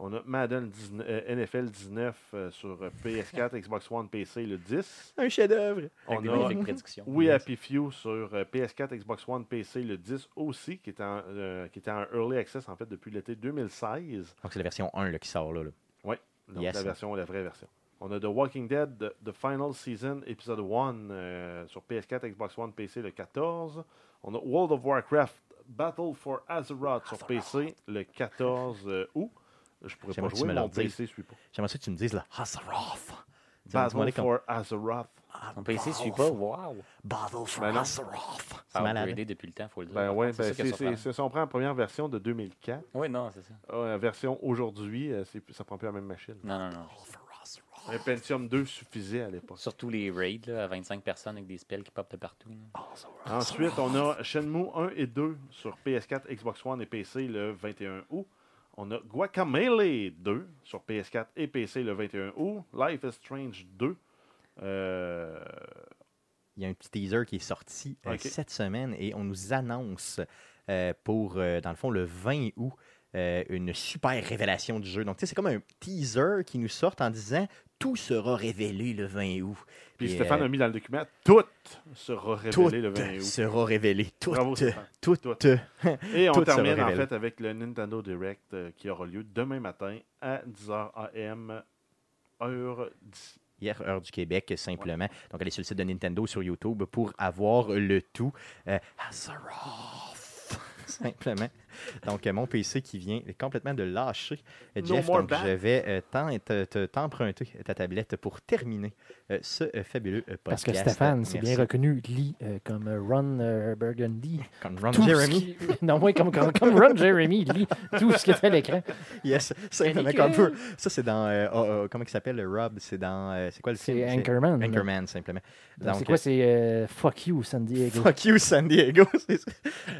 C: On a Madden 19 euh, NFL 19 euh, sur euh, PS4, Xbox One, PC le 10.
A: Un chef-d'œuvre.
D: Avec
C: On
D: des
C: a-
D: magnifiques prédictions.
C: We Happy Few sur euh, PS4, Xbox One, PC le 10 aussi, qui était en, euh, qui était en Early Access en fait depuis l'été 2016.
A: Donc, c'est la version 1 là, qui sort là. là.
C: Donc,
A: Yes.
C: la version, la vraie version. On a The Walking Dead, The, The Final Season, épisode 1 euh, sur PS4, Xbox One, PC le 14. On a World of Warcraft, Battle for Azeroth sur PC le 14 euh, août. Je pourrais
A: J'aimerais
C: pas
A: que tu
C: jouer,
A: me leur
C: mon
A: dises.
C: PC suit pas.
A: J'aimerais ça que tu me dises le Hazaroth.
C: Battle for Azeroth.
A: Euh, Ah,
D: Mon PC suit pas. Wow!
A: Battle for
C: Ben non.
A: Azeroth. C'est
D: Ça a
A: malade.
D: upgradé depuis le temps, faut le dire.
C: Ben ouais, ben
D: ça qui est
C: c'est c'est-
D: surprenant.
C: c'est- si on prend la première version de 2004,
D: Ouais, non, c'est ça.
C: euh, la version aujourd'hui, euh, c'est- ça prend plus la même machine.
D: Non, non, non.
A: Oh.
C: Un Pentium 2 suffisait à l'époque.
D: Surtout les raids là, à 25 personnes avec des spells qui popent de partout. là.
C: Ensuite, on a Shenmue 1 et 2 sur PS4, Xbox One et PC le 21 août. On a Guacamele 2 sur PS4 et PC le 21 août. Life is Strange 2. Euh,
A: Il y a un petit teaser qui est sorti euh,
C: Ok.
A: cette semaine et on nous annonce euh, pour, euh, dans le fond, le 20 août, euh, une super révélation du jeu. Donc, tu sais, c'est comme un teaser qui nous sort en disant tout sera révélé le 20 août.
C: Puis
A: Et,
C: Stéphane
A: euh,
C: a mis dans le document Tout sera révélé
A: Tout
C: le 20 août.
A: sera révélé. Tout,
C: Bravo, Stéphane.
A: tout,
C: Tout.
A: euh,
C: Et on
A: tout sera
C: termine en
A: révélé.
C: fait avec le Nintendo Direct euh, qui aura lieu demain matin à 10h AM, heure d'ici.
A: hier, heure du Québec, simplement. Donc, allez sur le site de Nintendo, sur YouTube, pour avoir le tout. Euh, Azeroth, simplement. Donc, euh, mon PC qui vient complètement de lâcher. Euh,
C: No
A: Jeff,
C: more
A: donc,
C: bad.
A: je vais euh, t'en- te- te- t'emprunter ta tablette pour terminer euh, ce euh, fabuleux euh, podcast.
B: Parce que Stéphane, c'est bien
A: Merci.
B: reconnu, lit euh, comme euh, Ron euh, Burgundy.
A: Comme Ron
B: Tout ce
A: Jeremy.
B: qui- Non, oui, comme, comme, comme Ron Jeremy, il lit tout ce qui est à l'écran.
A: Yes, simplement comme peu. Ça, c'est dans. euh, oh, oh, comment il s'appelle le Rob C'est dans. euh, c'est quoi le film
B: C'est Anchorman. là.
A: Anchorman, simplement.
B: Donc,
A: Donc,
B: C'est quoi, c'est euh, Fuck You, San Diego.
A: Fuck you, San Diego. c'est ça.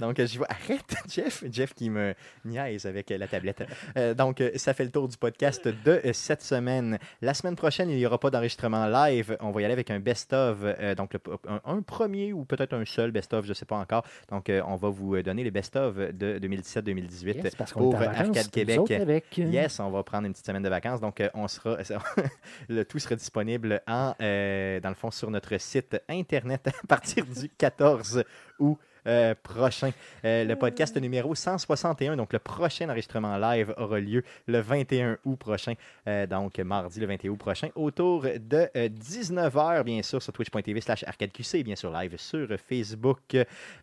A: Donc, euh, j'y vois. Arrête, Jeff. Jeff qui me niaise avec euh, la tablette. Euh, donc, euh, ça fait le tour du podcast de euh, cette semaine. La semaine prochaine, il n'y aura pas d'enregistrement live. On va y aller avec un best-of. euh, donc, le- un, un premier ou peut-être un seul best-of, je ne sais pas encore. Donc, euh, on va vous euh, donner les best-of de 2017-2018
B: Yes, parce qu'on
A: pour
B: est en
A: euh,
B: vacances,
A: Arcade
B: nous
A: Québec.
B: autres avec, euh,
A: Yes, on va prendre une petite semaine de vacances. Donc, euh, on sera, le tout sera disponible en, euh, dans le fond sur notre site Internet à partir du 14 août euh, prochain. Euh, le podcast numéro 161, donc le prochain enregistrement live, aura lieu le 21 août prochain, euh, donc mardi le 21 août prochain, autour de 19h, bien sûr, sur twitch.tv slash arcadeqc, bien sûr, live sur Facebook,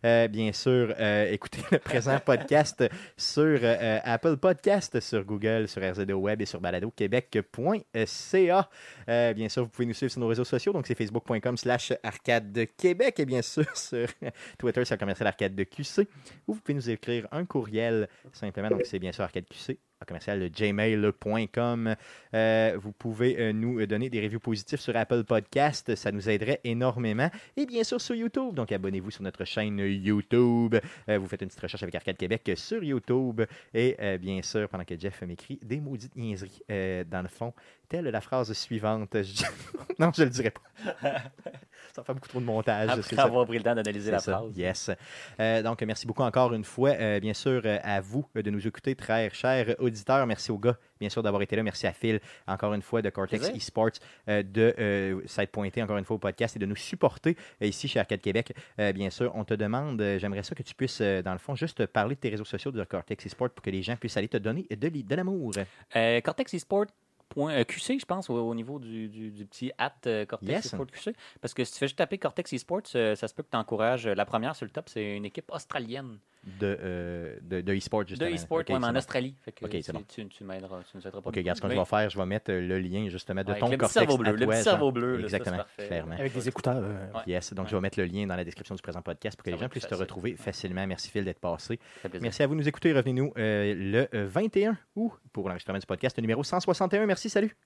A: Euh, bien sûr, euh, écoutez le présent podcast sur euh, Apple Podcast, sur Google, sur RZO Web et sur baladoquebec.ca. Euh, bien sûr, vous pouvez nous suivre sur nos réseaux sociaux, donc c'est facebook.com slash arcade de Québec et bien sûr sur Twitter, c'est le commercial arcade de QC, ou vous pouvez nous écrire un courriel simplement, donc c'est bien sûr arcade QC à commercial gmail.com. Euh, vous pouvez euh, nous donner des reviews positifs sur Apple Podcast, ça nous aiderait énormément. Et bien sûr sur YouTube, donc abonnez-vous sur notre chaîne YouTube. Euh, vous faites une petite recherche avec Arcade Québec sur YouTube. Et euh, bien sûr, pendant que Jeff m'écrit des maudites niaiseries, euh, dans le fond, telle la phrase suivante. Je- non, je le dirai pas. ça fait beaucoup trop de montage. c'est
D: Après
A: Ah, ça.
D: avoir pris le temps d'analyser la
A: C'est ça,
D: phrase.
A: Yes. Euh, donc, merci beaucoup encore une fois, euh, bien sûr, euh, à vous euh, de nous écouter, très chers auditeurs. Merci aux gars, bien sûr, d'avoir été là. Merci à Phil, encore une fois, de Cortex
D: Plaisir.
A: Esports, euh, de euh, s'être pointé encore une fois au podcast et de nous supporter euh, ici chez Arcade Québec. Euh, bien sûr, on te demande, euh, j'aimerais ça que tu puisses, euh, dans le fond, juste parler de tes réseaux sociaux de Cortex Esports pour que les gens puissent aller te donner de l'i- de l'amour.
D: Euh, Cortex eSport.com point, euh, QC, je pense, au, au niveau du, du- du petit at euh, Cortex
A: Yes.
D: Esport QC. Parce que si tu fais juste taper Cortex Esports, euh, ça se peut que tu encourages. la première sur le top, c'est une équipe australienne
A: de, euh, de, de e-sport, justement.
D: de e-sport
A: Ok,
D: ouais, mais
A: c'est
D: en
A: bon.
D: Australie. Fait que
A: Ok,
D: tu,
A: c'est bon.
D: tu, tu m'aideras, tu nous aideras pas.
A: OK, regarde, ce que je
D: Mais-
A: vais faire, je vais mettre euh, le lien, justement, de
D: Ouais,
A: ton
D: le petit
A: cortex
D: cerveau bleu,
A: à
D: le
A: toi,
D: petit
A: Jean.
D: cerveau bleu, là, ça, c'est
A: Exactement,
D: parfait.
A: clairement.
B: Avec des écouteurs. euh,
D: Ouais.
A: Yes, donc
D: Ouais.
A: je vais mettre le lien dans la description du présent podcast pour que les
D: Ça va
A: gens
D: être plus
A: puissent te
D: facile.
A: retrouver facilement. Merci Phil d'être passé.
D: ça fait plaisir.
A: Merci à vous de nous écouter. Revenez-nous euh, le euh, 21 août pour l'enregistrement du podcast numéro 161. Merci, salut.